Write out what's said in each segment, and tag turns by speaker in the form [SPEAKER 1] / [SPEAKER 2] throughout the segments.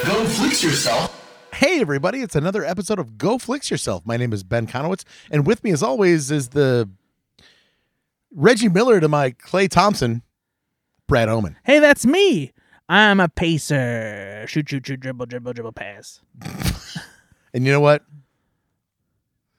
[SPEAKER 1] Flix yourself.
[SPEAKER 2] Hey, everybody, it's another episode of Go Flix Yourself. My name is Ben Conowitz, and with me, as always, is the Reggie Miller to my Clay Thompson, Brad Oman.
[SPEAKER 3] Hey, that's me. I'm a pacer. Shoot, shoot, shoot, dribble, dribble, dribble, pass.
[SPEAKER 2] And you know what?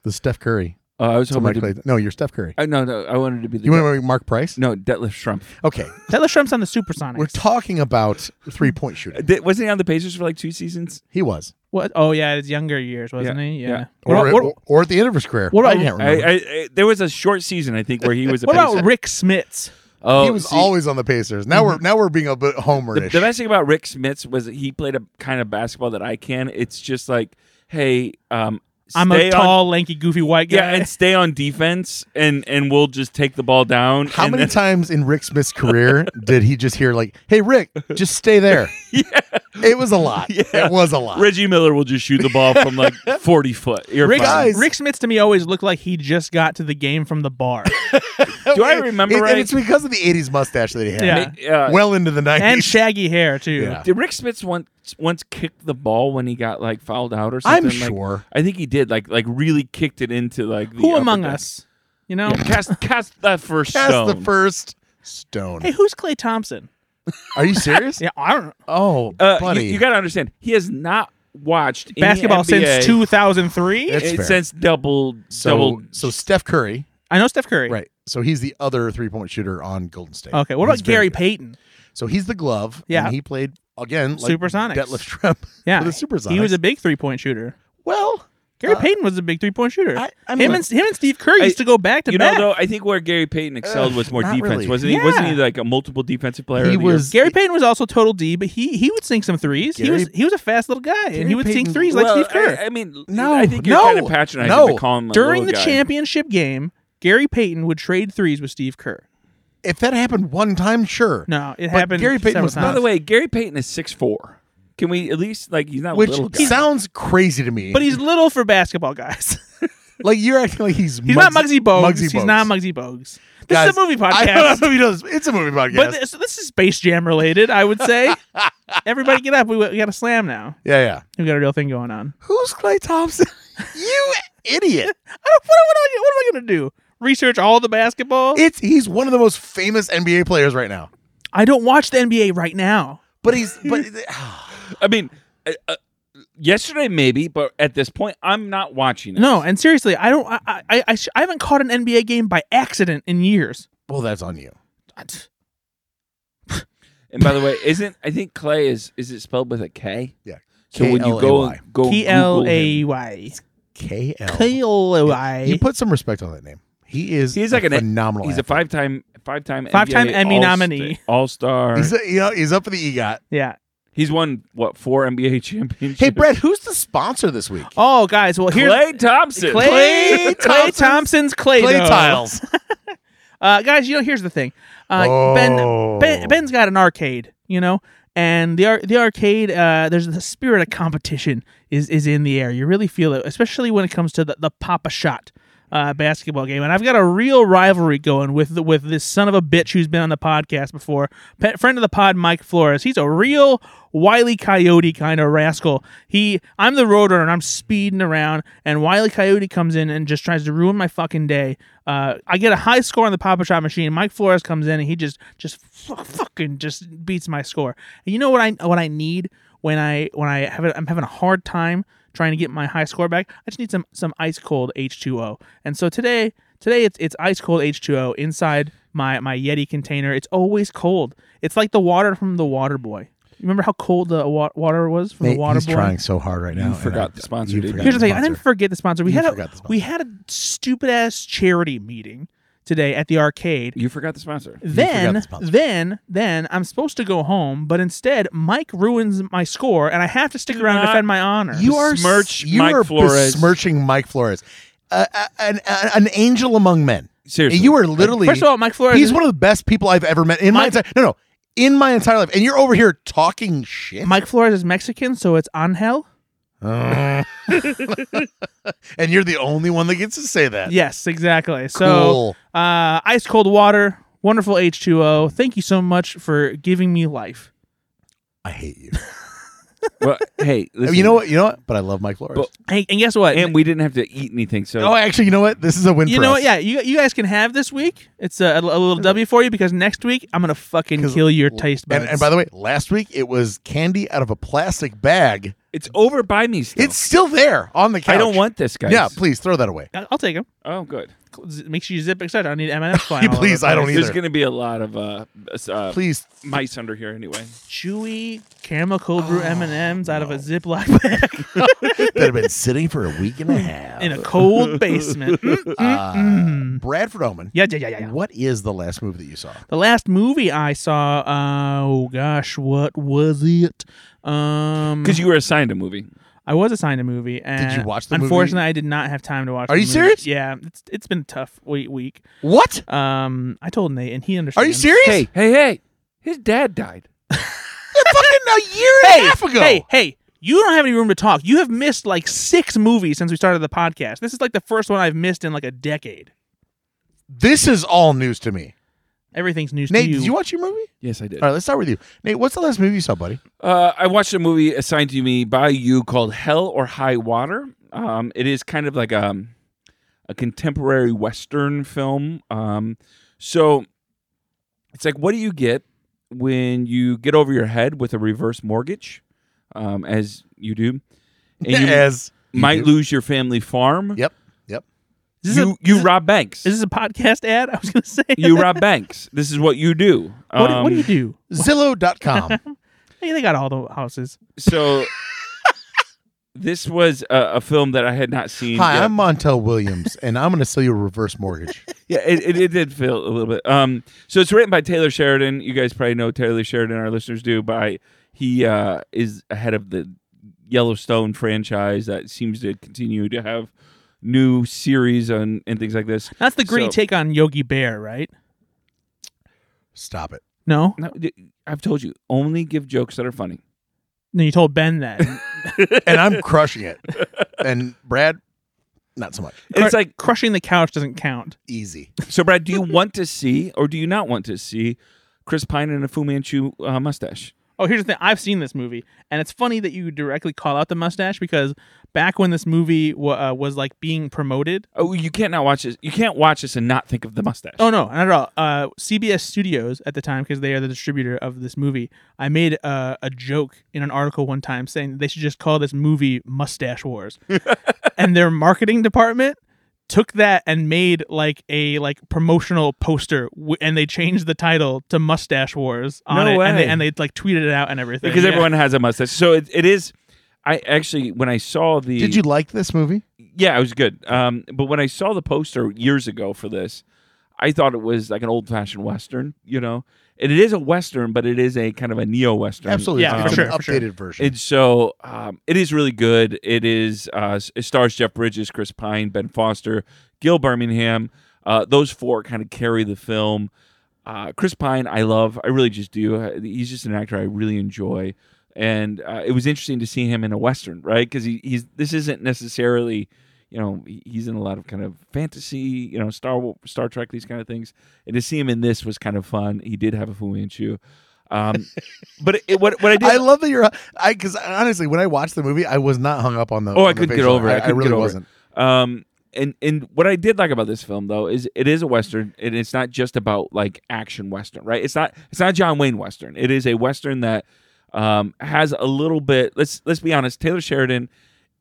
[SPEAKER 2] The Steph Curry.
[SPEAKER 4] Uh, I was
[SPEAKER 2] to my
[SPEAKER 4] hoping to.
[SPEAKER 2] Klay- no, you're Steph Curry.
[SPEAKER 4] Uh, no, no, I wanted to be the.
[SPEAKER 2] You want to be Mark Price?
[SPEAKER 4] no, Detlef Schrempf.
[SPEAKER 2] Okay,
[SPEAKER 3] Taylor Shrimp's on the Supersonics.
[SPEAKER 2] we're talking about three point
[SPEAKER 4] Uh,
[SPEAKER 2] shooting.
[SPEAKER 4] di- wasn't he on the Pacers for like two seasons?
[SPEAKER 2] He was,
[SPEAKER 3] what? Oh yeah, his younger years, wasn't
[SPEAKER 4] Yeah,
[SPEAKER 3] he? Yeah.
[SPEAKER 4] yeah.
[SPEAKER 2] or,
[SPEAKER 3] What, what-
[SPEAKER 2] or, or at the end of his career.
[SPEAKER 3] what
[SPEAKER 2] I
[SPEAKER 3] about-
[SPEAKER 2] can't
[SPEAKER 4] I,
[SPEAKER 2] remember.
[SPEAKER 4] I, I, there was a short season, I think, where he was a
[SPEAKER 3] what
[SPEAKER 4] Pacer.
[SPEAKER 3] about Rick Smits?
[SPEAKER 4] Oh,
[SPEAKER 2] he was
[SPEAKER 4] see,
[SPEAKER 2] always on the Pacers. Now we're now we're being a bit
[SPEAKER 4] The,
[SPEAKER 2] homerish.
[SPEAKER 4] the best thing about Rick Smits was that he played a kind of basketball that I can. It's just like, hey, um,
[SPEAKER 3] I'm
[SPEAKER 4] stay
[SPEAKER 3] a
[SPEAKER 4] on-
[SPEAKER 3] tall, lanky, goofy white guy.
[SPEAKER 4] yeah, and stay on defense, and and we'll just take the ball down.
[SPEAKER 2] How
[SPEAKER 4] and
[SPEAKER 2] many
[SPEAKER 4] then-
[SPEAKER 2] times in Rick Smith's career did he just hear like, "Hey Rick, just stay there"? It was a lot. It was a lot.
[SPEAKER 4] Reggie Miller will just shoot the ball from like 40 foot. You're
[SPEAKER 3] Rick,
[SPEAKER 4] fine.
[SPEAKER 2] Guys.
[SPEAKER 3] Rick Smits to me always looked like he just got to the game from the bar.
[SPEAKER 4] Do I remember
[SPEAKER 2] And-
[SPEAKER 4] right?
[SPEAKER 2] And it's because of the '80s mustache that he had.
[SPEAKER 3] Yeah.
[SPEAKER 4] Uh,
[SPEAKER 2] Well into the '90s.
[SPEAKER 3] and shaggy hair too.
[SPEAKER 2] Yeah.
[SPEAKER 4] Did Rick Smith once once kick the ball when he got like fouled out or
[SPEAKER 2] I'm
[SPEAKER 4] something? Like,
[SPEAKER 2] sure.
[SPEAKER 4] I think he did. Like like really kicked it into like the
[SPEAKER 3] Who
[SPEAKER 4] upper
[SPEAKER 3] among
[SPEAKER 4] deck.
[SPEAKER 3] us? You know?
[SPEAKER 4] Yeah, cast cast that first
[SPEAKER 2] Cast
[SPEAKER 4] stone.
[SPEAKER 2] the first stone.
[SPEAKER 3] Hey, who's Clay Thompson?
[SPEAKER 2] Are you serious?
[SPEAKER 3] Yeah, I don't
[SPEAKER 2] Oh,
[SPEAKER 4] Uh, you-
[SPEAKER 2] buddy.
[SPEAKER 4] You, gotta understand. He has not watched any
[SPEAKER 3] basketball
[SPEAKER 4] NBA
[SPEAKER 3] since 2003.
[SPEAKER 2] That's
[SPEAKER 4] it-
[SPEAKER 2] fair.
[SPEAKER 4] since double
[SPEAKER 2] so,
[SPEAKER 4] double.
[SPEAKER 2] so Steph Curry,
[SPEAKER 3] I know Steph Curry.
[SPEAKER 2] right? So he's the other three-point shooter on Golden State.
[SPEAKER 3] Okay. What
[SPEAKER 2] He's
[SPEAKER 3] about
[SPEAKER 2] very
[SPEAKER 3] Gary
[SPEAKER 2] good.
[SPEAKER 3] Payton?
[SPEAKER 2] So he's the glove.
[SPEAKER 3] Yeah.
[SPEAKER 2] and he played again. Like
[SPEAKER 3] Supersonics.
[SPEAKER 2] Detlef Schrempf.
[SPEAKER 3] Yeah.
[SPEAKER 2] for the Supersonics.
[SPEAKER 3] He was a big three point shooter.
[SPEAKER 2] well.
[SPEAKER 3] Gary
[SPEAKER 2] Uh,
[SPEAKER 3] Payton was a big three point shooter.
[SPEAKER 2] I- I
[SPEAKER 3] him
[SPEAKER 2] mean-
[SPEAKER 3] and him and Steve Kerr
[SPEAKER 4] I-
[SPEAKER 3] used to go back to
[SPEAKER 4] You
[SPEAKER 3] back.
[SPEAKER 4] know, though, I think where Gary Payton excelled
[SPEAKER 2] Ugh,
[SPEAKER 4] was more
[SPEAKER 2] not
[SPEAKER 4] defense,
[SPEAKER 2] really.
[SPEAKER 4] wasn't he?
[SPEAKER 3] Yeah.
[SPEAKER 4] Wasn't he like a multiple defensive player?
[SPEAKER 2] He
[SPEAKER 4] of the year?
[SPEAKER 2] was
[SPEAKER 3] Gary Payton was also total D, but he he would sink some threes. he
[SPEAKER 2] Gary-
[SPEAKER 3] was he was a fast little guy,
[SPEAKER 2] Gary
[SPEAKER 3] and he would
[SPEAKER 2] Payton-
[SPEAKER 3] sink threes like
[SPEAKER 4] Well,
[SPEAKER 3] Steve Kerr.
[SPEAKER 4] I, I mean,
[SPEAKER 2] No,
[SPEAKER 4] I think you're
[SPEAKER 2] no,
[SPEAKER 4] kind of patronizing
[SPEAKER 2] no.
[SPEAKER 4] to call him a
[SPEAKER 3] During
[SPEAKER 4] little
[SPEAKER 3] the
[SPEAKER 4] guy.
[SPEAKER 3] championship game, Gary Payton would trade threes with Steve Kerr.
[SPEAKER 2] If that happened one time, sure.
[SPEAKER 3] No, it
[SPEAKER 2] But
[SPEAKER 3] happened.
[SPEAKER 2] Gary Payton
[SPEAKER 3] several
[SPEAKER 2] was not-
[SPEAKER 4] By
[SPEAKER 3] times.
[SPEAKER 4] the way, Gary Payton is six four. Can we at least like he's not a
[SPEAKER 2] Which
[SPEAKER 4] little guy?
[SPEAKER 2] sounds crazy to me.
[SPEAKER 3] but he's little for basketball guys.
[SPEAKER 2] like you're acting like he's
[SPEAKER 3] he's not Muggsy Bogues. he's not
[SPEAKER 2] Bogues.
[SPEAKER 3] Muggsy Bogues. This
[SPEAKER 2] Guys,
[SPEAKER 3] is a movie
[SPEAKER 2] I don't
[SPEAKER 3] podcast,
[SPEAKER 2] know if he does. It's a movie podcast.
[SPEAKER 3] but this, this is Space Jam related. I would say. Everybody, get up! We, we got a slam now.
[SPEAKER 2] yeah, yeah.
[SPEAKER 3] We got a real thing going on.
[SPEAKER 2] Who's Clay Thompson? you idiot!
[SPEAKER 3] I don't, what, what, am I- what am I going to do? Research all the basketball?
[SPEAKER 2] It's he's one of the most famous NBA players right now.
[SPEAKER 3] I don't watch the NBA right now.
[SPEAKER 2] But he's but
[SPEAKER 4] I mean, uh, uh, yesterday maybe, but at this point, I'm not watching it.
[SPEAKER 3] No, and seriously, I don't. I I, I, I, sh- I haven't caught an NBA game by accident in years.
[SPEAKER 2] well, that's on you.
[SPEAKER 3] What?
[SPEAKER 4] And by the way, isn't I think Clay is is it spelled with a K?
[SPEAKER 2] Yeah.
[SPEAKER 4] So when you go
[SPEAKER 2] K L A Y.
[SPEAKER 3] K L
[SPEAKER 4] go Google him,
[SPEAKER 3] A Y.
[SPEAKER 2] K L.
[SPEAKER 3] K L A
[SPEAKER 2] You
[SPEAKER 3] Y.
[SPEAKER 2] put some respect on that name. He is.
[SPEAKER 4] He's like
[SPEAKER 2] a
[SPEAKER 4] an-
[SPEAKER 2] phenomenal.
[SPEAKER 4] he's a five time five time
[SPEAKER 3] Five-time Emmy nominee.
[SPEAKER 4] all star.
[SPEAKER 2] He's a, you know, he's up for the EGOT.
[SPEAKER 3] Yeah.
[SPEAKER 4] He's won what four NBA championships?
[SPEAKER 2] Hey, Brett, who's the sponsor this week?
[SPEAKER 3] Oh, guys. Well, here's
[SPEAKER 4] Clay Thompson.
[SPEAKER 3] Clay,
[SPEAKER 2] Clay
[SPEAKER 3] Clay,
[SPEAKER 2] Thompson's-
[SPEAKER 3] Thompson's Clay,
[SPEAKER 2] Clay
[SPEAKER 3] Doh.
[SPEAKER 2] Tiles.
[SPEAKER 3] Uh, guys, you know, here's the thing. Uh,
[SPEAKER 2] Oh.
[SPEAKER 3] Ben, ben Ben's got an arcade, you know, and the ar- the arcade. Uh, there's the spirit of competition is is in the air. You really feel it, especially when it comes to the, the Papa Shot uh, basketball game. And I've got a real rivalry going with the, with this son of a bitch who's been on the podcast before, Pe- friend of the pod, Mike Flores. He's a real wily coyote kind of rascal. He, I'm the roadrunner, and I'm speeding around, and Wiley Coyote comes in and just tries to ruin my fucking day. Uh, I get a high score on the Papa Shot machine. Mike Flores comes in and he just just fu- fucking just beats my score. And you know what I what I need when I when I have a, I'm having a hard time trying to get my high score back. I just need some some ice cold H2O. And so today today it's it's ice cold H2O inside my my Yeti container. It's always cold. It's like the water from the Water Boy. Remember how cold the wa- water was from the Water
[SPEAKER 2] he's
[SPEAKER 3] Boy?
[SPEAKER 2] trying so hard right now. and
[SPEAKER 4] forgot
[SPEAKER 2] I-
[SPEAKER 4] the sponsor,
[SPEAKER 2] you
[SPEAKER 4] didn't
[SPEAKER 2] forgot
[SPEAKER 4] you?
[SPEAKER 3] Here's the thing. I didn't
[SPEAKER 2] sponsor.
[SPEAKER 3] forget the sponsor. We
[SPEAKER 2] You
[SPEAKER 3] had a
[SPEAKER 2] forgot the sponsor.
[SPEAKER 3] we had a stupid ass charity meeting today at the arcade.
[SPEAKER 4] You forgot the sponsor.
[SPEAKER 2] forgot the
[SPEAKER 3] Then,
[SPEAKER 2] sponsor.
[SPEAKER 3] then, then I'm supposed to go home, but instead Mike ruins my score, and I have to stick around and
[SPEAKER 4] not-
[SPEAKER 3] defend my honor.
[SPEAKER 2] You are
[SPEAKER 4] Besmirch
[SPEAKER 2] you
[SPEAKER 4] Mike
[SPEAKER 2] are
[SPEAKER 4] Flores.
[SPEAKER 2] besmirching Mike Flores, uh, uh, an, uh, an angel among men.
[SPEAKER 4] Seriously,
[SPEAKER 2] You are literally.
[SPEAKER 3] First of all, Mike Flores.
[SPEAKER 2] he's one of the best people I've ever met in my
[SPEAKER 3] Mike-
[SPEAKER 2] entire no no in my entire life, and you're over here talking shit.
[SPEAKER 3] Mike Flores is Mexican, so it's Angel.
[SPEAKER 2] and Oh. you're the only one that gets to say that.
[SPEAKER 3] Yes, exactly. So,
[SPEAKER 2] Cool.
[SPEAKER 3] uh, ice cold water, wonderful H2O. Thank you so much for giving me life.
[SPEAKER 2] I hate you.
[SPEAKER 4] well, hey, listen,
[SPEAKER 2] Uh, you know what? You know what? But I love Mike Flores.
[SPEAKER 4] But-
[SPEAKER 3] And, and guess what?
[SPEAKER 4] And we didn't have to eat anything, so
[SPEAKER 2] oh, actually, you know what? This is a win.
[SPEAKER 3] you
[SPEAKER 2] for
[SPEAKER 3] know
[SPEAKER 2] us.
[SPEAKER 3] what? Yeah, you, you guys can have this week. It's a, a little W for you because next week I'm gonna fucking
[SPEAKER 2] 'Cause-
[SPEAKER 3] kill your taste buds.
[SPEAKER 2] And, and by the way, last week it was candy out of a plastic bag.
[SPEAKER 4] it's over by me. Still.
[SPEAKER 2] It's still there on the couch.
[SPEAKER 4] I don't want this, guys.
[SPEAKER 2] Yeah, please throw that away.
[SPEAKER 3] I'll- I'll take them.
[SPEAKER 4] Oh, good.
[SPEAKER 3] Make sure you zip etc. I don't need M&Ms. flying all over
[SPEAKER 2] Please,
[SPEAKER 3] the
[SPEAKER 2] I don't
[SPEAKER 3] place.
[SPEAKER 2] either.
[SPEAKER 4] There's going to be a lot of uh, uh
[SPEAKER 2] Please.
[SPEAKER 4] mice under here anyway.
[SPEAKER 3] Chewy caramel cold
[SPEAKER 2] Oh,
[SPEAKER 3] brew M&Ms out of a Ziploc bag
[SPEAKER 2] that have been sitting for a week and a half.
[SPEAKER 3] in a cold basement. Mm,
[SPEAKER 2] Uh,
[SPEAKER 3] mm.
[SPEAKER 2] Bradford Oman.
[SPEAKER 3] yeah, yeah, yeah, yeah, yeah.
[SPEAKER 2] What is the last movie that you saw?
[SPEAKER 3] The last movie I saw, uh, oh gosh, what was it? Um,
[SPEAKER 4] Because you were assigned a movie.
[SPEAKER 3] I was assigned a movie, and
[SPEAKER 2] you watch the movie?
[SPEAKER 3] unfortunately, I did not have time to watch.
[SPEAKER 2] Are
[SPEAKER 3] the
[SPEAKER 2] you
[SPEAKER 3] movie.
[SPEAKER 2] serious?
[SPEAKER 3] Yeah, it's it's been a tough week. Week.
[SPEAKER 2] What?
[SPEAKER 3] Um, I told Nate, and he
[SPEAKER 2] Are
[SPEAKER 3] understands.
[SPEAKER 2] you serious?
[SPEAKER 4] Hey, hey, hey. His dad died.
[SPEAKER 2] fucking a year and a half ago.
[SPEAKER 3] Hey, hey, you don't have any room to talk. You have missed like six movies since we started the podcast. This is like the first one I've missed in like a decade.
[SPEAKER 2] This is all news to me.
[SPEAKER 3] Everything's news
[SPEAKER 2] Nate,
[SPEAKER 3] to you.
[SPEAKER 2] did you watch your movie?
[SPEAKER 4] Yes, I did.
[SPEAKER 2] All right, let's start with you. Nate, what's the last movie you saw, buddy?
[SPEAKER 4] Uh, I watched a movie assigned to me by you called Hell or High Water. Um, it is kind of like a, a contemporary Western film. Um, so it's like, what do you get when you get over your head with a reverse mortgage, um, as you do, and you
[SPEAKER 2] As you
[SPEAKER 4] might
[SPEAKER 2] do.
[SPEAKER 4] lose your family farm?
[SPEAKER 2] Yep. Yep.
[SPEAKER 3] Is this
[SPEAKER 4] You
[SPEAKER 3] a-
[SPEAKER 4] you
[SPEAKER 3] is this-
[SPEAKER 4] rob banks.
[SPEAKER 3] Is this a podcast ad? I was gonna say.
[SPEAKER 4] you rob banks. This is what you do.
[SPEAKER 3] what, do- what do
[SPEAKER 4] Um,
[SPEAKER 3] you do?
[SPEAKER 2] Zillow.com.
[SPEAKER 3] Hey, they got all the houses.
[SPEAKER 4] So this was a, a film that I had not seen.
[SPEAKER 2] Hi,
[SPEAKER 4] yet.
[SPEAKER 2] I'm Montel Williams, and I'm going to sell you a reverse mortgage.
[SPEAKER 4] Yeah, it, it, it did feel a little bit. Um, so it's written by Taylor Sheridan. You guys probably know Taylor Sheridan. Our listeners do. By he uh, is ahead of the Yellowstone franchise that seems to continue to have new series and, and things like this.
[SPEAKER 3] That's the gritty
[SPEAKER 4] So-
[SPEAKER 3] take on Yogi Bear, right?
[SPEAKER 2] Stop it.
[SPEAKER 3] No,
[SPEAKER 4] No, d- I've told you, only give jokes that are funny.
[SPEAKER 3] no. You told Ben that.
[SPEAKER 2] And I'm crushing it. And Brad, not so much.
[SPEAKER 4] It's like
[SPEAKER 3] crushing the couch doesn't count.
[SPEAKER 2] Easy.
[SPEAKER 4] so, Brad. Do you want to see or do you not want to see Chris Pine in a Fu Manchu uh, mustache?
[SPEAKER 3] Oh, here's the thing. I've seen this movie, and it's funny that you directly call out the mustache because back when this movie wa uh, was like being promoted.
[SPEAKER 4] Oh, you can't not watch this. You can't watch this and not think of the mustache.
[SPEAKER 3] Oh no, not at all. Uh, CBS Studios at the time, because they are the distributor of this movie. I made uh, a joke in an article one time saying they should just call this movie Mustache Wars, and their marketing department took that and made like a like promotional poster, w- and they changed the title to Mustache Wars on
[SPEAKER 4] No
[SPEAKER 3] it, and
[SPEAKER 4] way.
[SPEAKER 3] they and they like tweeted it out and everything
[SPEAKER 4] because
[SPEAKER 3] Yeah.
[SPEAKER 4] everyone has a mustache. So it, it is. I actually, when I saw the,
[SPEAKER 2] Did you like this movie?
[SPEAKER 4] Yeah, it was good. Um, but when I saw the poster years ago for this, I thought it was like an old fashioned western. You know, and it is a western, but it is a kind of a Um, neo western.
[SPEAKER 2] Absolutely.
[SPEAKER 3] Yeah,
[SPEAKER 2] It's
[SPEAKER 4] for
[SPEAKER 2] an
[SPEAKER 3] sure, for sure.
[SPEAKER 2] updated version.
[SPEAKER 4] And so um, it is really good. It is uh, it stars Jeff Bridges, Chris Pine, Ben Foster, Gil Birmingham. Uh, those four kind of carry the film. Uh, Chris Pine, I love. I really just do. Uh, He's just an actor I really enjoy, and uh, it was interesting to see him in a western, right? Because he, he's this isn't necessarily, you know, he- he's in a lot of kind of fantasy, you know, Star Wa- Star Trek, these kind of things. And to see him in this was kind of fun. He did have a Fu Manchu, um, but it, what what I did
[SPEAKER 2] I love that you're. I because honestly, when I watched the movie, I was not hung up on the.
[SPEAKER 4] Oh, I
[SPEAKER 2] on the
[SPEAKER 4] couldn't get
[SPEAKER 2] facial.
[SPEAKER 4] over it. I
[SPEAKER 2] I,
[SPEAKER 4] couldn't
[SPEAKER 2] really
[SPEAKER 4] get over it.
[SPEAKER 2] wasn't.
[SPEAKER 4] Um, and and what I did like about this film though is it is a western, and it's not just about like action western, right? It's not it's not John Wayne western. It is a western that um, has a little bit. Let's let's be honest. Taylor Sheridan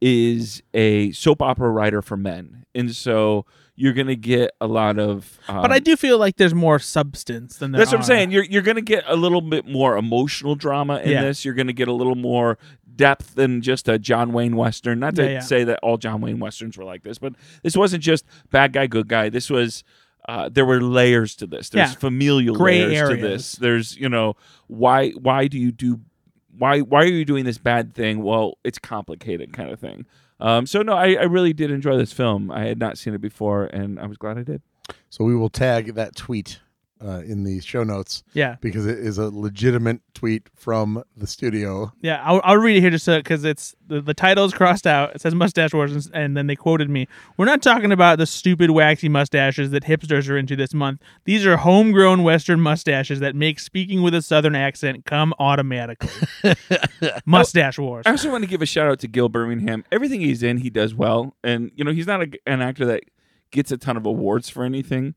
[SPEAKER 4] is a soap opera writer for men, and so you're gonna get a lot of. Um,
[SPEAKER 3] But I do feel like there's more substance than there
[SPEAKER 4] that's what I'm
[SPEAKER 3] are.
[SPEAKER 4] saying. You're you're gonna get a little bit more emotional drama in
[SPEAKER 3] Yeah.
[SPEAKER 4] this. You're gonna get a little more depth than just a John Wayne western. Not to
[SPEAKER 3] Yeah, yeah.
[SPEAKER 4] say that all John Wayne westerns were like this, but this wasn't just bad guy, good guy. This was uh, there were layers to this. There's
[SPEAKER 3] Yeah.
[SPEAKER 4] familial
[SPEAKER 3] Gray
[SPEAKER 4] layers to
[SPEAKER 3] areas.
[SPEAKER 4] this. There's you know why why do you do why why are you doing this bad thing? Well, it's complicated kind of thing. Um, so no, I, I really did enjoy this film. I had not seen it before, and I was glad I did.
[SPEAKER 2] So we will tag that tweet uh, in the show notes
[SPEAKER 3] Yeah,
[SPEAKER 2] because it is a legitimate tweet from the studio.
[SPEAKER 3] yeah. I'll, I'll read it here just because it's the, the title is crossed out. It says mustache wars, and, and then they quoted me. We're not talking about the stupid waxy mustaches that hipsters are into this month. These are homegrown Western mustaches that make speaking with a Southern accent come automatically. mustache wars.
[SPEAKER 4] I also want to give a shout out to Gil Birmingham. Everything he's in, he does well, and you know he's not a, an actor that gets a ton of awards for anything,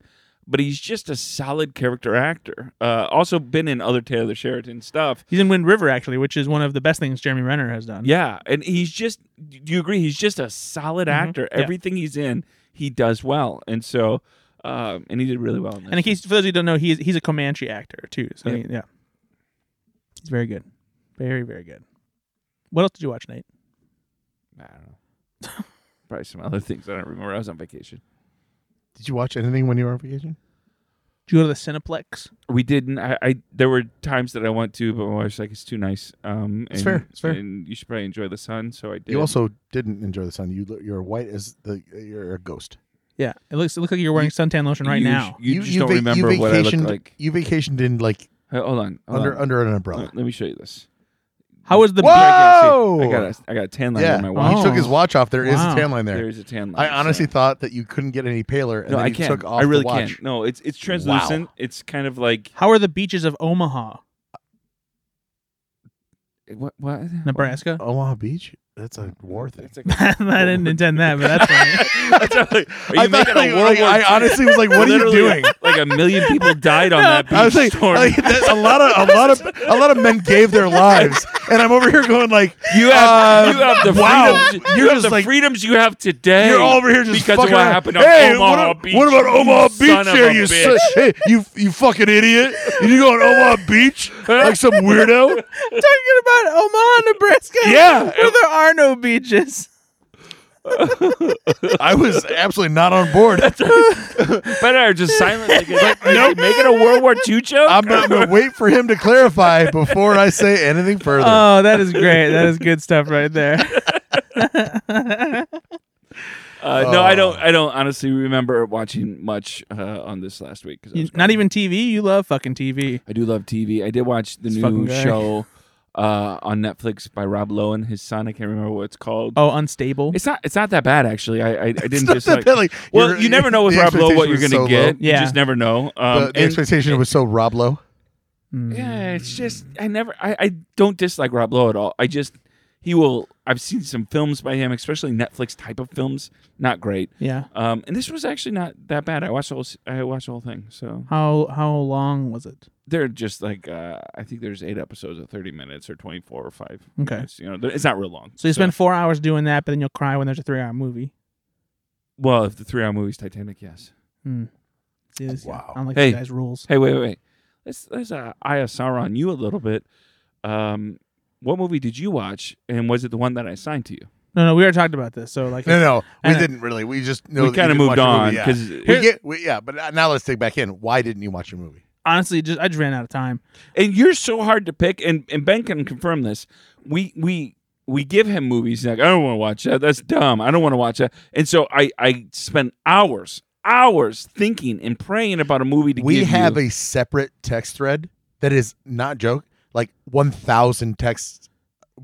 [SPEAKER 4] but he's just a solid character actor. Uh, also been in other Taylor Sheridan stuff.
[SPEAKER 3] He's in Wind River actually, which is one of the best things Jeremy Renner has done.
[SPEAKER 4] Yeah, and he's just. Do you agree? He's just a solid actor.
[SPEAKER 3] Mm-hmm. Yeah.
[SPEAKER 4] Everything he's in, he does well, and so um, and he did really well. In this
[SPEAKER 3] And in case for those who don't know, he's he's a Comanche actor too. So yeah. he's very good, very very good. What else did you watch, Nate?
[SPEAKER 4] I don't know. Probably some other things I don't remember. I was on vacation.
[SPEAKER 2] Did you watch anything when you were on vacation?
[SPEAKER 3] Did you go to the Cineplex?
[SPEAKER 4] We didn't. I, I there were times that I went to, but my wife's like, "It's too nice." Um,
[SPEAKER 2] It's
[SPEAKER 4] and-
[SPEAKER 2] fair, it's fair.
[SPEAKER 4] And you should probably enjoy the sun. So I did.
[SPEAKER 2] You also didn't enjoy the sun. You lo- you're white as the you're a ghost.
[SPEAKER 3] Yeah, it looks it looks like you're wearing suntan lotion right
[SPEAKER 4] You-
[SPEAKER 3] now.
[SPEAKER 4] You, just don't
[SPEAKER 2] va-
[SPEAKER 4] remember what I looked
[SPEAKER 2] vacationed-
[SPEAKER 4] like.
[SPEAKER 2] You vacationed in like
[SPEAKER 4] Hey, hold on. Hold
[SPEAKER 2] under
[SPEAKER 4] on.
[SPEAKER 2] under an
[SPEAKER 4] Uh,
[SPEAKER 2] umbrella.
[SPEAKER 4] Let me show you this.
[SPEAKER 3] How was the
[SPEAKER 2] Whoa!
[SPEAKER 3] beer?
[SPEAKER 4] I,
[SPEAKER 2] Oh!
[SPEAKER 4] can't see. I got a I got a tan line
[SPEAKER 2] yeah,
[SPEAKER 4] on my
[SPEAKER 3] watch.
[SPEAKER 2] he
[SPEAKER 4] watch.
[SPEAKER 2] took his watch off. There is
[SPEAKER 3] Wow.
[SPEAKER 2] a tan line there.
[SPEAKER 4] There is a tan line.
[SPEAKER 2] I honestly
[SPEAKER 4] so-
[SPEAKER 2] thought that you couldn't get any paler, and
[SPEAKER 4] no,
[SPEAKER 2] then
[SPEAKER 4] I
[SPEAKER 2] you
[SPEAKER 4] can't.
[SPEAKER 2] took off
[SPEAKER 4] I really
[SPEAKER 2] the watch.
[SPEAKER 4] can't. No, it's it's translucent. It's kind of like
[SPEAKER 3] How are the beaches of Omaha,
[SPEAKER 4] what what
[SPEAKER 3] Nebraska?
[SPEAKER 2] Omaha Beach. That's a war thing.
[SPEAKER 4] That's like,
[SPEAKER 3] I didn't intend that, but that's funny.
[SPEAKER 4] That's not like- are you
[SPEAKER 2] I thought,
[SPEAKER 4] making
[SPEAKER 2] like,
[SPEAKER 4] a World
[SPEAKER 2] like,
[SPEAKER 4] War
[SPEAKER 2] I honestly was like, "What are you
[SPEAKER 4] Literally,
[SPEAKER 2] doing?"
[SPEAKER 4] Like a million people died on that beach
[SPEAKER 2] I was like,
[SPEAKER 4] storm.
[SPEAKER 2] like, that- a lot of a lot of a lot of men gave their lives, and I'm over here going like,
[SPEAKER 4] You have,
[SPEAKER 2] uh,
[SPEAKER 4] you have the freedoms.
[SPEAKER 2] wow,
[SPEAKER 4] you
[SPEAKER 2] you're
[SPEAKER 4] have
[SPEAKER 2] just
[SPEAKER 4] the
[SPEAKER 2] like-
[SPEAKER 4] freedoms you have today.
[SPEAKER 2] You're all over here just
[SPEAKER 4] because of
[SPEAKER 2] fucking
[SPEAKER 4] what
[SPEAKER 2] around.
[SPEAKER 4] happened on
[SPEAKER 2] hey,
[SPEAKER 4] Omaha
[SPEAKER 2] what, a-
[SPEAKER 4] Beach.
[SPEAKER 2] What about Omaha
[SPEAKER 4] you
[SPEAKER 2] Beach
[SPEAKER 4] son of
[SPEAKER 2] here?
[SPEAKER 4] a
[SPEAKER 2] You,
[SPEAKER 4] bitch.
[SPEAKER 2] son- hey, you you fucking idiot! And you go on Omaha Beach like some weirdo?
[SPEAKER 3] Talking about Omaha, Nebraska.
[SPEAKER 2] Yeah.
[SPEAKER 3] where there are no beaches.
[SPEAKER 2] I was absolutely not on board.
[SPEAKER 4] Better just silent. Like, like, are you making a World War II joke?
[SPEAKER 2] I'm going to wait for him to clarify before I say anything further.
[SPEAKER 3] Oh, that is great. That is good stuff right there.
[SPEAKER 4] uh, no, I don't. I don't honestly remember watching much uh, on this last week. 'cause I was
[SPEAKER 3] Not even TV. You love fucking TV.
[SPEAKER 4] I do love TV. I did watch the
[SPEAKER 3] This fucking
[SPEAKER 4] new
[SPEAKER 3] guy.
[SPEAKER 4] show uh, on Netflix by Rob Lowe and his son. I can't remember what it's called.
[SPEAKER 3] Oh, unstable.
[SPEAKER 4] It's not. It's not that bad actually. I I, I didn't
[SPEAKER 2] not that
[SPEAKER 4] dislike.
[SPEAKER 2] bad, like,
[SPEAKER 4] well,
[SPEAKER 2] your-
[SPEAKER 4] you never know with
[SPEAKER 2] the
[SPEAKER 4] Rob Lowe
[SPEAKER 2] expectation
[SPEAKER 4] what you're
[SPEAKER 2] was
[SPEAKER 4] gonna
[SPEAKER 2] so
[SPEAKER 4] get.
[SPEAKER 2] low.
[SPEAKER 3] Yeah.
[SPEAKER 4] You just never know. Um,
[SPEAKER 2] the, the
[SPEAKER 4] and-
[SPEAKER 2] expectation was so Rob Lowe.
[SPEAKER 4] yeah, it's just I never. I, I don't dislike Rob Lowe at all. I just he will. I've seen some films by him, especially Netflix type of films. Not great.
[SPEAKER 3] Yeah.
[SPEAKER 4] Um, and this was actually not that bad. I watched the whole. s- I watched the whole thing. So
[SPEAKER 3] How how long was it?
[SPEAKER 4] they're just like uh, I think there's eight episodes of 30 minutes or 24 or five.
[SPEAKER 3] Okay.
[SPEAKER 4] minutes, you know they're- it's not real long.
[SPEAKER 3] So you spend four hours doing that, but then you'll cry when there's a three-hour movie.
[SPEAKER 4] well if the three hour movie's Titanic, yes.
[SPEAKER 3] See, this-
[SPEAKER 2] Wow.
[SPEAKER 3] I don't like
[SPEAKER 4] Hey.
[SPEAKER 3] this guy's rules.
[SPEAKER 4] Hey, wait, wait, wait. Let's let's uh, eye a sour on you a little bit. Um, what movie did you watch, and was it the one that I assigned to you?
[SPEAKER 3] No, no, we already talked about this. So like,
[SPEAKER 2] No, no, we
[SPEAKER 3] And-
[SPEAKER 2] didn't really. We just know
[SPEAKER 4] we
[SPEAKER 2] that you
[SPEAKER 4] kind of
[SPEAKER 2] didn't watch
[SPEAKER 4] moved
[SPEAKER 2] your movie,
[SPEAKER 4] on
[SPEAKER 2] yeah.
[SPEAKER 4] because
[SPEAKER 2] We get, we, yeah, but uh, now let's dig back in. Why didn't you watch your movie?
[SPEAKER 3] honestly, just I just ran out of time.
[SPEAKER 4] and you're so hard to pick, and, and Ben can confirm this. We we we give him movies like I don't want to watch that. That's dumb. I don't want to watch that. And so I I spend hours hours thinking and praying about a movie to
[SPEAKER 2] we
[SPEAKER 4] give
[SPEAKER 2] have
[SPEAKER 4] you.
[SPEAKER 2] a separate text thread that is not joke like 1000 texts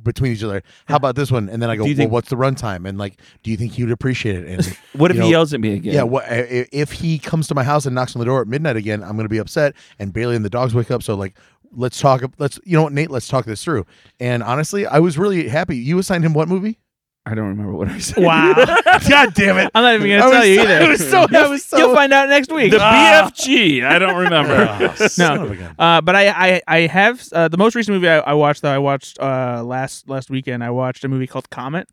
[SPEAKER 2] between each other how about this one and then i go
[SPEAKER 4] Do you
[SPEAKER 2] well
[SPEAKER 4] think-
[SPEAKER 2] what's the runtime and like do you think you'd appreciate it and
[SPEAKER 4] what if
[SPEAKER 2] you
[SPEAKER 4] he
[SPEAKER 2] know,
[SPEAKER 4] yells at me again?
[SPEAKER 2] yeah, what i- i- if he comes to my house and knocks on the door at midnight again i'm gonna be upset and bailey and the dogs wake up so like let's talk let's you know what nate let's talk this through and honestly i was really happy you assigned him what movie
[SPEAKER 4] I don't remember what I said.
[SPEAKER 3] Wow,
[SPEAKER 2] god damn it
[SPEAKER 3] I'm not even gonna
[SPEAKER 2] I was
[SPEAKER 3] tell you
[SPEAKER 2] so-
[SPEAKER 3] either.
[SPEAKER 2] I was so- I
[SPEAKER 3] You'll-
[SPEAKER 2] was so-
[SPEAKER 3] You'll find out next week.
[SPEAKER 4] The
[SPEAKER 3] Ah.
[SPEAKER 4] BFG. I don't remember.
[SPEAKER 2] Oh, son of a gun.
[SPEAKER 3] Uh, but I, I, I have uh, the most recent movie I, I watched though I watched uh, last last weekend. I watched a movie called Comet,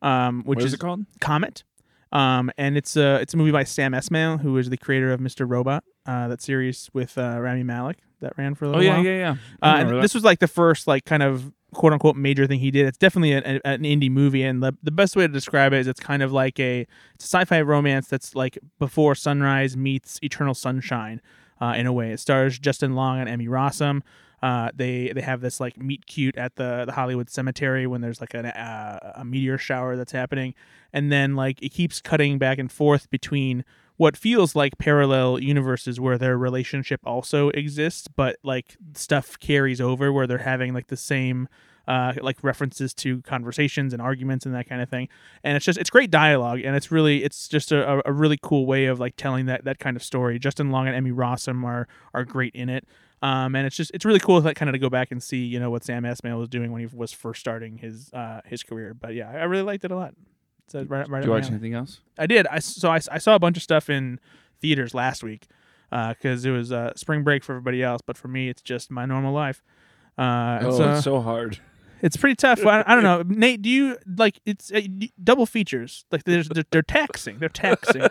[SPEAKER 3] um, which
[SPEAKER 4] What is
[SPEAKER 3] is
[SPEAKER 4] it called?
[SPEAKER 3] Comet, um, and it's a it's a movie by Sam Esmail, who is the creator of Mr. Robot, uh, that series with uh, Rami Malek that ran for a
[SPEAKER 4] Oh
[SPEAKER 3] little
[SPEAKER 4] yeah,
[SPEAKER 3] while.
[SPEAKER 4] yeah, yeah. I
[SPEAKER 3] Uh,
[SPEAKER 4] remember
[SPEAKER 3] and
[SPEAKER 4] that.
[SPEAKER 3] this was like the first like kind of quote unquote major thing he did. It's definitely a, a- an indie movie, and the, the best way to describe it is it's kind of like a it's a sci-fi romance that's like before sunrise meets Eternal Sunshine, uh, in a way. It stars Justin Long and Emmy Rossum. Uh, they they have this like meet cute at the the Hollywood cemetery when there's like an, uh, a meteor shower that's happening, and then like it keeps cutting back and forth between what feels like parallel universes where their relationship also exists, but like stuff carries over where they're having like the same uh, like references to conversations and arguments and that kind of thing. And it's just it's great dialogue, and it's really it's just a, a- a really cool way of like telling that that kind of story. Justin Long and Emmy Rossum are are great in it. Um, and it's just it's really cool that kind of to go back and see you know what Sam Esmail was doing when he was first starting his uh, his career. But yeah, I I really liked it a lot. So right, right
[SPEAKER 4] Do
[SPEAKER 3] up
[SPEAKER 4] you
[SPEAKER 3] my
[SPEAKER 4] watch
[SPEAKER 3] alley.
[SPEAKER 4] anything else?
[SPEAKER 3] I did. I so I, I saw a bunch of stuff in theaters last week because it was uh, spring break for everybody else, but for me, it's just my normal life. Uh, and
[SPEAKER 4] oh,
[SPEAKER 3] so-
[SPEAKER 4] it's so hard.
[SPEAKER 3] it's pretty tough. I, I don't know, Nate. Do you like it's uh, d- double features? Like there's they're, they're taxing. They're taxing.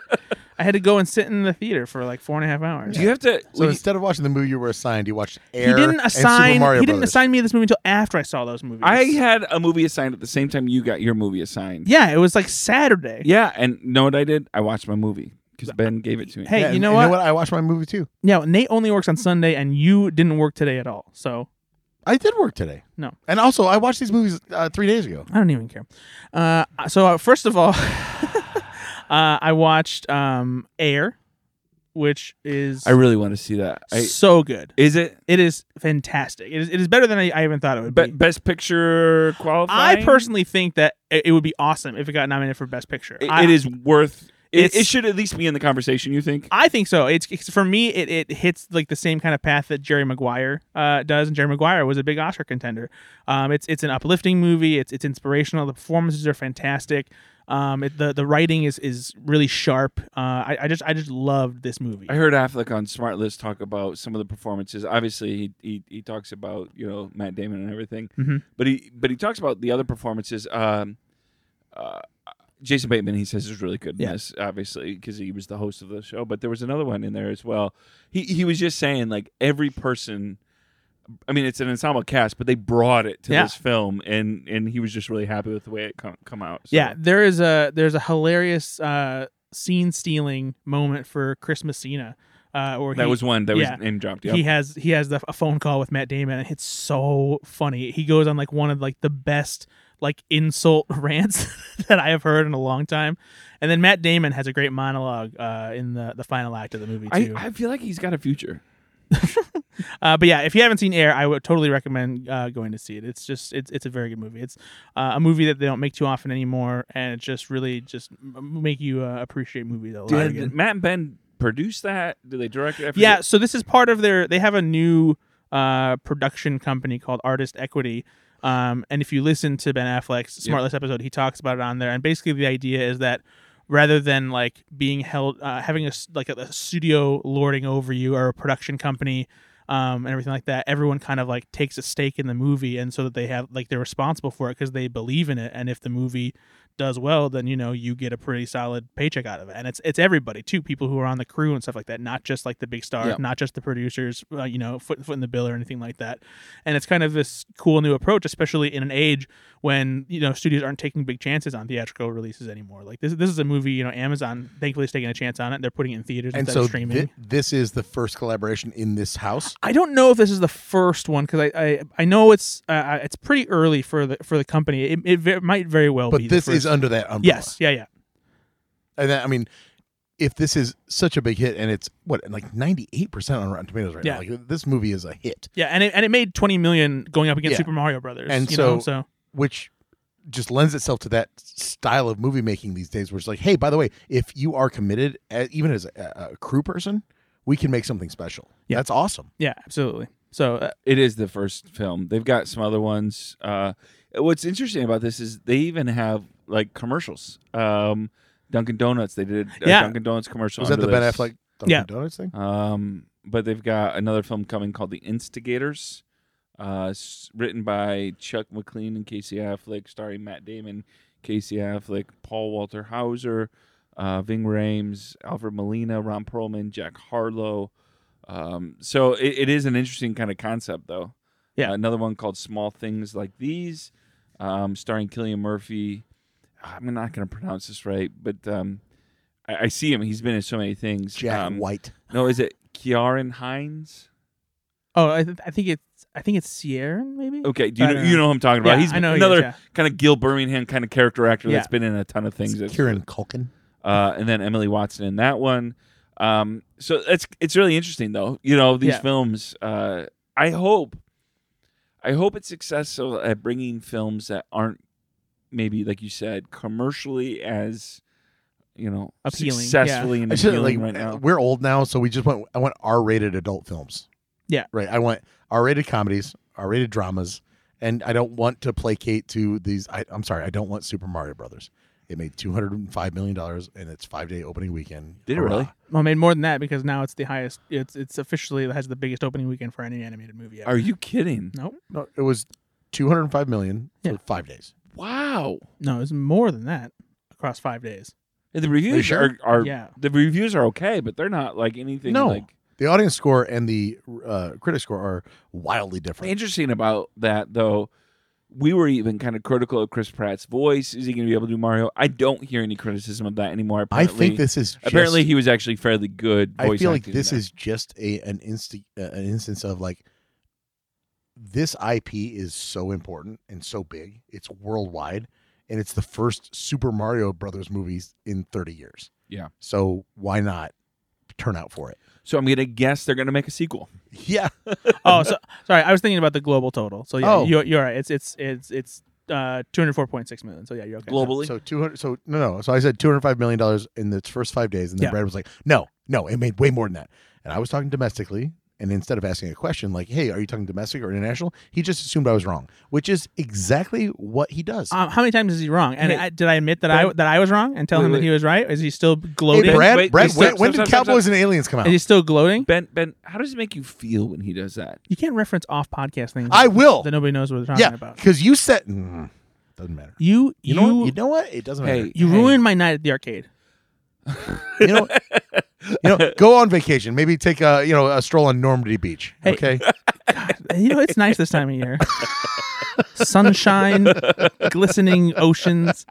[SPEAKER 3] I had to go and sit in the theater for like four and a half hours.
[SPEAKER 4] Do you have to?
[SPEAKER 2] So
[SPEAKER 4] we-
[SPEAKER 2] instead of watching the movie you were assigned, you watched Air
[SPEAKER 3] he didn't
[SPEAKER 2] and Super
[SPEAKER 3] assign.
[SPEAKER 2] Mario
[SPEAKER 3] He didn't
[SPEAKER 2] Brothers.
[SPEAKER 3] assign me this movie until after I saw those movies.
[SPEAKER 4] I had a movie assigned at the same time you got your movie assigned.
[SPEAKER 3] yeah, it was like Saturday.
[SPEAKER 4] Yeah, and know what I did? I watched my movie because Ben gave it to me.
[SPEAKER 3] Hey,
[SPEAKER 2] Yeah,
[SPEAKER 3] you
[SPEAKER 2] and-
[SPEAKER 3] know
[SPEAKER 2] and
[SPEAKER 3] what?
[SPEAKER 2] I watched my movie too.
[SPEAKER 3] Yeah, Nate only works on Sunday, and you didn't work today at all. So
[SPEAKER 2] I did work today.
[SPEAKER 3] No.
[SPEAKER 2] And also, I watched these movies uh, three days ago.
[SPEAKER 3] I don't even care. Uh, so uh, first of all, uh, I watched um, Air, which is
[SPEAKER 4] I really want to see that. I,
[SPEAKER 3] so good.
[SPEAKER 4] is it
[SPEAKER 3] It is fantastic. It is, it is better than I, I even thought it would
[SPEAKER 4] be-
[SPEAKER 3] be.
[SPEAKER 4] best picture qualifying?
[SPEAKER 3] I personally think that it, it would be awesome if it got nominated for Best Picture.
[SPEAKER 4] It-
[SPEAKER 3] I,
[SPEAKER 4] it is worth. It,
[SPEAKER 3] It's-
[SPEAKER 4] it should at least be in the conversation. You think?
[SPEAKER 3] I think so. It's, it's- for me. It, it hits like the same kind of path that Jerry Maguire uh, does, and Jerry Maguire was a big Oscar contender. Um, it's it's an uplifting movie. It's it's inspirational. The performances are fantastic. Um, it, the the writing is is really sharp. Uh, I, I just I just loved this movie.
[SPEAKER 4] I heard Affleck on Smart List talk about some of the performances. Obviously, he he, he talks about you know Matt Damon and everything,
[SPEAKER 3] Mhm.
[SPEAKER 4] but he but he talks about the other performances. Um, uh, Jason Bateman, he says, is really good in
[SPEAKER 3] Yeah.
[SPEAKER 4] this, obviously, because he was the host of the show. But there was another one in there as well. He he was just saying like every person. I mean, it's an ensemble cast, but they brought it to
[SPEAKER 3] Yeah.
[SPEAKER 4] this film, and and he was just really happy with the way it come come out. So.
[SPEAKER 3] Yeah, there is a there's a hilarious uh, scene stealing moment for Chris Messina, uh, or
[SPEAKER 4] that
[SPEAKER 3] he,
[SPEAKER 4] was one that
[SPEAKER 3] yeah.
[SPEAKER 4] was name dropped.
[SPEAKER 3] he
[SPEAKER 4] Yeah,
[SPEAKER 3] has he has the, a phone call with Matt Damon, and it's so funny. He goes on like one of like the best like insult rants that I have heard in a long time, and then Matt Damon has a great monologue uh, in the the final act of the movie
[SPEAKER 4] I
[SPEAKER 3] too.
[SPEAKER 4] I feel like he's got a future.
[SPEAKER 3] uh, but yeah, if you haven't seen Air, I would totally recommend uh, going to see it. It's just it's it's a very good movie. It's uh, a movie that they don't make too often anymore, and it just really just m- make you uh, appreciate movies a lot.
[SPEAKER 4] Did
[SPEAKER 3] again.
[SPEAKER 4] Matt and Ben produce that? Did they direct it? I forget.
[SPEAKER 3] Yeah, so this is part of their. They have a new uh, production company called Artist Equity. Um, and if you listen to Ben Affleck's Smartless episode, he talks about it on there. And basically, the idea is that rather than like being held, uh, having a s- like a, a studio lording over you or a production company. Um, and everything like that. Everyone kind of like takes a stake in the movie, and so that they have like they're responsible for it because they believe in it. And if the movie does well, then you know you get a pretty solid paycheck out of it. And it's it's everybody too, people who are on the crew and stuff like that, not just like the big stars,
[SPEAKER 4] Yeah.
[SPEAKER 3] not just the producers, uh, you know, foot foot in the bill or anything like that. And it's kind of this cool new approach, especially in an age when you know studios aren't taking big chances on theatrical releases anymore. Like this this is a movie, you know, Amazon thankfully is taking a chance on it. They're putting it in theaters
[SPEAKER 2] And
[SPEAKER 3] instead
[SPEAKER 2] so
[SPEAKER 3] of streaming.
[SPEAKER 2] thi- this is the first collaboration in this house.
[SPEAKER 3] I don't know if this is the first one because I, I I know it's uh, uh, it's pretty early for the for the company. It, it ve- might very well be.
[SPEAKER 2] But
[SPEAKER 3] the
[SPEAKER 2] this is
[SPEAKER 3] first.
[SPEAKER 2] under that umbrella.
[SPEAKER 3] yes, yeah, yeah.
[SPEAKER 2] And that, I mean, if this is such a big hit and it's what like 98% on Rotten Tomatoes right
[SPEAKER 3] Yeah.
[SPEAKER 2] now, like this movie is a hit,
[SPEAKER 3] Yeah, and it, and it made twenty million going up against
[SPEAKER 2] Yeah.
[SPEAKER 3] Super Mario Brothers.
[SPEAKER 2] And
[SPEAKER 3] you
[SPEAKER 2] so-
[SPEAKER 3] know, so
[SPEAKER 2] which just lends itself to that style of movie making these days where it's like, hey, by the way, if you are committed, uh, even as a, a crew person, we can make something special.
[SPEAKER 3] Yeah.
[SPEAKER 2] That's awesome.
[SPEAKER 3] yeah, absolutely. So uh,
[SPEAKER 4] it is the first film. They've got some other ones. Uh, what's interesting about this is they even have like commercials. Um, Dunkin' Donuts. They did a
[SPEAKER 3] Yeah.
[SPEAKER 4] Dunkin' Donuts commeral.
[SPEAKER 2] Was that the
[SPEAKER 4] under
[SPEAKER 2] Ben
[SPEAKER 4] this.
[SPEAKER 2] Affleck Dunkin'
[SPEAKER 3] Yeah.
[SPEAKER 2] Donuts thing?
[SPEAKER 4] Um, but they've got another film coming called The Instigators, uh, s- written by Chuck McLean and Casey Affleck, starring Matt Damon, Casey Affleck, Paul Walter Hauser, uh, Ving Rhames, Alfred Molina, Ron Perlman, Jack Harlow. Um, so it, it is an interesting kind of concept, though.
[SPEAKER 3] Yeah.
[SPEAKER 4] Uh, another one called Small Things Like These, um, starring Killian Murphy. I'm not going to pronounce this right, but um, I, I see him. He's been in so many things.
[SPEAKER 2] Jack
[SPEAKER 4] Um,
[SPEAKER 2] White.
[SPEAKER 4] no, is it Kiaren Hines?
[SPEAKER 3] oh, I, th- I think it's I think it's Sierra maybe.
[SPEAKER 4] Okay, do
[SPEAKER 3] I
[SPEAKER 4] you know,
[SPEAKER 3] don't
[SPEAKER 4] you
[SPEAKER 3] know.
[SPEAKER 4] know who I'm talking about?
[SPEAKER 3] Yeah,
[SPEAKER 4] He's
[SPEAKER 3] I know who he is,
[SPEAKER 4] another
[SPEAKER 3] yeah.
[SPEAKER 4] kind of Gil Birmingham kind of character actor
[SPEAKER 3] Yeah.
[SPEAKER 4] that's been in a ton of things.
[SPEAKER 2] Kieran Culkin.
[SPEAKER 4] uh, and then Emily Watson in that one. Um, so it's it's really interesting though. You know these
[SPEAKER 3] Yeah.
[SPEAKER 4] films. Uh, I hope, I hope it's successful at bringing films that aren't maybe like you said commercially as you know
[SPEAKER 3] Appealing, yeah.
[SPEAKER 4] successfully and
[SPEAKER 2] I should,
[SPEAKER 4] appealing
[SPEAKER 2] like,
[SPEAKER 4] right now.
[SPEAKER 2] We're old now, so we just want I want R-rated adult films.
[SPEAKER 3] Yeah.
[SPEAKER 2] right. I want R-rated comedies, R-rated dramas, and I don't want to placate to these. I, I'm sorry, I don't want Super Mario Brothers. It made 205 million dollars in its five day opening weekend.
[SPEAKER 4] Did it
[SPEAKER 2] Hurrah.
[SPEAKER 4] really?
[SPEAKER 3] Well, I mean more than that because now it's the highest. It's it's officially it has the biggest opening weekend for any animated movie ever.
[SPEAKER 4] Are you kidding?
[SPEAKER 3] nope.
[SPEAKER 2] No, it was 205 million for
[SPEAKER 3] Yeah.
[SPEAKER 2] five days.
[SPEAKER 4] Wow.
[SPEAKER 3] No, it's more than that across five days.
[SPEAKER 4] And the reviews
[SPEAKER 2] sure?
[SPEAKER 4] are, are
[SPEAKER 3] Yeah.
[SPEAKER 4] the reviews are okay, but they're not like anything
[SPEAKER 2] No.
[SPEAKER 4] like
[SPEAKER 2] The audience score and the uh, critic score are wildly different.
[SPEAKER 4] interesting about that though. We were even kind of critical of Chris Pratt's voice. Is he going to be able to do Mario? I don't hear any criticism of that anymore.
[SPEAKER 2] I
[SPEAKER 4] Apparently,
[SPEAKER 2] think this is just,
[SPEAKER 4] apparently he was actually fairly good.
[SPEAKER 2] I
[SPEAKER 4] voice
[SPEAKER 2] feel like
[SPEAKER 4] acting
[SPEAKER 2] this
[SPEAKER 4] in
[SPEAKER 2] is just a an insti- uh, an instance of like this IP is so important and so big. It's worldwide and it's the first Super Mario Brothers movies in 30 years.
[SPEAKER 4] Yeah.
[SPEAKER 2] So why not turn out for it?
[SPEAKER 4] that. so. I'm going to guess they're going to make a sequel.
[SPEAKER 2] Yeah.
[SPEAKER 3] Oh, so sorry. I was thinking about the global total. So yeah,
[SPEAKER 2] Oh.
[SPEAKER 3] you're, you're right. It's it's it's it's uh, two hundred four point six million. So yeah, you're okay.
[SPEAKER 4] Globally,
[SPEAKER 2] So 200 so no no. So I said 205 million dollars in its first 5 days and then
[SPEAKER 3] Yeah.
[SPEAKER 2] Brad was like, "No, no, it made way more than that." And I was talking domestically and instead of asking a question like, "Hey, are you talking domestic or international?" he just assumed I was wrong, which is exactly what he does.
[SPEAKER 3] Um, how many times is he wrong? And
[SPEAKER 4] Hey,
[SPEAKER 3] I, did I admit that I
[SPEAKER 4] Ben-
[SPEAKER 3] that I was wrong and tell
[SPEAKER 4] Wait,
[SPEAKER 3] him
[SPEAKER 4] wait.
[SPEAKER 3] that he was right? Is he still
[SPEAKER 2] Hey,
[SPEAKER 3] gloating?
[SPEAKER 4] Ben,
[SPEAKER 2] Brad,
[SPEAKER 4] wait,
[SPEAKER 2] Brad,
[SPEAKER 4] wait,
[SPEAKER 2] when,
[SPEAKER 4] stop,
[SPEAKER 2] when
[SPEAKER 4] stop,
[SPEAKER 2] did
[SPEAKER 4] stop, stop,
[SPEAKER 2] Cowboys and Aliens come out?
[SPEAKER 3] Is he still gloating?
[SPEAKER 4] Ben, Ben, how does it make you feel when he does that?
[SPEAKER 3] You can't reference off podcast things.
[SPEAKER 2] I will.
[SPEAKER 3] that nobody knows what they're talking
[SPEAKER 2] Yeah,
[SPEAKER 3] about.
[SPEAKER 2] because you said mm, doesn't matter.
[SPEAKER 3] You
[SPEAKER 2] You,
[SPEAKER 3] you
[SPEAKER 2] know what? You know what? It doesn't matter.
[SPEAKER 4] Hey,
[SPEAKER 3] you
[SPEAKER 4] hey,
[SPEAKER 3] ruined my night at the arcade.
[SPEAKER 2] You know, you know, go on vacation. Maybe take a you know a stroll on Normandy Beach.
[SPEAKER 3] Hey.
[SPEAKER 2] Okay,
[SPEAKER 3] You know it's nice this time of year. Sunshine, glistening oceans.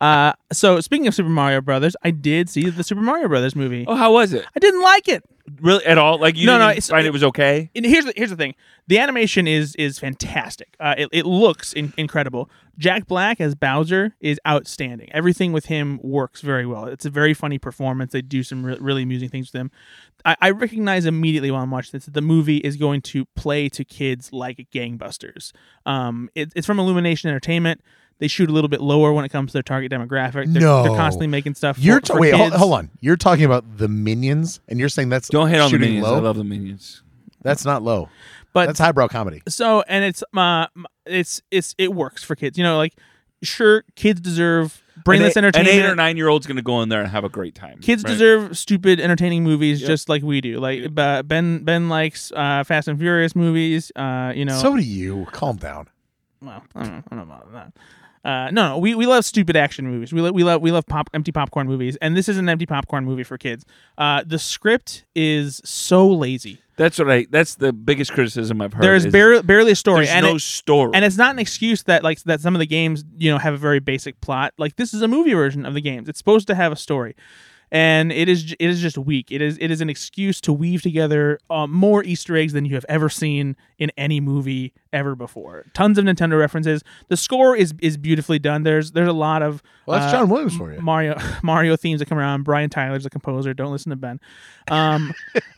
[SPEAKER 3] Uh, so speaking of Super Mario Brothers, I did see the Super Mario Brothers movie.
[SPEAKER 4] Oh, how was it?
[SPEAKER 3] I didn't like it.
[SPEAKER 4] Really at all? Like you
[SPEAKER 3] No,
[SPEAKER 4] didn't
[SPEAKER 3] no, it's-
[SPEAKER 4] find it was okay?
[SPEAKER 3] and here's the, here's the thing the animation is is fantastic uh, it, it looks in, incredible jack black as bowser is outstanding everything with him works very well it's a very funny performance they do some re- really amusing things with him I, I recognize immediately while i'm watching this that the movie is going to play to kids like gangbusters um, it, it's from illumination entertainment they shoot a little bit lower when it comes to their target demographic. They're,
[SPEAKER 2] No.
[SPEAKER 3] they're constantly making stuff.
[SPEAKER 2] you're
[SPEAKER 3] for,
[SPEAKER 2] ta-
[SPEAKER 3] for
[SPEAKER 2] wait. Hold,
[SPEAKER 3] kids.
[SPEAKER 2] hold on. You're talking about the minions, and you're saying that's
[SPEAKER 4] Don't hit on the
[SPEAKER 2] shooting
[SPEAKER 4] minions.
[SPEAKER 2] Low?
[SPEAKER 4] I love the minions.
[SPEAKER 2] that's not low.
[SPEAKER 3] But
[SPEAKER 2] that's highbrow comedy.
[SPEAKER 3] so and it's uh, m- it's it's it works for kids you know like sure kids deserve brainless
[SPEAKER 4] an eight,
[SPEAKER 3] entertainment
[SPEAKER 4] An eight or nine year old's going to go in there and have a great time.
[SPEAKER 3] kids
[SPEAKER 4] right?
[SPEAKER 3] deserve stupid entertaining movies
[SPEAKER 4] Yep.
[SPEAKER 3] just like we do like but ben ben likes uh fast and furious movies uh you know
[SPEAKER 2] So do you. Calm down.
[SPEAKER 3] well, I don't know, I don't know about that. Uh, no, no, we, we love stupid action movies. We, lo- we love we love pop empty popcorn movies, and this is an empty popcorn movie for kids. Uh, the script is so lazy.
[SPEAKER 4] That's what I. That's the biggest criticism I've heard.
[SPEAKER 3] There is
[SPEAKER 4] is
[SPEAKER 3] barely, barely a story,
[SPEAKER 4] There's
[SPEAKER 3] and
[SPEAKER 4] no
[SPEAKER 3] it-
[SPEAKER 4] story.
[SPEAKER 3] and it's not an excuse that like that some of the games you know have a very basic plot like this is a movie version of the games it's supposed to have a story and it is it is just weak it is it is an excuse to weave together uh, more easter eggs than you have ever seen in any movie ever before tons of nintendo references the score is is beautifully done there's there's a lot of
[SPEAKER 2] Well, that's
[SPEAKER 3] uh,
[SPEAKER 2] John Williams for you.
[SPEAKER 3] Mario Mario themes that come around. Brian Tyler's the composer. Don't listen to Ben. Um,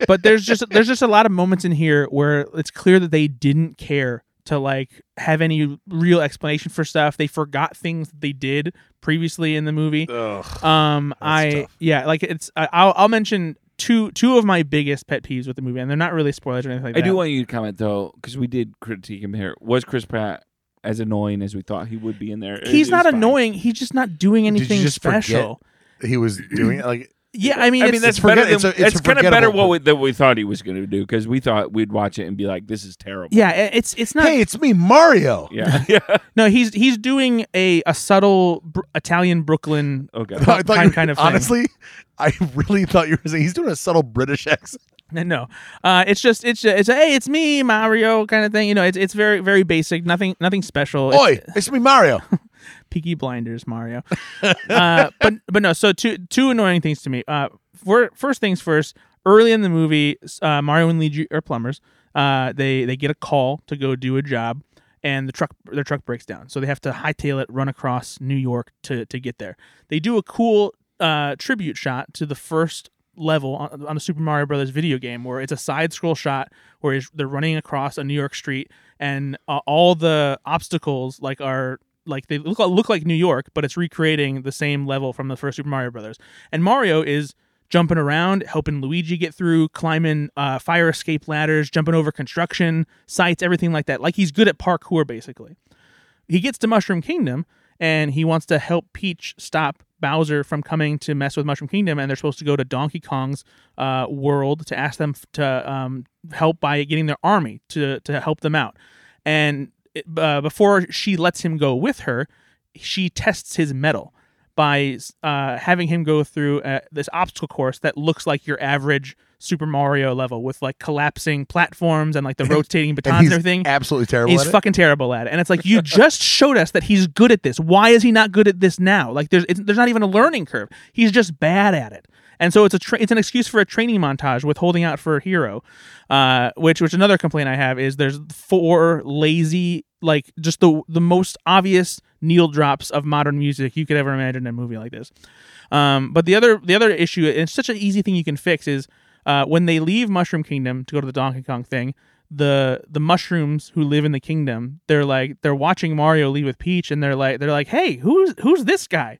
[SPEAKER 3] but there's just there's just a lot of moments in here where it's clear that they didn't care to like have any real explanation for stuff. They forgot things that they did previously in the movie. Um, I
[SPEAKER 2] tough.
[SPEAKER 3] yeah, like it's I, I'll, I'll mention two two of my biggest pet peeves with the movie, and they're not really spoilers or anything. Like
[SPEAKER 4] I
[SPEAKER 3] that.
[SPEAKER 4] do want you to comment though, because we did critique him here. Was Chris Pratt as annoying as we thought he would be in there? It-
[SPEAKER 3] He's
[SPEAKER 4] it
[SPEAKER 3] not
[SPEAKER 4] was fine.
[SPEAKER 3] annoying. He's just not doing
[SPEAKER 2] Did you
[SPEAKER 3] anything
[SPEAKER 2] just forget?
[SPEAKER 3] special.
[SPEAKER 2] He was doing it like
[SPEAKER 3] Yeah, I mean,
[SPEAKER 4] I
[SPEAKER 3] it's-
[SPEAKER 4] mean, that's
[SPEAKER 2] it's forget-
[SPEAKER 4] better. Than,
[SPEAKER 2] it's
[SPEAKER 4] it's
[SPEAKER 2] a- it's a
[SPEAKER 4] kind of better
[SPEAKER 2] forgettable-
[SPEAKER 4] what we, than we thought he was going to do because we thought we'd watch it and be like, "This is terrible."
[SPEAKER 3] yeah, it- it's it's not
[SPEAKER 2] hey, it's me, Mario.
[SPEAKER 4] Yeah, yeah.
[SPEAKER 3] No, he's he's doing a, a subtle br- Italian Brooklyn.
[SPEAKER 4] okay.
[SPEAKER 2] I thought you,
[SPEAKER 3] Kind- kind of thing.
[SPEAKER 2] honestly, I really thought you were saying he's doing a subtle British accent.
[SPEAKER 3] No, uh, it's just it's just, it's a, hey, it's me Mario kind of thing. You know, it's it's very very basic. Nothing nothing special. It's
[SPEAKER 2] Oi, it's me, Mario.
[SPEAKER 3] Peaky Blinders Mario. uh, but but no. So two two annoying things to me. Uh, for, first things first. Early in the movie, s- uh, Mario and Luigi are plumbers. Uh, they they get a call to go do a job, and the truck their truck breaks down, so they have to hightail it, run across New York to to get there. They do a cool uh, tribute shot to the first level on, on the Super Mario Brothers video game, where it's a side scroll shot where he's- they're running across a New York street, and uh, all the obstacles like are like they look look like New York, but it's recreating the same level from the first Super Mario Brothers. And Mario is jumping around, helping Luigi get through, climbing uh, fire escape ladders, jumping over construction sites, everything like that. Like he's good at parkour, basically. He gets to Mushroom Kingdom and he wants to help Peach stop Bowser from coming to mess with Mushroom Kingdom, and they're supposed to go to Donkey Kong's uh, world to ask them f- to um, help by getting their army to to help them out. And it- uh, before she lets him go with her, she tests his metal by uh, having him go through uh, this obstacle course that looks like your average Super Mario level with like collapsing platforms and like the rotating batons and,
[SPEAKER 2] he's
[SPEAKER 3] everything.
[SPEAKER 2] absolutely terrible.
[SPEAKER 3] He's
[SPEAKER 2] at it.
[SPEAKER 3] fucking terrible at it, and it's like you just showed us that he's good at this. Why is he not good at this now? Like there's it's, there's not even a learning curve. He's just bad at it, and so it's a tra- it's an excuse for a training montage with holding out for a hero, uh, which which another complaint I have is there's four lazy like just the the most obvious needle drops of modern music you could ever imagine in a movie like this. Um, but the other the other issue, and it's such an easy thing you can fix, is uh, when they leave Mushroom Kingdom to go to the Donkey Kong thing. The the mushrooms who live in the kingdom, they're like they're watching Mario leave with Peach, and they're like they're like, hey, who's who's this guy?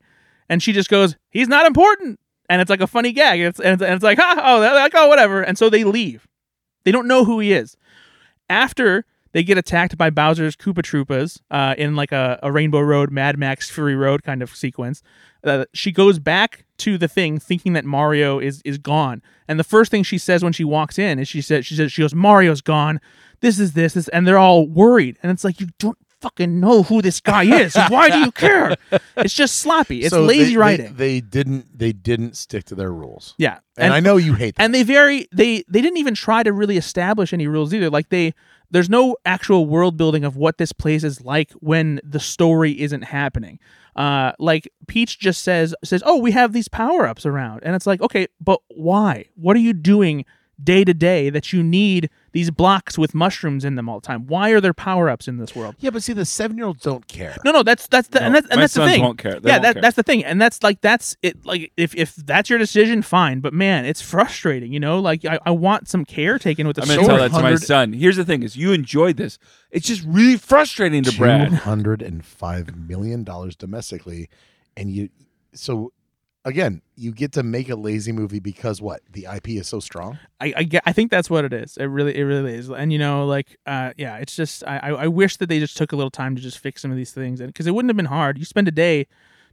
[SPEAKER 3] And she just goes, he's not important. And it's like a funny gag. It's and it's, and it's like, ha, oh, they're like oh, whatever. And so they leave. They don't know who he is. After they get attacked by Bowser's Koopa Troopas uh, in like a, a Rainbow Road, Mad Max, Fury Road kind of sequence, uh, she goes back to the thing thinking that Mario is is gone. And the first thing she says when she walks in is she says she says she goes Mario's gone. This is this this and they're all worried. And it's like you don't fucking know who this guy is. Why do you care? It's just sloppy. It's
[SPEAKER 2] So they-
[SPEAKER 3] lazy
[SPEAKER 2] they-
[SPEAKER 3] writing.
[SPEAKER 2] They, didn't. They didn't stick to their rules.
[SPEAKER 3] yeah.
[SPEAKER 2] And, I know you hate that.
[SPEAKER 3] and they very they they didn't even try to really establish any rules either like they there's no actual world building of what this place is like when the story isn't happening uh like peach just says says oh we have these power-ups around and it's like okay but why what are you doing day to day that you need these blocks with mushrooms in them all the time why are there power-ups in this world
[SPEAKER 2] yeah, but see, the seven-year-olds don't care.
[SPEAKER 3] no, no, that's that's the, and
[SPEAKER 4] No,
[SPEAKER 3] that's and
[SPEAKER 4] my
[SPEAKER 3] that's the
[SPEAKER 4] sons
[SPEAKER 3] thing.
[SPEAKER 4] won't care. They
[SPEAKER 3] Yeah,
[SPEAKER 4] won't
[SPEAKER 3] that,
[SPEAKER 4] care.
[SPEAKER 3] that's the thing, and that's like that's it. Like if if that's your decision, fine. But man, it's frustrating, you know. Like I, I want some care taken with the
[SPEAKER 4] I'm gonna
[SPEAKER 3] story.
[SPEAKER 4] tell that to my
[SPEAKER 2] 200
[SPEAKER 4] son. Here's the thing: is you enjoyed this. It's just really frustrating to
[SPEAKER 2] Two
[SPEAKER 4] Brad.
[SPEAKER 2] hundred and five million dollars domestically, and you. So, again, you get to make a lazy movie because what the IP is so strong.
[SPEAKER 3] I, I get- I think that's what it is. It really it really is. And you know, like uh, yeah, it's just I I I wish that they just took a little time to just fix some of these things, and because it wouldn't have been hard. You spend a day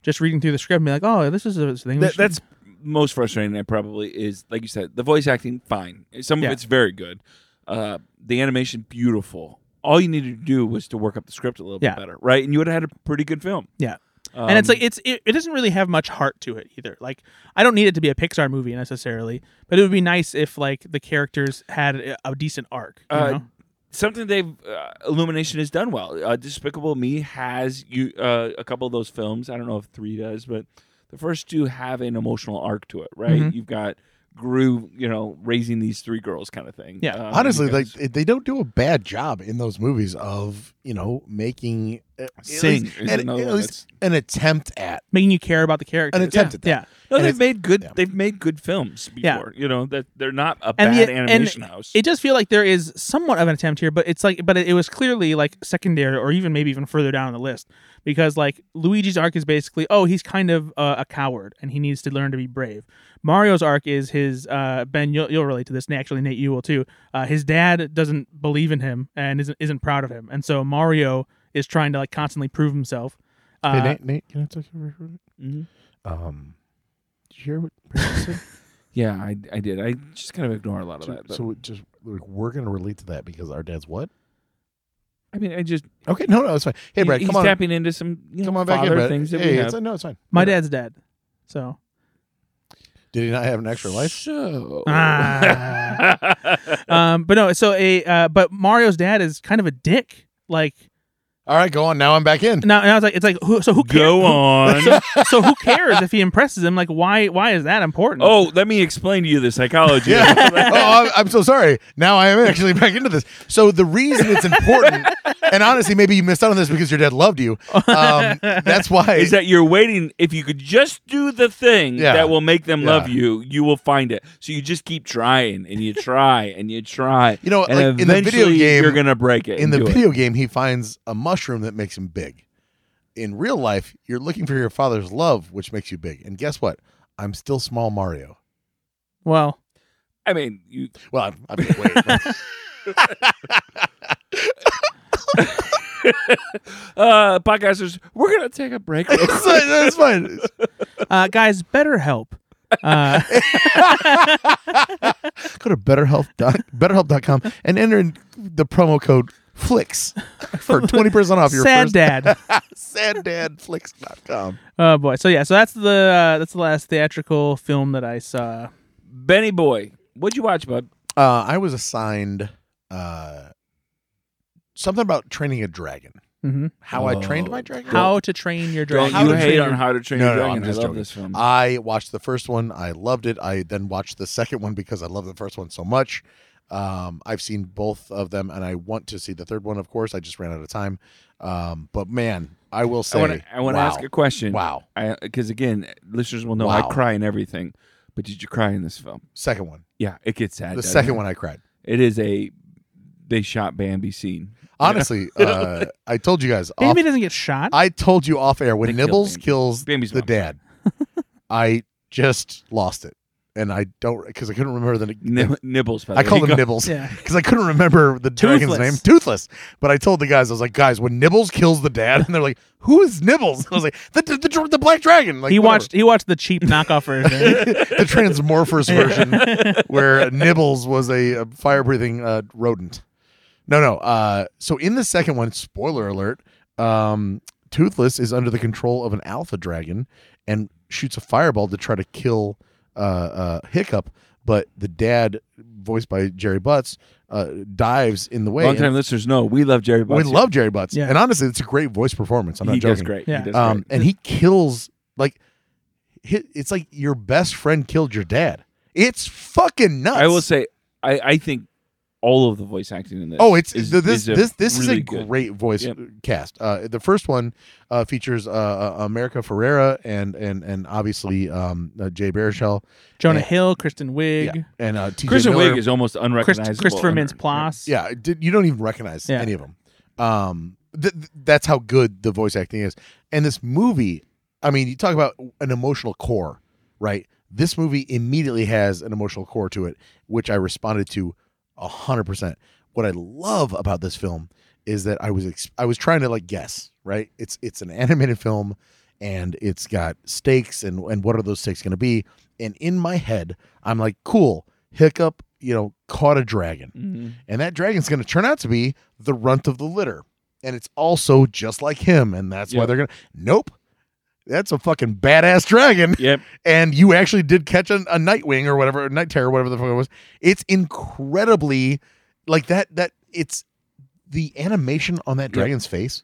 [SPEAKER 3] just reading through the script and be like, oh, this is a thing. we
[SPEAKER 4] That,
[SPEAKER 3] should-
[SPEAKER 4] that's most frustrating. I probably is like you said, the voice acting fine. Some
[SPEAKER 3] Yeah.
[SPEAKER 4] of it's very good. Uh, the animation beautiful. All you needed to do was to work up the script a little
[SPEAKER 3] Yeah.
[SPEAKER 4] bit better, right? And you would have had a pretty good film.
[SPEAKER 3] yeah.
[SPEAKER 4] Um,
[SPEAKER 3] and it's like it's it, it doesn't really have much heart to it either like i don't need it to be a pixar movie necessarily but it would be nice if like the characters had a, a decent arc you
[SPEAKER 4] Uh,
[SPEAKER 3] know?
[SPEAKER 4] something they've uh, Illumination has done well. Uh, Despicable Me has you uh, a couple of those films. I don't know if three does, but the first two have an emotional arc to it, right?
[SPEAKER 3] Mhm.
[SPEAKER 4] You've got Gru, you know, raising these three girls, kind of thing.
[SPEAKER 3] Yeah.
[SPEAKER 4] Um,
[SPEAKER 2] Honestly,
[SPEAKER 4] you
[SPEAKER 2] like
[SPEAKER 4] guys-
[SPEAKER 2] they don't do a bad job in those movies of you know making uh, at
[SPEAKER 4] Sing
[SPEAKER 2] least-
[SPEAKER 4] is
[SPEAKER 2] at-
[SPEAKER 4] another
[SPEAKER 2] at
[SPEAKER 4] one
[SPEAKER 2] least an attempt at
[SPEAKER 3] making you care about the characters
[SPEAKER 2] an attempt at that.
[SPEAKER 3] yeah
[SPEAKER 4] no,
[SPEAKER 2] and
[SPEAKER 4] they've
[SPEAKER 2] it's-
[SPEAKER 4] made good.
[SPEAKER 2] yeah.
[SPEAKER 4] They've made good films
[SPEAKER 3] Yeah.
[SPEAKER 4] before. You know that they're not a
[SPEAKER 3] And the-
[SPEAKER 4] bad animation
[SPEAKER 3] and
[SPEAKER 4] house.
[SPEAKER 3] it does feel like there is somewhat of an attempt here but it's like but it, it was clearly like secondary or even maybe even further down the list because like luigi's arc is basically oh he's kind of uh, a coward and he needs to learn to be brave mario's arc is his uh, ben you'll, you'll relate to this and actually nate you will too uh, his dad doesn't believe in him and isn't, isn't proud of him and so mario is trying to like constantly prove himself uh,
[SPEAKER 2] hey, Nate, Nate, can I talk to you for a minute?
[SPEAKER 4] Mhm.
[SPEAKER 2] Um, did you hear what Brandon said?
[SPEAKER 4] Yeah, I, I did. I just kind of ignore a lot
[SPEAKER 2] so,
[SPEAKER 4] of that. But,
[SPEAKER 2] so it just like, we're gonna relate to that because our dad's what?
[SPEAKER 4] I mean, I just
[SPEAKER 2] Okay, no, no, it's fine. Hey, Brad,
[SPEAKER 4] he's
[SPEAKER 2] come on,
[SPEAKER 4] tapping into some you know,
[SPEAKER 2] come on back in,
[SPEAKER 4] father
[SPEAKER 2] Brad.
[SPEAKER 4] things that
[SPEAKER 2] hey,
[SPEAKER 4] we
[SPEAKER 2] it's,
[SPEAKER 4] have.
[SPEAKER 2] no, it's fine.
[SPEAKER 3] my
[SPEAKER 2] You know,
[SPEAKER 3] dad's dead so
[SPEAKER 2] Did he not have an extra life?
[SPEAKER 4] So.
[SPEAKER 3] Ah. um, but no so a uh, but mario's dad is kind of a dick like
[SPEAKER 2] All right, go on. Now I'm back in.
[SPEAKER 3] now, now it's like it's like who, so who cares?
[SPEAKER 4] Go on.
[SPEAKER 3] so who cares if he impresses him? Like why why is that important?
[SPEAKER 4] oh, let me explain to you the psychology.
[SPEAKER 2] Yeah. oh, I'm, I'm so sorry. Now I am actually back into this. So the reason it's important and honestly, maybe you missed out on this because your dad loved you. Um, that's why.
[SPEAKER 4] is that you're waiting. If you could just do the thing
[SPEAKER 2] Yeah.
[SPEAKER 4] that will make them
[SPEAKER 2] Yeah.
[SPEAKER 4] love you, you will find it. So you just keep trying and you try and you try.
[SPEAKER 2] you know,
[SPEAKER 4] And
[SPEAKER 2] like in the
[SPEAKER 4] eventually
[SPEAKER 2] video game,
[SPEAKER 4] you're gonna break it.
[SPEAKER 2] in
[SPEAKER 4] and
[SPEAKER 2] the
[SPEAKER 4] do it.
[SPEAKER 2] video game, he finds a mushroom that makes him big. In real life, you're looking for your father's love, which makes you big. And guess what? I'm still small, Mario.
[SPEAKER 3] Well,
[SPEAKER 4] I mean, you,
[SPEAKER 2] Well, I'm, I mean, wait.
[SPEAKER 4] uh, podcasters, we're gonna take a break. real
[SPEAKER 2] it's, fine, it's fine.
[SPEAKER 3] uh, guys, BetterHelp. Uh,
[SPEAKER 2] Go to BetterHelp dot- BetterHelp.com and enter in the promo code Flicks for twenty percent off your
[SPEAKER 3] sad
[SPEAKER 2] first
[SPEAKER 3] dad.
[SPEAKER 2] sad dad flicks.com.
[SPEAKER 3] Oh boy. So yeah. So that's the uh, that's the last theatrical film that I saw.
[SPEAKER 4] Benny boy, what'd you watch, bud?
[SPEAKER 2] Uh, I was assigned uh, something about training a dragon.
[SPEAKER 3] hmm
[SPEAKER 2] How I trained
[SPEAKER 4] Oh,
[SPEAKER 2] my dragon.
[SPEAKER 3] How to Train Your Dragon.
[SPEAKER 4] Don't
[SPEAKER 2] How
[SPEAKER 4] you
[SPEAKER 2] to
[SPEAKER 4] hate
[SPEAKER 2] Train
[SPEAKER 4] on
[SPEAKER 3] Your-
[SPEAKER 4] How to Train
[SPEAKER 2] No,
[SPEAKER 4] Your
[SPEAKER 2] no,
[SPEAKER 4] Dragon?
[SPEAKER 2] I'm
[SPEAKER 4] I
[SPEAKER 2] just
[SPEAKER 4] love
[SPEAKER 2] joking.
[SPEAKER 4] this film.
[SPEAKER 2] I watched the first one. I loved it. I then watched the second one because I love the first one so much. Um, I've seen both of them, and I want to see the third one. Of course, I just ran out of time. Um, but man, I will say,
[SPEAKER 4] I want to. I want to
[SPEAKER 2] wow.
[SPEAKER 4] ask a question.
[SPEAKER 2] Wow,
[SPEAKER 4] Because again, listeners will know
[SPEAKER 2] Wow.
[SPEAKER 4] I cry in everything. But did you cry in this film?
[SPEAKER 2] second one,
[SPEAKER 4] Yeah, it gets sad.
[SPEAKER 2] the
[SPEAKER 4] doesn't
[SPEAKER 2] second
[SPEAKER 4] it?
[SPEAKER 2] one I cried.
[SPEAKER 4] It is a they shot Bambi scene.
[SPEAKER 2] Honestly, uh, I told you guys. Off,
[SPEAKER 3] Bambi doesn't get shot.
[SPEAKER 2] I told you off air when
[SPEAKER 4] They killed
[SPEAKER 2] Nibbles
[SPEAKER 4] Bambi.
[SPEAKER 2] kills
[SPEAKER 4] Bambi's
[SPEAKER 2] the
[SPEAKER 4] mom.
[SPEAKER 2] dad. I just lost it, and I don't because I couldn't remember the.
[SPEAKER 4] Nib- nibbles. By the
[SPEAKER 2] I
[SPEAKER 4] way.
[SPEAKER 2] called
[SPEAKER 4] Go-
[SPEAKER 2] him Nibbles.
[SPEAKER 3] yeah.
[SPEAKER 2] because I couldn't remember the dragon's
[SPEAKER 3] Toothless.
[SPEAKER 2] name, Toothless. But I told the guys, I was like, guys, when Nibbles kills the dad, and they're like, who is Nibbles? And I was like, the the, the, dr- the black dragon. Like
[SPEAKER 3] he
[SPEAKER 2] whatever.
[SPEAKER 3] watched he watched the cheap knockoff version.
[SPEAKER 2] the Transmorphers version, where Nibbles was a, a fire breathing uh, rodent. No, no. Uh, so in the second one, spoiler alert, um, Toothless is under the control of an alpha dragon and shoots a fireball to try to kill uh, uh, Hiccup. But the dad, voiced by Jerry Butts, uh, dives in the way.
[SPEAKER 4] Long time listeners know we love Jerry.
[SPEAKER 2] and we
[SPEAKER 4] Butts.
[SPEAKER 2] love Jerry Butts,
[SPEAKER 3] Yeah.
[SPEAKER 2] and honestly, it's a great voice performance. I'm not
[SPEAKER 4] he
[SPEAKER 2] joking.
[SPEAKER 4] does great.
[SPEAKER 3] Yeah.
[SPEAKER 4] He does
[SPEAKER 2] Um,
[SPEAKER 4] great.
[SPEAKER 2] and he kills like hi- it's like your best friend killed your dad. It's fucking nuts.
[SPEAKER 4] I will say, I, I think all of the voice acting in this.
[SPEAKER 2] Oh, it's
[SPEAKER 4] is,
[SPEAKER 2] th- this
[SPEAKER 4] is a
[SPEAKER 2] this this
[SPEAKER 4] really
[SPEAKER 2] is a
[SPEAKER 4] good.
[SPEAKER 2] great voice
[SPEAKER 4] Yep.
[SPEAKER 2] cast. Uh, the first one uh, features uh, uh, America Ferrera and and and obviously um, uh, Jay Baruchel
[SPEAKER 3] Jonah
[SPEAKER 2] Yeah.
[SPEAKER 3] Hill, Kristen Wiig,
[SPEAKER 2] Yeah. and uh, T.J.
[SPEAKER 4] Christian
[SPEAKER 2] Miller.
[SPEAKER 4] Wig is almost
[SPEAKER 3] Christ-
[SPEAKER 4] unrecognizable.
[SPEAKER 3] Christopher
[SPEAKER 4] under-
[SPEAKER 3] Mintz Plasse.
[SPEAKER 2] Yeah, it did- you don't even recognize
[SPEAKER 3] Yeah.
[SPEAKER 2] any of them. Um, th- th- that's how good the voice acting is. And this movie, I mean, you talk about an emotional core, right? This movie immediately has an emotional core to it, which I responded to a hundred percent. What I love about this film is that I was ex- I was trying to like guess, right? It's it's an animated film, and it's got stakes, and and what are those stakes going to be? And in my head, I'm like, cool, Hiccup, you know, caught a dragon.
[SPEAKER 4] Mhm.
[SPEAKER 2] And that dragon's going to turn out to be the runt of the litter. And it's also just like him. And that's why
[SPEAKER 4] Yep.
[SPEAKER 2] they're going to. Nope. That's a fucking badass dragon.
[SPEAKER 4] Yep.
[SPEAKER 2] And you actually did catch a, a Nightwing or whatever, or Night Terror, whatever the fuck it was. It's incredibly like that. That it's the animation on that dragon's face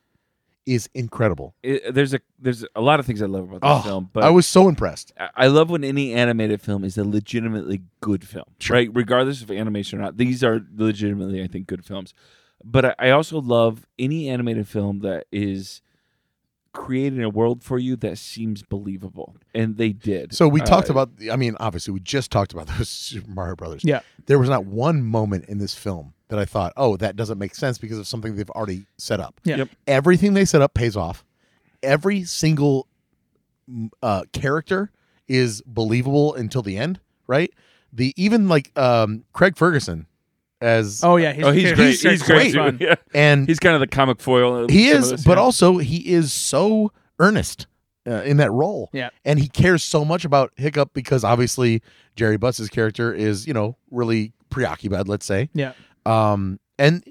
[SPEAKER 2] is incredible.
[SPEAKER 4] It- there's a there's a lot of things I love about this
[SPEAKER 2] Oh,
[SPEAKER 4] film, but
[SPEAKER 2] I was so impressed.
[SPEAKER 4] I- I love when any animated film is a legitimately good film,
[SPEAKER 2] Sure.
[SPEAKER 4] right? Regardless of animation or not, these are legitimately, I think, good films. But I, I also love any animated film that is creating a world for you that seems believable, and they did.
[SPEAKER 2] So we
[SPEAKER 4] Uh,
[SPEAKER 2] talked about. I mean, obviously, we just talked about those Super Mario Brothers.
[SPEAKER 3] Yeah.
[SPEAKER 2] There was not one moment in this film that I thought, "Oh, that doesn't make sense" because of something they've already set up.
[SPEAKER 3] Yeah.
[SPEAKER 4] Yep.
[SPEAKER 2] Everything they set up pays off. Every single mm, uh, character is believable until the end. Right. The even like um, Craig Ferguson as
[SPEAKER 3] Oh yeah, he's,
[SPEAKER 4] Oh, he's great. He's, great.
[SPEAKER 3] fun.
[SPEAKER 4] too. Yeah.
[SPEAKER 2] and
[SPEAKER 4] He's kind of the comic foil. of
[SPEAKER 2] he
[SPEAKER 4] some of
[SPEAKER 2] is,
[SPEAKER 4] this,
[SPEAKER 2] but
[SPEAKER 4] yeah.
[SPEAKER 2] also he is so earnest uh, in that role.
[SPEAKER 3] Yeah.
[SPEAKER 2] and he cares so much about Hiccup because obviously Jerry Butz's character is you know really preoccupied. Let's say.
[SPEAKER 3] Yeah.
[SPEAKER 2] Um, and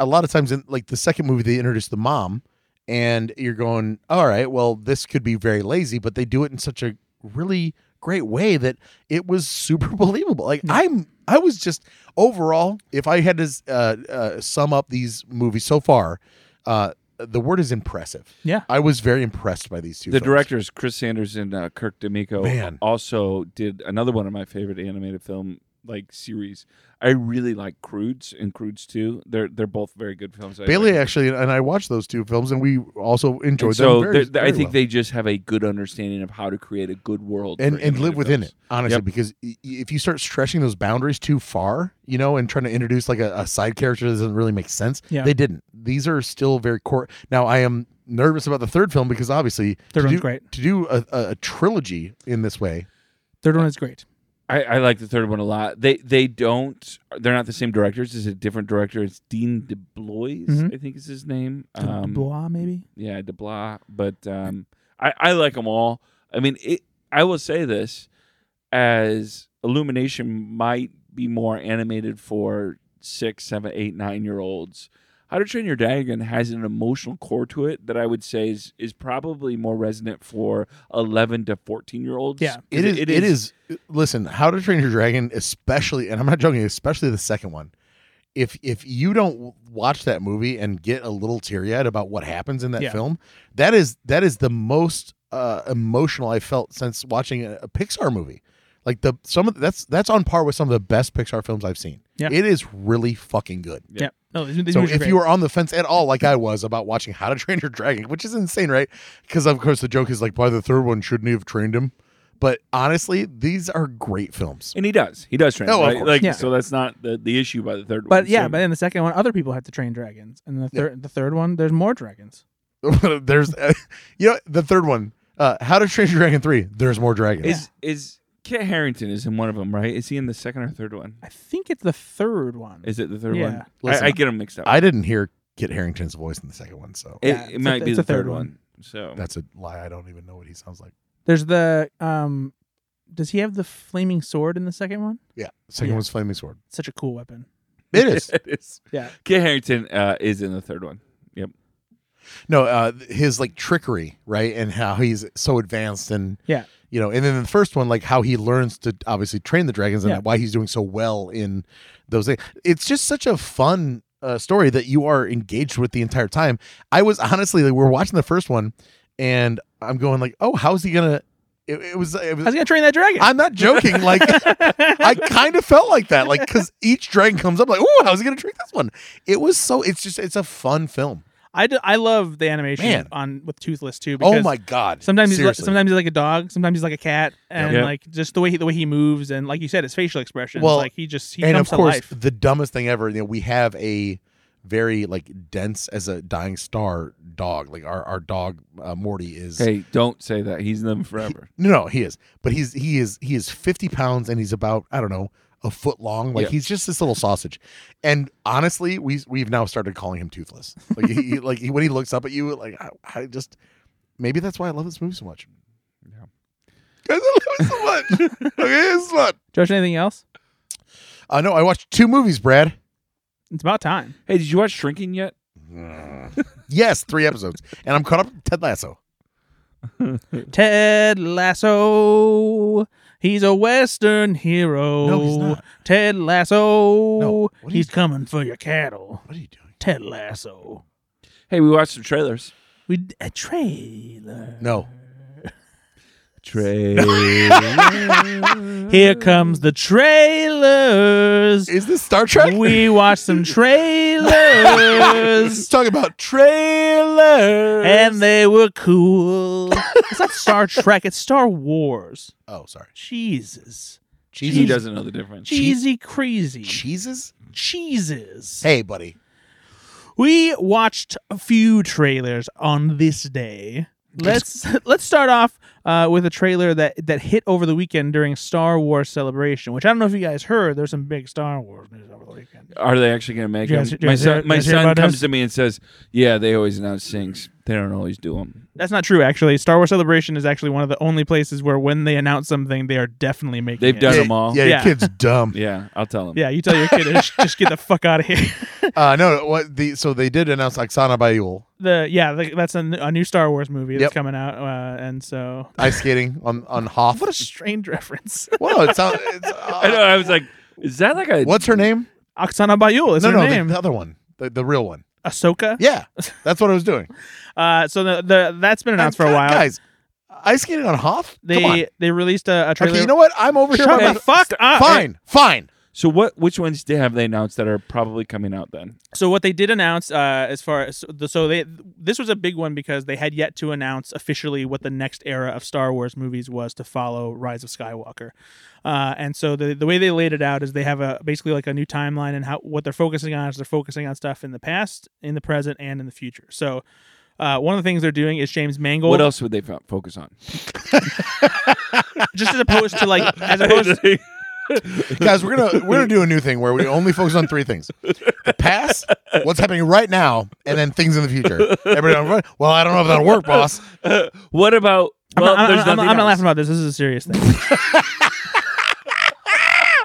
[SPEAKER 2] a lot of times in like the second movie, they introduce the mom, and you're going, all right, well, this could be very lazy, but they do it in such a really great way that it was super believable. Like I'm, I was just overall, if I had to uh, uh, sum up these movies so far, uh, the word is impressive.
[SPEAKER 3] Yeah.
[SPEAKER 2] I was very impressed by these two.
[SPEAKER 4] the
[SPEAKER 2] films.
[SPEAKER 4] directors Chris Sanders and uh, Kirk D'Amico
[SPEAKER 2] Man.
[SPEAKER 4] also did another one of my favorite animated film like series. I really like Crudes and Crudes too. They're they're both very good films. I
[SPEAKER 2] Bailey
[SPEAKER 4] think.
[SPEAKER 2] actually and I watched those two films, and we also
[SPEAKER 4] And
[SPEAKER 2] enjoyed
[SPEAKER 4] so
[SPEAKER 2] them. Very,
[SPEAKER 4] they're-
[SPEAKER 2] very
[SPEAKER 4] I think
[SPEAKER 2] well.
[SPEAKER 4] they just have a good understanding of how to create a good world
[SPEAKER 2] and
[SPEAKER 4] for
[SPEAKER 2] and live
[SPEAKER 4] animated
[SPEAKER 2] within
[SPEAKER 4] films.
[SPEAKER 2] it honestly
[SPEAKER 4] Yep.
[SPEAKER 2] because i- i- if you start stretching those boundaries too far you know and trying to introduce like a, a side character that doesn't really make sense
[SPEAKER 3] Yeah.
[SPEAKER 2] they didn't these are still very core now i am nervous about the third film because obviously
[SPEAKER 3] Third
[SPEAKER 2] to
[SPEAKER 3] one's
[SPEAKER 2] do,
[SPEAKER 3] great.
[SPEAKER 2] to do a, a, a trilogy in this way
[SPEAKER 3] Third one is great.
[SPEAKER 4] I, I like the third one a lot. They they don't. They're not the same directors. It's a different director. It's Dean DeBlois,
[SPEAKER 3] Mhm.
[SPEAKER 2] Mm-hmm.
[SPEAKER 4] I think is his name.
[SPEAKER 3] Um, Blois, maybe.
[SPEAKER 4] yeah, DeBla. But um, I, I like them all. I mean, it, I will say this as Illumination might be more animated for six, seven, eight, nine year olds. How to Train Your Dragon has an emotional core to it that I would say is is probably more resonant for eleven to fourteen year olds.
[SPEAKER 3] Yeah.
[SPEAKER 2] it is, it is listen how to train your dragon especially and i'm not joking especially the second one if if you don't w- watch that movie and get a little teary-eyed about what happens in that
[SPEAKER 3] Yeah.
[SPEAKER 2] film that is that is the most uh emotional i felt since watching a, a pixar movie like the some of that's that's on par with some of the best pixar films i've seen
[SPEAKER 3] Yeah.
[SPEAKER 2] it is really fucking good
[SPEAKER 4] Yeah.
[SPEAKER 3] Yeah. No, these, these
[SPEAKER 2] so
[SPEAKER 3] movies are
[SPEAKER 2] if
[SPEAKER 3] great.
[SPEAKER 2] you were on the fence at all, like I was, about watching How to Train Your Dragon, which is insane, right? Because of course the joke is like, why the third one shouldn't he have trained him? But honestly, these are great films.
[SPEAKER 4] And he does. He does train.
[SPEAKER 2] Oh, of
[SPEAKER 4] right?
[SPEAKER 2] course.
[SPEAKER 4] Like
[SPEAKER 3] Yeah.
[SPEAKER 4] so that's not the, the issue by the third one.
[SPEAKER 3] but yeah,
[SPEAKER 4] So-
[SPEAKER 3] but in the second one, other people had to train dragons, and the
[SPEAKER 2] Yeah.
[SPEAKER 3] third, the third one, there's more dragons.
[SPEAKER 2] there's, uh, you know, the third one, uh, How to Train Your Dragon three. There's more dragons.
[SPEAKER 4] is is Kit Harrington is in one of them, right? Is he in the second or third one?
[SPEAKER 3] I think it's the third one.
[SPEAKER 4] Is it the third
[SPEAKER 3] Yeah.
[SPEAKER 4] one?
[SPEAKER 2] Listen,
[SPEAKER 4] I, I get them mixed up.
[SPEAKER 2] I didn't hear Kit Harrington's voice in the second one, so
[SPEAKER 4] it
[SPEAKER 3] Yeah,
[SPEAKER 4] it
[SPEAKER 3] it's a-
[SPEAKER 4] might be
[SPEAKER 3] it's
[SPEAKER 4] the
[SPEAKER 3] a third
[SPEAKER 4] third
[SPEAKER 3] one.
[SPEAKER 4] one. So
[SPEAKER 2] that's a lie. I don't even know what he sounds like.
[SPEAKER 3] There's the um, does he have the flaming sword in the second one?
[SPEAKER 2] Yeah, second
[SPEAKER 3] Yeah.
[SPEAKER 2] one's Flaming Sword.
[SPEAKER 3] Such a cool weapon.
[SPEAKER 2] It is
[SPEAKER 4] it is.
[SPEAKER 3] Yeah.
[SPEAKER 4] Kit Harrington uh, is in the third one.
[SPEAKER 2] no, uh, his like trickery, right, and how he's so advanced and
[SPEAKER 3] Yeah.
[SPEAKER 2] you know, and then the first one, like how he learns to obviously train the dragons and
[SPEAKER 3] Yeah.
[SPEAKER 2] why he's doing so well in those things. It's just such a fun uh, story that you are engaged with the entire time. I was honestly, like, we're watching the first one, and I'm going like, oh, how's he gonna? It, it was, it
[SPEAKER 3] I was
[SPEAKER 2] was.
[SPEAKER 3] gonna train that dragon.
[SPEAKER 2] I'm not joking. Like, I kind of felt like that, like because each dragon comes up, like, oh, how's he gonna treat this one? It was so. It's just, it's a fun film.
[SPEAKER 3] I, do- I love the animation
[SPEAKER 2] Man.
[SPEAKER 3] on with toothless too. Because
[SPEAKER 2] Oh my god!
[SPEAKER 3] Sometimes he's like,
[SPEAKER 2] Seriously.
[SPEAKER 3] sometimes he's like a dog. Sometimes he's like a cat, and
[SPEAKER 4] Yeah.
[SPEAKER 3] like just the way he, the way he moves, and like you said, his facial expressions.
[SPEAKER 2] Well,
[SPEAKER 3] like he just he
[SPEAKER 2] and
[SPEAKER 3] comes
[SPEAKER 2] of course,
[SPEAKER 3] to life.
[SPEAKER 2] the dumbest thing ever. You know, we have a very like dense as a dying star dog. Like our our dog uh, Morty is.
[SPEAKER 4] Hey, don't say that. He's in them forever.
[SPEAKER 2] No, no, he is, but he's he is he is fifty pounds and he's about I don't know a foot long. Like
[SPEAKER 4] Yeah.
[SPEAKER 2] he's just this little sausage. And honestly, we we've now started calling him toothless. Like he, he- like he, when he looks up at you, like I, I just maybe that's why I love this movie so much.
[SPEAKER 4] Yeah.
[SPEAKER 2] Guys, I love it so much. okay, it's fun.
[SPEAKER 3] Josh, anything else?
[SPEAKER 2] Uh, no, I watched two movies, Brad.
[SPEAKER 3] It's about time.
[SPEAKER 4] Hey, did you watch Shrinking yet?
[SPEAKER 2] yes, three episodes, and I'm caught up. with Ted Lasso.
[SPEAKER 3] Ted Lasso. He's a Western hero.
[SPEAKER 2] No, he's not.
[SPEAKER 3] Ted Lasso.
[SPEAKER 2] No, what are
[SPEAKER 3] he's
[SPEAKER 2] you-
[SPEAKER 3] coming for your cattle.
[SPEAKER 2] What are you doing?
[SPEAKER 3] Ted Lasso.
[SPEAKER 4] Hey, we watched some trailers.
[SPEAKER 3] We d- a trailer.
[SPEAKER 2] No,
[SPEAKER 4] Trailer.
[SPEAKER 3] Here comes the trailers.
[SPEAKER 2] is this Star Trek?
[SPEAKER 3] We watched some trailers.
[SPEAKER 2] Let's talk about trailers.
[SPEAKER 3] and they were cool. it's not Star Trek, it's Star Wars.
[SPEAKER 2] oh, sorry,
[SPEAKER 3] Jesus.
[SPEAKER 4] he doesn't know the difference.
[SPEAKER 3] Cheesy crazy.
[SPEAKER 2] cheeses.
[SPEAKER 3] Cheeses.
[SPEAKER 2] Hey, buddy.
[SPEAKER 3] We watched a few trailers on this day. Let's let's start off uh, with a trailer that that hit over the weekend during Star Wars Celebration, which I don't know if you guys heard. There's some big Star Wars news over the weekend.
[SPEAKER 4] Are they actually going to make
[SPEAKER 3] Yes,
[SPEAKER 4] him?
[SPEAKER 3] yes,
[SPEAKER 4] my son,
[SPEAKER 3] yes,
[SPEAKER 4] my
[SPEAKER 3] yes,
[SPEAKER 4] son
[SPEAKER 3] about
[SPEAKER 4] comes
[SPEAKER 3] us.
[SPEAKER 4] to me and says, "Yeah, they always announce things. They don't always do them."
[SPEAKER 3] That's not true, actually. Star Wars Celebration is actually one of the only places where when they announce something, they are definitely making.
[SPEAKER 4] They've
[SPEAKER 3] it.
[SPEAKER 4] done
[SPEAKER 2] yeah,
[SPEAKER 4] them all.
[SPEAKER 2] Yeah, your
[SPEAKER 3] Yeah.
[SPEAKER 2] kid's dumb.
[SPEAKER 4] Yeah, I'll tell him.
[SPEAKER 3] Yeah, you tell your kid to just, just get the fuck out of here.
[SPEAKER 2] Uh, no, what the? So they did announce Oksana Bayul
[SPEAKER 3] The yeah, the, that's a, n- a new Star Wars movie that's
[SPEAKER 2] Yep.
[SPEAKER 3] coming out, uh, and so
[SPEAKER 2] ice skating on on Hoth.
[SPEAKER 3] what a strange reference.
[SPEAKER 2] well, it sounds. It's, uh,
[SPEAKER 4] I know. I was like, "Is that like a
[SPEAKER 2] What's her name?
[SPEAKER 3] Oksana Bayul is
[SPEAKER 2] no,
[SPEAKER 3] her
[SPEAKER 2] no, the-
[SPEAKER 3] name.
[SPEAKER 2] The, other one, the, the real one.
[SPEAKER 3] Ahsoka.
[SPEAKER 2] Yeah, that's what I was doing.
[SPEAKER 3] Uh, so the, the that's been announced for a
[SPEAKER 2] And,
[SPEAKER 3] while.
[SPEAKER 2] guys. ice skating on Hoth? Come on.
[SPEAKER 3] They they released a, a trailer.
[SPEAKER 2] Okay, you know what? I'm over here.
[SPEAKER 3] Shut
[SPEAKER 2] by
[SPEAKER 3] the
[SPEAKER 2] my-
[SPEAKER 3] fuck up.
[SPEAKER 2] Fine, fine.
[SPEAKER 4] So what? Which ones do have they announced that are probably coming out then?
[SPEAKER 3] So what they did announce, uh, as far as the, so they this was a big one because they had yet to announce officially what the next era of Star Wars movies was to follow Rise of Skywalker, uh, and so the the way they laid it out is they have a basically like a new timeline and how what they're focusing on is they're focusing on stuff in the past, in the present, and in the future. So. Uh, one of the things they're doing is James Mangold,
[SPEAKER 4] What else would they fo- focus on?
[SPEAKER 3] just as opposed to like as opposed to,
[SPEAKER 2] Guys, we're gonna we're gonna do a new thing where we only focus on three things: the past, what's happening right now, and then things in the future. Everybody, on front, well, I don't know if that'll work, boss.
[SPEAKER 4] what about?
[SPEAKER 3] I'm,
[SPEAKER 4] well,
[SPEAKER 3] not, I'm not- I'm not-
[SPEAKER 4] there's nothing
[SPEAKER 3] I'm not
[SPEAKER 4] else.
[SPEAKER 3] laughing about this. This is a serious thing.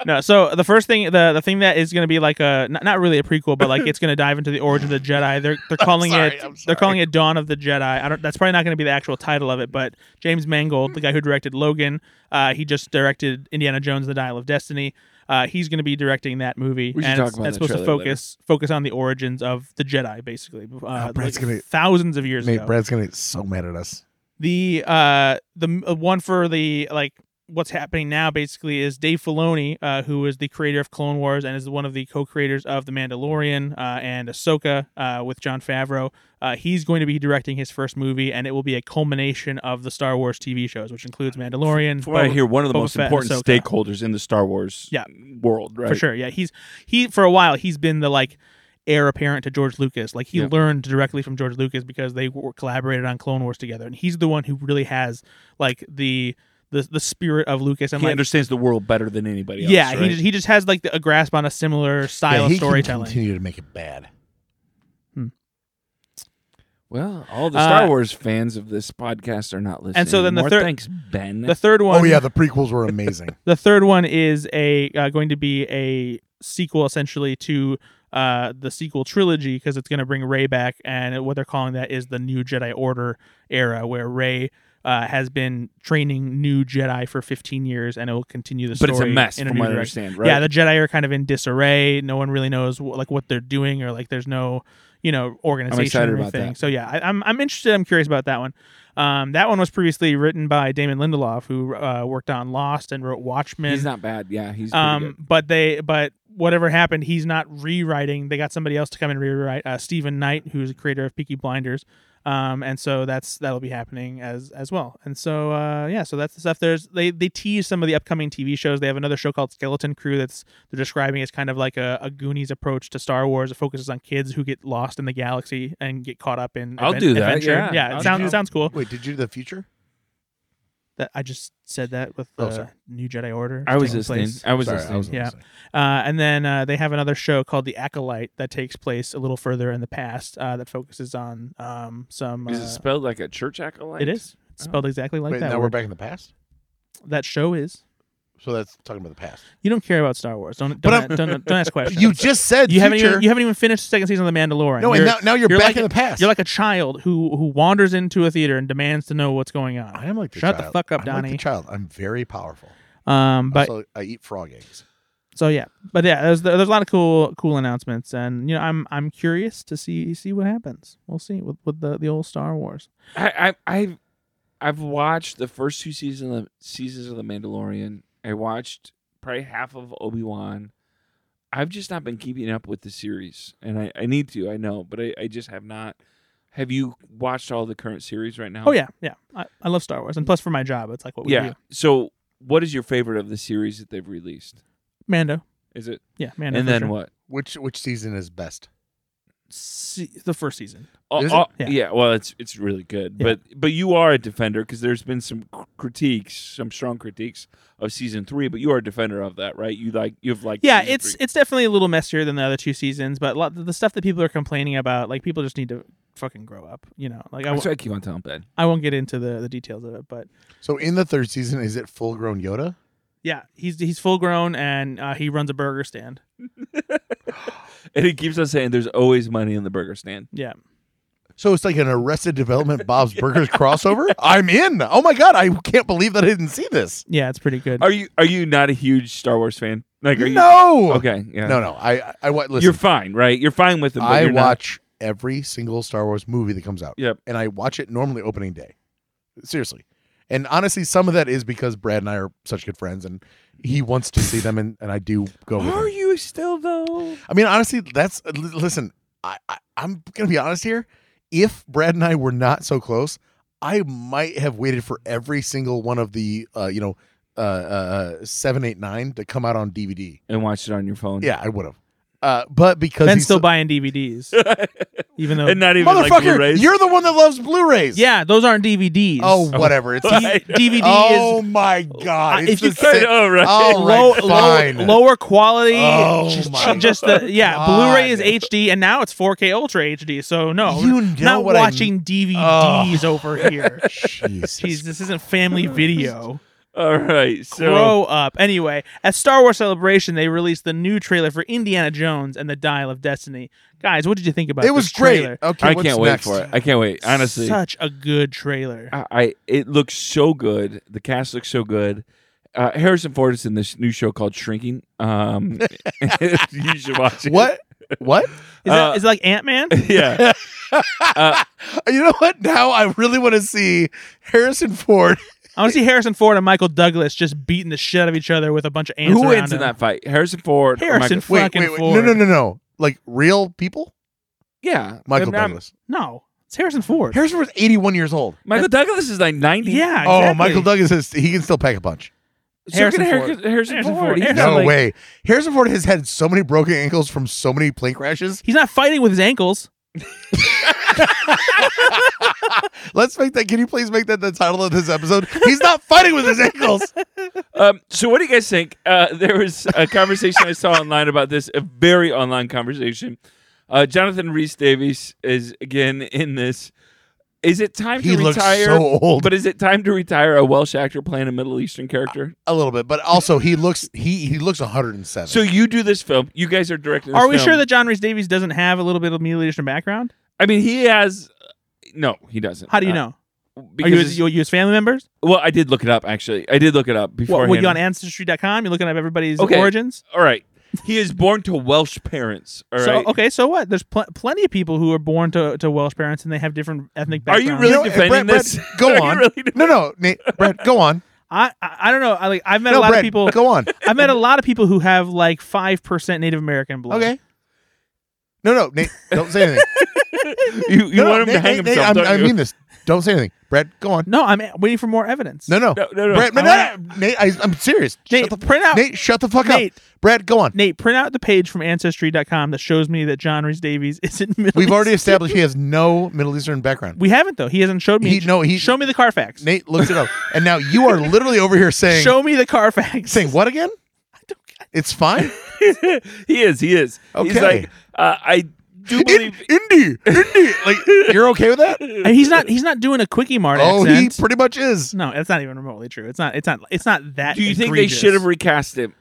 [SPEAKER 3] no, so the first thing, the the thing that is going to be like a not, not really a prequel, but like it's going to dive into the origin of the Jedi. They're they're calling
[SPEAKER 2] sorry,
[SPEAKER 3] it
[SPEAKER 2] I'm
[SPEAKER 3] they're
[SPEAKER 2] sorry.
[SPEAKER 3] calling it Dawn of the Jedi. I don't. That's probably not going to be the actual title of it, but James Mangold, the guy who directed Logan, uh, he just directed Indiana Jones: and The Dial of Destiny. Uh, he's going to be directing that movie,
[SPEAKER 4] We should
[SPEAKER 3] and
[SPEAKER 4] talk
[SPEAKER 3] it's-
[SPEAKER 4] about
[SPEAKER 3] that's
[SPEAKER 4] that
[SPEAKER 3] supposed to
[SPEAKER 4] trailer
[SPEAKER 3] focus focus on the origins of the Jedi, basically. Uh,
[SPEAKER 2] Brad's
[SPEAKER 3] like
[SPEAKER 2] gonna-
[SPEAKER 3] thousands of years
[SPEAKER 2] Nate,
[SPEAKER 3] ago
[SPEAKER 2] Brad's gonna get so mad at us.
[SPEAKER 3] the uh the uh, one for the like what's happening now basically is Dave Filoni, uh, who is the creator of Clone Wars and is one of the co-creators of The Mandalorian uh, and Ahsoka uh, with John Favreau. Uh, he's going to be directing his first movie, and it will be a culmination of the Star Wars TV shows, which includes Mandalorian.
[SPEAKER 4] From what I
[SPEAKER 3] Boba-
[SPEAKER 4] hear, one of the
[SPEAKER 3] Boba
[SPEAKER 4] most
[SPEAKER 3] Fett and
[SPEAKER 4] important
[SPEAKER 3] Ahsoka.
[SPEAKER 4] stakeholders in the Star Wars
[SPEAKER 3] Yeah.
[SPEAKER 4] world, right?
[SPEAKER 3] for sure. Yeah, he's he for a while he's been the like heir apparent to George Lucas. Like he
[SPEAKER 4] Yeah.
[SPEAKER 3] learned directly from George Lucas because they were, collaborated on Clone Wars together, and he's the one who really has like the the the spirit of Lucas and
[SPEAKER 4] He
[SPEAKER 3] like.
[SPEAKER 4] understands the world better than anybody else.
[SPEAKER 3] Yeah, he
[SPEAKER 4] right?
[SPEAKER 3] just, he just has like the, a grasp on a similar style
[SPEAKER 2] yeah,
[SPEAKER 3] of
[SPEAKER 2] he can
[SPEAKER 3] storytelling.
[SPEAKER 2] continue to make it bad.
[SPEAKER 4] well, all the
[SPEAKER 3] Uh,
[SPEAKER 4] Star Wars fans of this podcast are not listening.
[SPEAKER 3] And so then the
[SPEAKER 4] anymore.
[SPEAKER 3] third-
[SPEAKER 4] thanks, Ben.
[SPEAKER 3] The third one,
[SPEAKER 2] Oh yeah, the prequels were amazing.
[SPEAKER 3] the third one is a uh, going to be a sequel essentially to uh, the sequel trilogy because it's going to bring Ray back, and what they're calling that is the New Jedi Order era, where Ray uh, has been training new Jedi for 15 years, and it will continue the
[SPEAKER 4] but
[SPEAKER 3] story.
[SPEAKER 4] it's a mess,
[SPEAKER 3] in a
[SPEAKER 4] from
[SPEAKER 3] new
[SPEAKER 4] what I
[SPEAKER 3] direction.
[SPEAKER 4] understand, right?
[SPEAKER 3] Yeah, the Jedi are kind of in disarray. No one really knows wh- like what they're doing, or like there's no you know organization
[SPEAKER 4] excited
[SPEAKER 3] or
[SPEAKER 4] about
[SPEAKER 3] anything.
[SPEAKER 4] that.
[SPEAKER 3] So yeah, I, I'm I'm interested. I'm curious about that one. Um, that one was previously written by Damon Lindelof, who uh, worked on Lost and wrote Watchmen.
[SPEAKER 4] he's not bad. Yeah, he's pretty
[SPEAKER 3] um, but they but whatever happened, he's not rewriting. They got somebody else to come and rewrite. Uh, Stephen Knight, who's the creator of Peaky Blinders. Um, and so that's that'll be happening as as well. And so uh, yeah, so that's the stuff. There's they they tease some of the upcoming TV shows. They have another show called Skeleton Crew that's they're describing as kind of like a, a Goonies approach to Star Wars. It focuses on kids who get lost in the galaxy and get caught up in
[SPEAKER 4] I'll do that,
[SPEAKER 3] adventure.
[SPEAKER 4] yeah.
[SPEAKER 3] it
[SPEAKER 4] I'll
[SPEAKER 3] sounds
[SPEAKER 4] do-
[SPEAKER 3] it sounds cool.
[SPEAKER 2] Wait, did you do the future?
[SPEAKER 3] That I just said that with
[SPEAKER 2] Oh,
[SPEAKER 3] uh,
[SPEAKER 2] sorry.
[SPEAKER 3] New Jedi Order.
[SPEAKER 4] good. I was
[SPEAKER 3] taking
[SPEAKER 4] listening.
[SPEAKER 3] place.
[SPEAKER 4] I was
[SPEAKER 2] Sorry,
[SPEAKER 4] listening.
[SPEAKER 2] I was
[SPEAKER 3] yeah. Uh, and then uh, they have another show called The Acolyte that takes place a little further in the past uh, that focuses on um, some. Uh,
[SPEAKER 4] Is it spelled like a church acolyte?
[SPEAKER 3] it is. It's
[SPEAKER 4] Oh.
[SPEAKER 3] spelled exactly like
[SPEAKER 2] Wait,
[SPEAKER 3] that.
[SPEAKER 2] now we're
[SPEAKER 3] word.
[SPEAKER 2] back in the past.
[SPEAKER 3] That show is.
[SPEAKER 2] So that's talking about the past.
[SPEAKER 3] You don't care about Star Wars. Don't
[SPEAKER 2] But
[SPEAKER 3] don't, don't, don't, ask questions.
[SPEAKER 2] You just said
[SPEAKER 3] You haven't
[SPEAKER 2] future.
[SPEAKER 3] even you haven't even finished the second season of The Mandalorian.
[SPEAKER 2] no, and
[SPEAKER 3] You're-
[SPEAKER 2] now, now you're,
[SPEAKER 3] you're
[SPEAKER 2] back
[SPEAKER 3] like-
[SPEAKER 2] in the past.
[SPEAKER 3] You're like a child who who wanders into a theater and demands to know what's going on.
[SPEAKER 2] I am like the
[SPEAKER 3] Shut the
[SPEAKER 2] child.
[SPEAKER 3] fuck up,
[SPEAKER 2] I'm like the
[SPEAKER 3] Donnie.
[SPEAKER 2] child, I'm very powerful.
[SPEAKER 3] Um, but
[SPEAKER 2] also, I eat frog eggs.
[SPEAKER 3] so yeah, but yeah, there's there's a lot of cool cool announcements, and you know I'm I'm curious to see see what happens. We'll see with, with the the old Star Wars.
[SPEAKER 4] I, I I've I've watched the first two seasons of seasons of The Mandalorian. I watched probably half of Obi Wan. I've just not been keeping up with the series, and I, I need to. I know, but I, I just have not. Have you watched all the current series right now?
[SPEAKER 3] Oh yeah, yeah. I, I love Star Wars, and plus for my job, it's like what we
[SPEAKER 4] yeah.
[SPEAKER 3] do.
[SPEAKER 4] So, what is your favorite of the series that they've released?
[SPEAKER 3] Mando,
[SPEAKER 4] Is it
[SPEAKER 3] yeah, Mando.
[SPEAKER 4] and
[SPEAKER 3] for
[SPEAKER 4] then
[SPEAKER 3] sure.
[SPEAKER 4] what?
[SPEAKER 2] Which which season is best?
[SPEAKER 3] Se- the first season.
[SPEAKER 4] Oh,
[SPEAKER 2] Is
[SPEAKER 4] oh,
[SPEAKER 3] it?
[SPEAKER 4] yeah. Well, it's it's really good,
[SPEAKER 3] Yeah.
[SPEAKER 4] but but you are a defender because there's been some cr- critiques, some strong critiques of season three, but you are a defender of that, right? You like you've like
[SPEAKER 3] Yeah, it's it's definitely a little messier than the other two seasons, but a lot, the stuff that people are complaining about, like people just need to fucking grow up. You know, like I,
[SPEAKER 4] That's
[SPEAKER 3] w-
[SPEAKER 4] what I keep on telling Ben.
[SPEAKER 3] I won't get into the the details of it, but
[SPEAKER 2] So in the third season, is it full grown Yoda?
[SPEAKER 3] yeah, he's he's full grown and uh, he runs a burger stand.
[SPEAKER 4] And he keeps on saying there's always money in the burger stand.
[SPEAKER 3] Yeah,
[SPEAKER 2] So it's like an Arrested Development Bob's Burgers crossover. I'm in. Oh my god, I can't believe that I didn't see this.
[SPEAKER 3] yeah, it's pretty good.
[SPEAKER 4] Are you are you not a huge Star Wars fan? Like are you
[SPEAKER 2] no.
[SPEAKER 4] Okay, yeah.
[SPEAKER 2] No, no. I I, I wa- listen.
[SPEAKER 4] you're fine, right? You're fine with them. but
[SPEAKER 2] I
[SPEAKER 4] you're not-
[SPEAKER 2] watch every single Star Wars movie that comes out.
[SPEAKER 4] Yep.
[SPEAKER 2] And I watch it normally opening day. Seriously. And honestly, some of that is because Brad and I are such good friends, and he wants to see them, and, and I do go. With
[SPEAKER 4] Are
[SPEAKER 2] him.
[SPEAKER 4] you still though?
[SPEAKER 2] I mean, honestly, that's l- listen. I, I I'm gonna be honest here. If Brad and I were not so close, I might have waited for every single one of the uh, you know uh, uh, seven, eight, nine to come out on DVD.
[SPEAKER 4] And watched it on your phone.
[SPEAKER 2] Yeah, I would have. Uh, but because
[SPEAKER 3] Ben's
[SPEAKER 2] he's
[SPEAKER 3] still
[SPEAKER 2] so-
[SPEAKER 3] buying DVDs, even though
[SPEAKER 4] and not even like
[SPEAKER 2] motherfucker,
[SPEAKER 4] Blu-rays.
[SPEAKER 2] you're the one that loves Blu-rays.
[SPEAKER 3] yeah, those aren't DVDs.
[SPEAKER 2] Oh, whatever. It's
[SPEAKER 3] D- DVD
[SPEAKER 2] oh
[SPEAKER 3] is
[SPEAKER 2] my god.
[SPEAKER 3] I-
[SPEAKER 2] It's
[SPEAKER 3] if you
[SPEAKER 2] the
[SPEAKER 4] I
[SPEAKER 2] same-
[SPEAKER 4] know, right?
[SPEAKER 2] All right,
[SPEAKER 3] low,
[SPEAKER 2] fine.
[SPEAKER 3] low, lower quality.
[SPEAKER 2] Oh
[SPEAKER 3] j- j-
[SPEAKER 2] my
[SPEAKER 3] just the yeah,
[SPEAKER 2] God.
[SPEAKER 3] Blu-ray is HD, and now it's 4K Ultra HD. So no,
[SPEAKER 2] You
[SPEAKER 3] n-
[SPEAKER 2] know
[SPEAKER 3] not
[SPEAKER 2] what I Oh. mean.
[SPEAKER 3] watching DVDs over here.
[SPEAKER 2] Jesus.
[SPEAKER 3] Jeez, this isn't family video.
[SPEAKER 4] All right. So
[SPEAKER 3] Grow up. Anyway, at Star Wars Celebration, they released the new trailer for Indiana Jones and the Dial of Destiny. Guys, what did you think about
[SPEAKER 2] It was
[SPEAKER 3] this
[SPEAKER 2] great.
[SPEAKER 3] trailer?
[SPEAKER 2] Okay,
[SPEAKER 4] I
[SPEAKER 2] what's
[SPEAKER 4] can't wait
[SPEAKER 2] next?
[SPEAKER 4] for it. I can't wait. Honestly,
[SPEAKER 3] such a good trailer.
[SPEAKER 4] I, I it looks so good. The cast looks so good. Uh, Harrison Ford is in this new show called Shrinking. Um, you should watch it.
[SPEAKER 2] What? What?
[SPEAKER 3] Is, that,
[SPEAKER 4] Uh,
[SPEAKER 3] is it like Ant Man?
[SPEAKER 4] Yeah,
[SPEAKER 2] You know what? Now I really want to see Harrison Ford.
[SPEAKER 3] I want to see Harrison Ford and Michael Douglas just beating the shit out of each other with a bunch of ants.
[SPEAKER 4] who
[SPEAKER 3] around
[SPEAKER 4] wins in
[SPEAKER 3] them.
[SPEAKER 4] that Oh fight? Harrison Ford. or
[SPEAKER 3] Harrison
[SPEAKER 4] Michael-
[SPEAKER 2] Wait,
[SPEAKER 3] Fucking
[SPEAKER 2] wait, wait. No,
[SPEAKER 3] Ford.
[SPEAKER 2] no, no, no. Like real people?
[SPEAKER 4] Yeah,
[SPEAKER 2] Michael
[SPEAKER 4] I'm not-
[SPEAKER 2] Douglas.
[SPEAKER 3] No, it's Harrison Ford.
[SPEAKER 2] Harrison Ford's 81 years old.
[SPEAKER 4] Michael Douglas is like ninety.
[SPEAKER 3] yeah.
[SPEAKER 2] Oh,
[SPEAKER 3] exactly.
[SPEAKER 2] Michael Douglas is he can still pack a punch.
[SPEAKER 4] So Harrison,
[SPEAKER 3] Harrison
[SPEAKER 4] Harrison,
[SPEAKER 3] Ford.
[SPEAKER 4] Harrison
[SPEAKER 3] Harrison
[SPEAKER 4] Ford.
[SPEAKER 3] Ford.
[SPEAKER 4] He's
[SPEAKER 3] Harrison-
[SPEAKER 4] not
[SPEAKER 2] No
[SPEAKER 4] like-
[SPEAKER 2] way. Harrison Ford has had so many broken ankles from so many plane crashes.
[SPEAKER 3] He's not fighting with his ankles.
[SPEAKER 2] Let's make that. Can you please make that the title of this episode? He's not fighting with his ankles.
[SPEAKER 4] Um, so what do you guys think? Uh, there was a conversation I saw online about this, a very online conversation. Uh, Jonathan Rhys Davies is again in this. Is it time
[SPEAKER 2] He
[SPEAKER 4] to
[SPEAKER 2] looks
[SPEAKER 4] retire?
[SPEAKER 2] so old.
[SPEAKER 4] But is it time to retire a Welsh actor playing a Middle Eastern character?
[SPEAKER 2] a little bit, but also he looks he he looks 107.
[SPEAKER 4] So you do this film. You guys are directing. This
[SPEAKER 3] Are we
[SPEAKER 4] film.
[SPEAKER 3] sure that John Reese Davies doesn't have a little bit of mediation background?
[SPEAKER 4] I mean, he has. uh, No, he doesn't.
[SPEAKER 3] How do you
[SPEAKER 4] Uh,
[SPEAKER 3] know? Are
[SPEAKER 4] Because
[SPEAKER 3] you,
[SPEAKER 4] it's-
[SPEAKER 3] you, you his family members?
[SPEAKER 4] well, I did look it up. Actually, I did look it up
[SPEAKER 3] What,
[SPEAKER 4] before.
[SPEAKER 3] what, you on Ancestry.com? You're looking up everybody's
[SPEAKER 4] Okay.
[SPEAKER 3] origins?
[SPEAKER 4] All right. He is born to Welsh parents. All right.
[SPEAKER 3] So oh, okay, so what? There's pl- plenty of people who are born to, to Welsh parents and they have different ethnic
[SPEAKER 4] Are
[SPEAKER 3] backgrounds.
[SPEAKER 4] you really
[SPEAKER 2] You know,
[SPEAKER 4] defending
[SPEAKER 2] Brett, Brett,
[SPEAKER 4] this?
[SPEAKER 2] go
[SPEAKER 4] Are you
[SPEAKER 2] on.
[SPEAKER 4] really defending
[SPEAKER 2] no, no, Nate, Brett, go on.
[SPEAKER 3] I, I I don't know. I like I've met
[SPEAKER 2] No,
[SPEAKER 3] a lot
[SPEAKER 2] Brett,
[SPEAKER 3] of people.
[SPEAKER 2] go on.
[SPEAKER 3] I've met a lot of people who have like five percent Native American blood.
[SPEAKER 2] Okay. No, no, Nate, don't say anything.
[SPEAKER 4] You, you
[SPEAKER 2] no,
[SPEAKER 4] want him
[SPEAKER 2] no,
[SPEAKER 4] to
[SPEAKER 2] Nate,
[SPEAKER 4] hang
[SPEAKER 2] Nate, Nate,
[SPEAKER 4] himself?
[SPEAKER 2] I'm-
[SPEAKER 4] don't
[SPEAKER 2] I
[SPEAKER 4] you?
[SPEAKER 2] mean this. Don't say anything. Brett, go on.
[SPEAKER 3] No, I'm waiting for more evidence.
[SPEAKER 2] No, no,
[SPEAKER 4] No, no, no.
[SPEAKER 2] Brett, no, no, no, Nate, I, I'm serious.
[SPEAKER 3] Nate,
[SPEAKER 2] shut the,
[SPEAKER 3] print out.
[SPEAKER 2] Nate, shut the fuck
[SPEAKER 3] Nate.
[SPEAKER 2] up. Brett, go on.
[SPEAKER 3] Nate, print out the page from Ancestry.com that shows me that John Reese Davies isn't Middle
[SPEAKER 2] We've already
[SPEAKER 3] East-
[SPEAKER 2] established he has no Middle Eastern background.
[SPEAKER 3] We haven't though. He hasn't showed me.
[SPEAKER 2] He- no, he-
[SPEAKER 3] show me the Carfax.
[SPEAKER 2] Nate looks it up, and now you are literally over here saying
[SPEAKER 3] show me the Carfax.
[SPEAKER 2] saying what again? It's fine.
[SPEAKER 4] he is. He is. He's
[SPEAKER 2] Okay.
[SPEAKER 4] like uh, I do
[SPEAKER 2] In,
[SPEAKER 4] believe.
[SPEAKER 2] indie, indie. Like you're okay with that?
[SPEAKER 3] And he's not. He's not doing a quickie mart
[SPEAKER 2] Oh, he
[SPEAKER 3] accent.
[SPEAKER 2] pretty much is.
[SPEAKER 3] no, that's not even remotely true. It's not. It's not. It's not that.
[SPEAKER 4] do you think they
[SPEAKER 3] egregious.
[SPEAKER 4] should have recast him?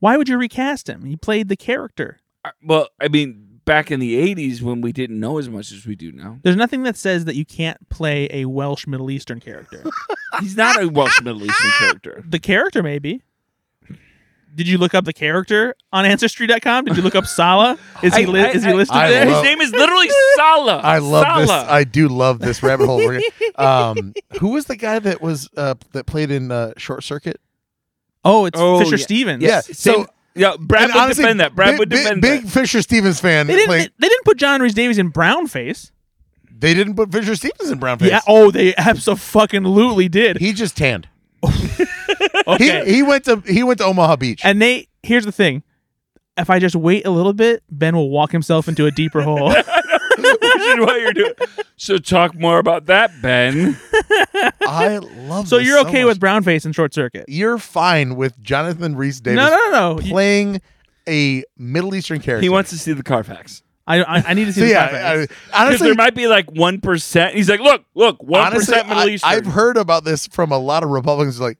[SPEAKER 3] Why would you recast him? He played the character.
[SPEAKER 4] Uh, Well, I mean, back in the '80s when we didn't know as much as we do now,
[SPEAKER 3] There's nothing that says that you can't play a Welsh Middle Eastern character.
[SPEAKER 4] he's not a Welsh Middle Eastern character.
[SPEAKER 3] the character maybe. Did you look up the character on Ancestry.com? Did you look up Sala? Is he
[SPEAKER 4] I-
[SPEAKER 3] li-
[SPEAKER 4] I-
[SPEAKER 3] is he
[SPEAKER 4] I-
[SPEAKER 3] listed
[SPEAKER 2] I
[SPEAKER 3] there?
[SPEAKER 4] His
[SPEAKER 2] love-
[SPEAKER 4] name is literally Salah.
[SPEAKER 2] I love this.
[SPEAKER 4] Salah.
[SPEAKER 2] I do love this rabbit hole. We're gonna- um, who was the guy that was uh, that played in uh, Short Circuit?
[SPEAKER 3] Oh, it's
[SPEAKER 4] Oh,
[SPEAKER 3] Fisher
[SPEAKER 4] yeah.
[SPEAKER 3] Stevens.
[SPEAKER 2] Yeah.
[SPEAKER 4] Same-
[SPEAKER 2] so-
[SPEAKER 4] yeah, Brad
[SPEAKER 2] And
[SPEAKER 4] would
[SPEAKER 2] honestly,
[SPEAKER 4] defend that. Brad
[SPEAKER 2] big,
[SPEAKER 4] would defend
[SPEAKER 2] big,
[SPEAKER 4] that.
[SPEAKER 2] big Fisher Stevens fan.
[SPEAKER 3] They didn't.
[SPEAKER 2] playing,
[SPEAKER 3] They didn't put John Reese Davies in brown face.
[SPEAKER 2] they, didn't put Fisher Stevens in brown face.
[SPEAKER 3] Yeah. Oh, they absolutely did.
[SPEAKER 2] he just tanned.
[SPEAKER 3] okay.
[SPEAKER 2] He, he went to he went to Omaha Beach.
[SPEAKER 3] and they. Here's the thing. If I just wait a little bit, Ben will walk himself into a deeper hole.
[SPEAKER 4] Which is why you're doing. So talk more about that, Ben.
[SPEAKER 2] I love.
[SPEAKER 3] so
[SPEAKER 2] this
[SPEAKER 3] you're okay
[SPEAKER 2] much.
[SPEAKER 3] with brown face and short circuit?
[SPEAKER 2] You're fine with Jonathan Reese Davis
[SPEAKER 3] No, no, no, no. You-
[SPEAKER 2] playing a Middle Eastern character.
[SPEAKER 4] He wants to see the Carfax.
[SPEAKER 3] I, I, I need to see
[SPEAKER 2] So
[SPEAKER 3] the
[SPEAKER 2] yeah,
[SPEAKER 3] Carfax.
[SPEAKER 2] I,
[SPEAKER 4] Because
[SPEAKER 2] honestly,
[SPEAKER 4] there might be like one percent. He's like, look, look, one
[SPEAKER 2] honestly,
[SPEAKER 4] percent Middle
[SPEAKER 2] I,
[SPEAKER 4] Eastern.
[SPEAKER 2] I've heard about this from a lot of Republicans. Like,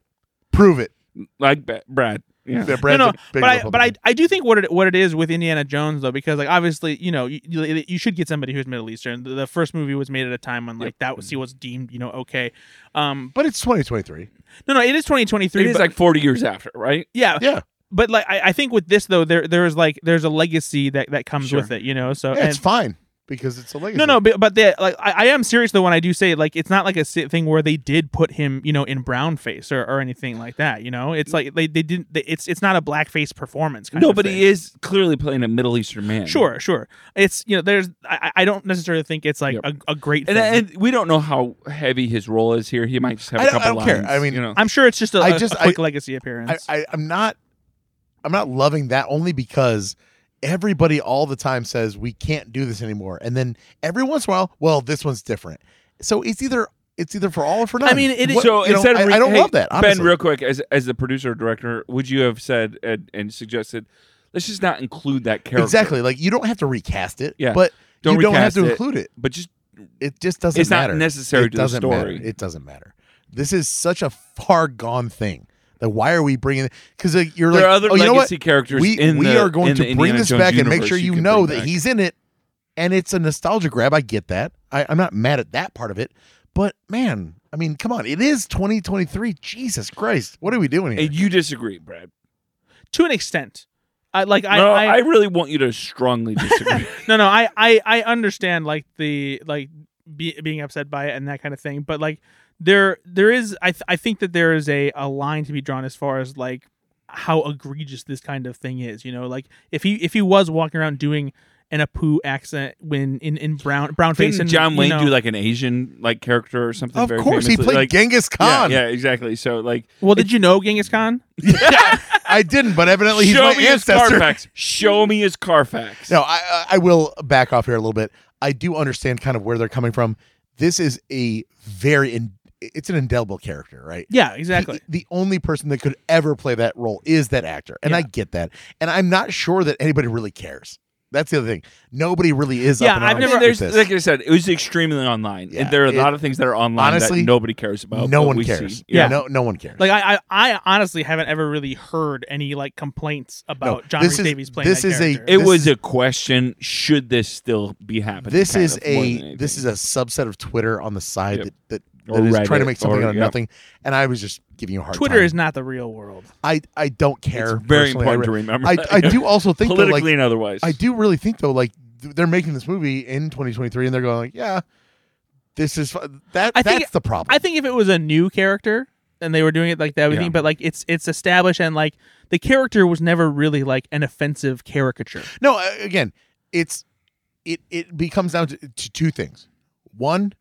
[SPEAKER 2] prove it.
[SPEAKER 4] like Ba- Brad. Yeah.
[SPEAKER 2] That
[SPEAKER 3] no,
[SPEAKER 2] Brad's
[SPEAKER 3] no,
[SPEAKER 2] a big
[SPEAKER 3] but I, but I,
[SPEAKER 2] Republican.
[SPEAKER 3] I do think what it, what it is with Indiana Jones though, because like obviously you know you, you, you should get somebody who's Middle Eastern. The, the first movie was made at a time when like that was he was deemed you know okay. Um,
[SPEAKER 2] but it's 2023.
[SPEAKER 3] no, no, it is 2023.
[SPEAKER 4] It is
[SPEAKER 3] but-
[SPEAKER 4] like 40 years after, right?
[SPEAKER 3] yeah,
[SPEAKER 2] Yeah,
[SPEAKER 3] but like I, I think with this though, there there is like there's a legacy that that comes
[SPEAKER 4] Sure. Oh,
[SPEAKER 3] with it, you know. So
[SPEAKER 2] yeah, it's
[SPEAKER 3] and,
[SPEAKER 2] fine. because it's a legacy.
[SPEAKER 3] No, no, but, but they, like I, I am serious though when I do say like it's not like a si- thing where they did put him you know in brown face or, or anything like that. You know, it's like they, they didn't. They, it's it's not a blackface performance. Kind
[SPEAKER 4] no,
[SPEAKER 3] of
[SPEAKER 4] but
[SPEAKER 3] thing.
[SPEAKER 4] he is clearly playing a Middle Eastern man.
[SPEAKER 3] Sure, sure. It's you know, there's I, I don't necessarily think it's like
[SPEAKER 4] Yep.
[SPEAKER 3] a, a great thing.
[SPEAKER 4] And, and we don't know how heavy his role is here. He might just have
[SPEAKER 2] I
[SPEAKER 4] a
[SPEAKER 2] don't-
[SPEAKER 4] couple
[SPEAKER 2] I don't care.
[SPEAKER 4] lines.
[SPEAKER 2] I mean,
[SPEAKER 4] you know,
[SPEAKER 3] I'm sure it's just a,
[SPEAKER 2] I
[SPEAKER 3] a-
[SPEAKER 2] just-
[SPEAKER 3] a quick
[SPEAKER 2] I-
[SPEAKER 3] legacy appearance.
[SPEAKER 2] I, I, I'm not. I'm not loving that only because everybody all the time says we can't do this anymore, and then every once in a while, well, this one's different. So it's either it's either for all or for none.
[SPEAKER 3] mean, it is-
[SPEAKER 2] What-
[SPEAKER 4] so
[SPEAKER 2] you know,
[SPEAKER 4] instead of
[SPEAKER 2] I,
[SPEAKER 4] re-
[SPEAKER 2] I don't
[SPEAKER 4] hey,
[SPEAKER 2] love that. Honestly.
[SPEAKER 4] Ben, real quick, as as the producer or director, would you have said and, and suggested, let's just not include that character?
[SPEAKER 2] exactly. Like you don't have to recast it.
[SPEAKER 4] Yeah.
[SPEAKER 2] but
[SPEAKER 4] Don't
[SPEAKER 2] you don't have
[SPEAKER 4] recast
[SPEAKER 2] to
[SPEAKER 4] it.
[SPEAKER 2] include it.
[SPEAKER 4] But just
[SPEAKER 2] It just doesn't
[SPEAKER 4] it's
[SPEAKER 2] matter.
[SPEAKER 4] not necessary
[SPEAKER 2] it
[SPEAKER 4] to the
[SPEAKER 2] doesn't
[SPEAKER 4] story.
[SPEAKER 2] Matter. It doesn't matter. This is such a far gone thing. Like, why are we bringing? Because like, you're
[SPEAKER 4] there
[SPEAKER 2] like,
[SPEAKER 4] are other
[SPEAKER 2] oh, you know what?
[SPEAKER 4] legacy characters
[SPEAKER 2] we
[SPEAKER 4] in
[SPEAKER 2] we
[SPEAKER 4] the-
[SPEAKER 2] are going
[SPEAKER 4] in
[SPEAKER 2] to
[SPEAKER 4] the
[SPEAKER 2] bring
[SPEAKER 4] Indiana
[SPEAKER 2] this
[SPEAKER 4] Jones
[SPEAKER 2] back and make
[SPEAKER 4] universe
[SPEAKER 2] sure you,
[SPEAKER 4] can
[SPEAKER 2] know
[SPEAKER 4] bring
[SPEAKER 2] that
[SPEAKER 4] back.
[SPEAKER 2] he's in it, and it's a nostalgia grab. I get that. I, I'm not mad at that part of it, but man, I mean, come on, it is 2023. Jesus Christ, what are we doing here?
[SPEAKER 4] And you disagree, Brad.
[SPEAKER 3] to an extent, I like I,
[SPEAKER 4] no,
[SPEAKER 3] I,
[SPEAKER 4] I really want you to strongly disagree.
[SPEAKER 3] no no I, I I understand like the like be, being upset by it and that kind of thing but like there there is I, th- I think that there is a, a line to be drawn as far as like how egregious this kind of thing is you know like if he if he was walking around doing an Apu accent when in in brown brown face
[SPEAKER 4] Didn't
[SPEAKER 3] and
[SPEAKER 4] John
[SPEAKER 3] you
[SPEAKER 4] Wayne
[SPEAKER 3] know-
[SPEAKER 4] do like an Asian like character or something?
[SPEAKER 2] Of
[SPEAKER 4] very
[SPEAKER 2] course, he
[SPEAKER 4] famously?
[SPEAKER 2] played
[SPEAKER 4] like,
[SPEAKER 2] Genghis Khan.
[SPEAKER 4] Yeah, yeah, exactly. So like,
[SPEAKER 3] well did you know Genghis Khan
[SPEAKER 2] I didn't, but evidently he's
[SPEAKER 4] show
[SPEAKER 2] my
[SPEAKER 4] me his
[SPEAKER 2] ancestor.
[SPEAKER 4] Carfax. Show me his Carfax.
[SPEAKER 2] No, I I- I will back off here a little bit. I do understand kind of where they're coming from. This is a very in, it's an indelible character, right?
[SPEAKER 3] yeah exactly
[SPEAKER 2] He- the only person that could ever play that role is that actor, and I
[SPEAKER 3] Yeah.
[SPEAKER 2] get that. And I'm not sure that anybody really cares. That's the other thing. Nobody really is.
[SPEAKER 3] Yeah,
[SPEAKER 2] up in
[SPEAKER 3] I've
[SPEAKER 2] arms
[SPEAKER 3] never-
[SPEAKER 2] with
[SPEAKER 4] there's
[SPEAKER 2] this.
[SPEAKER 4] like I said, it was extremely online.
[SPEAKER 2] Yeah,
[SPEAKER 4] there are a
[SPEAKER 2] it-
[SPEAKER 4] lot of things that are online
[SPEAKER 2] honestly,
[SPEAKER 4] that nobody cares about.
[SPEAKER 2] no
[SPEAKER 4] but
[SPEAKER 2] one
[SPEAKER 4] we
[SPEAKER 2] cares.
[SPEAKER 4] See, you
[SPEAKER 3] Yeah.
[SPEAKER 4] know?
[SPEAKER 2] no, no one cares.
[SPEAKER 3] like I, I I honestly haven't ever really heard any like complaints about John
[SPEAKER 2] this
[SPEAKER 3] Rhys
[SPEAKER 2] is-
[SPEAKER 3] Davies playing
[SPEAKER 2] this
[SPEAKER 3] that
[SPEAKER 2] is a-
[SPEAKER 3] character.
[SPEAKER 4] it
[SPEAKER 2] This
[SPEAKER 4] was
[SPEAKER 2] is-
[SPEAKER 4] a question: Should this still be happening?
[SPEAKER 2] this
[SPEAKER 4] kind
[SPEAKER 2] is
[SPEAKER 4] of, more than
[SPEAKER 2] a
[SPEAKER 4] anything.
[SPEAKER 2] this is a subset of Twitter on the side
[SPEAKER 4] Yep.
[SPEAKER 2] that that,
[SPEAKER 4] Or
[SPEAKER 2] that is trying to
[SPEAKER 4] Reddit
[SPEAKER 2] make something
[SPEAKER 4] or-
[SPEAKER 2] out of
[SPEAKER 4] yeah.
[SPEAKER 2] nothing. And I was just giving you a hard
[SPEAKER 3] Twitter
[SPEAKER 2] time.
[SPEAKER 3] is not the real world.
[SPEAKER 2] I I don't
[SPEAKER 4] It's
[SPEAKER 2] care. personally.
[SPEAKER 4] very
[SPEAKER 2] I
[SPEAKER 4] important
[SPEAKER 2] re-
[SPEAKER 4] to remember.
[SPEAKER 2] I,
[SPEAKER 4] that,
[SPEAKER 2] I
[SPEAKER 4] yeah.
[SPEAKER 2] do also think though,
[SPEAKER 4] politically
[SPEAKER 2] like
[SPEAKER 4] and otherwise.
[SPEAKER 2] I do really think though, like th- they're making this movie in 2023, and they're going like, yeah, this is fu- that.
[SPEAKER 3] I
[SPEAKER 2] that's
[SPEAKER 3] think-
[SPEAKER 2] the problem.
[SPEAKER 3] I think if it was a new character and they were doing it like that, would
[SPEAKER 4] Yeah.
[SPEAKER 3] think, but like it's it's established and like the character was never really like an offensive caricature.
[SPEAKER 2] no, uh, again, it's it it becomes down to, to two things. One,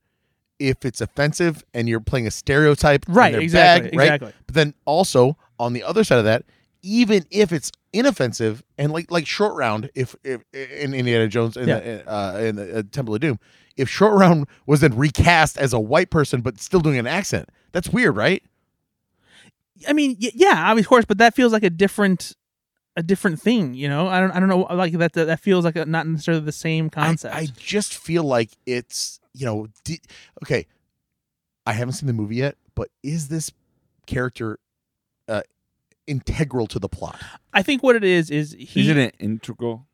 [SPEAKER 2] if it's offensive and you're playing a stereotype, and
[SPEAKER 3] Right,
[SPEAKER 2] they're
[SPEAKER 3] exactly,
[SPEAKER 2] bad, right?
[SPEAKER 3] exactly.
[SPEAKER 2] But then also on the other side of that, even if it's inoffensive and like like short round, if, if in Indiana Jones and the, uh, in the uh, Temple of Doom, if short round was then recast as a white person but still doing an accent, that's weird, right?
[SPEAKER 3] I mean, y- yeah, of course, but that feels like a different a different thing, you know? I don't I don't know like that that, that feels like a, not necessarily the same
[SPEAKER 2] I-
[SPEAKER 3] concept.
[SPEAKER 2] I, just feel like it's you know di- okay. I haven't seen the movie yet, but is this character uh, integral to the plot?
[SPEAKER 3] I think what it is is he
[SPEAKER 4] Isn't it integral?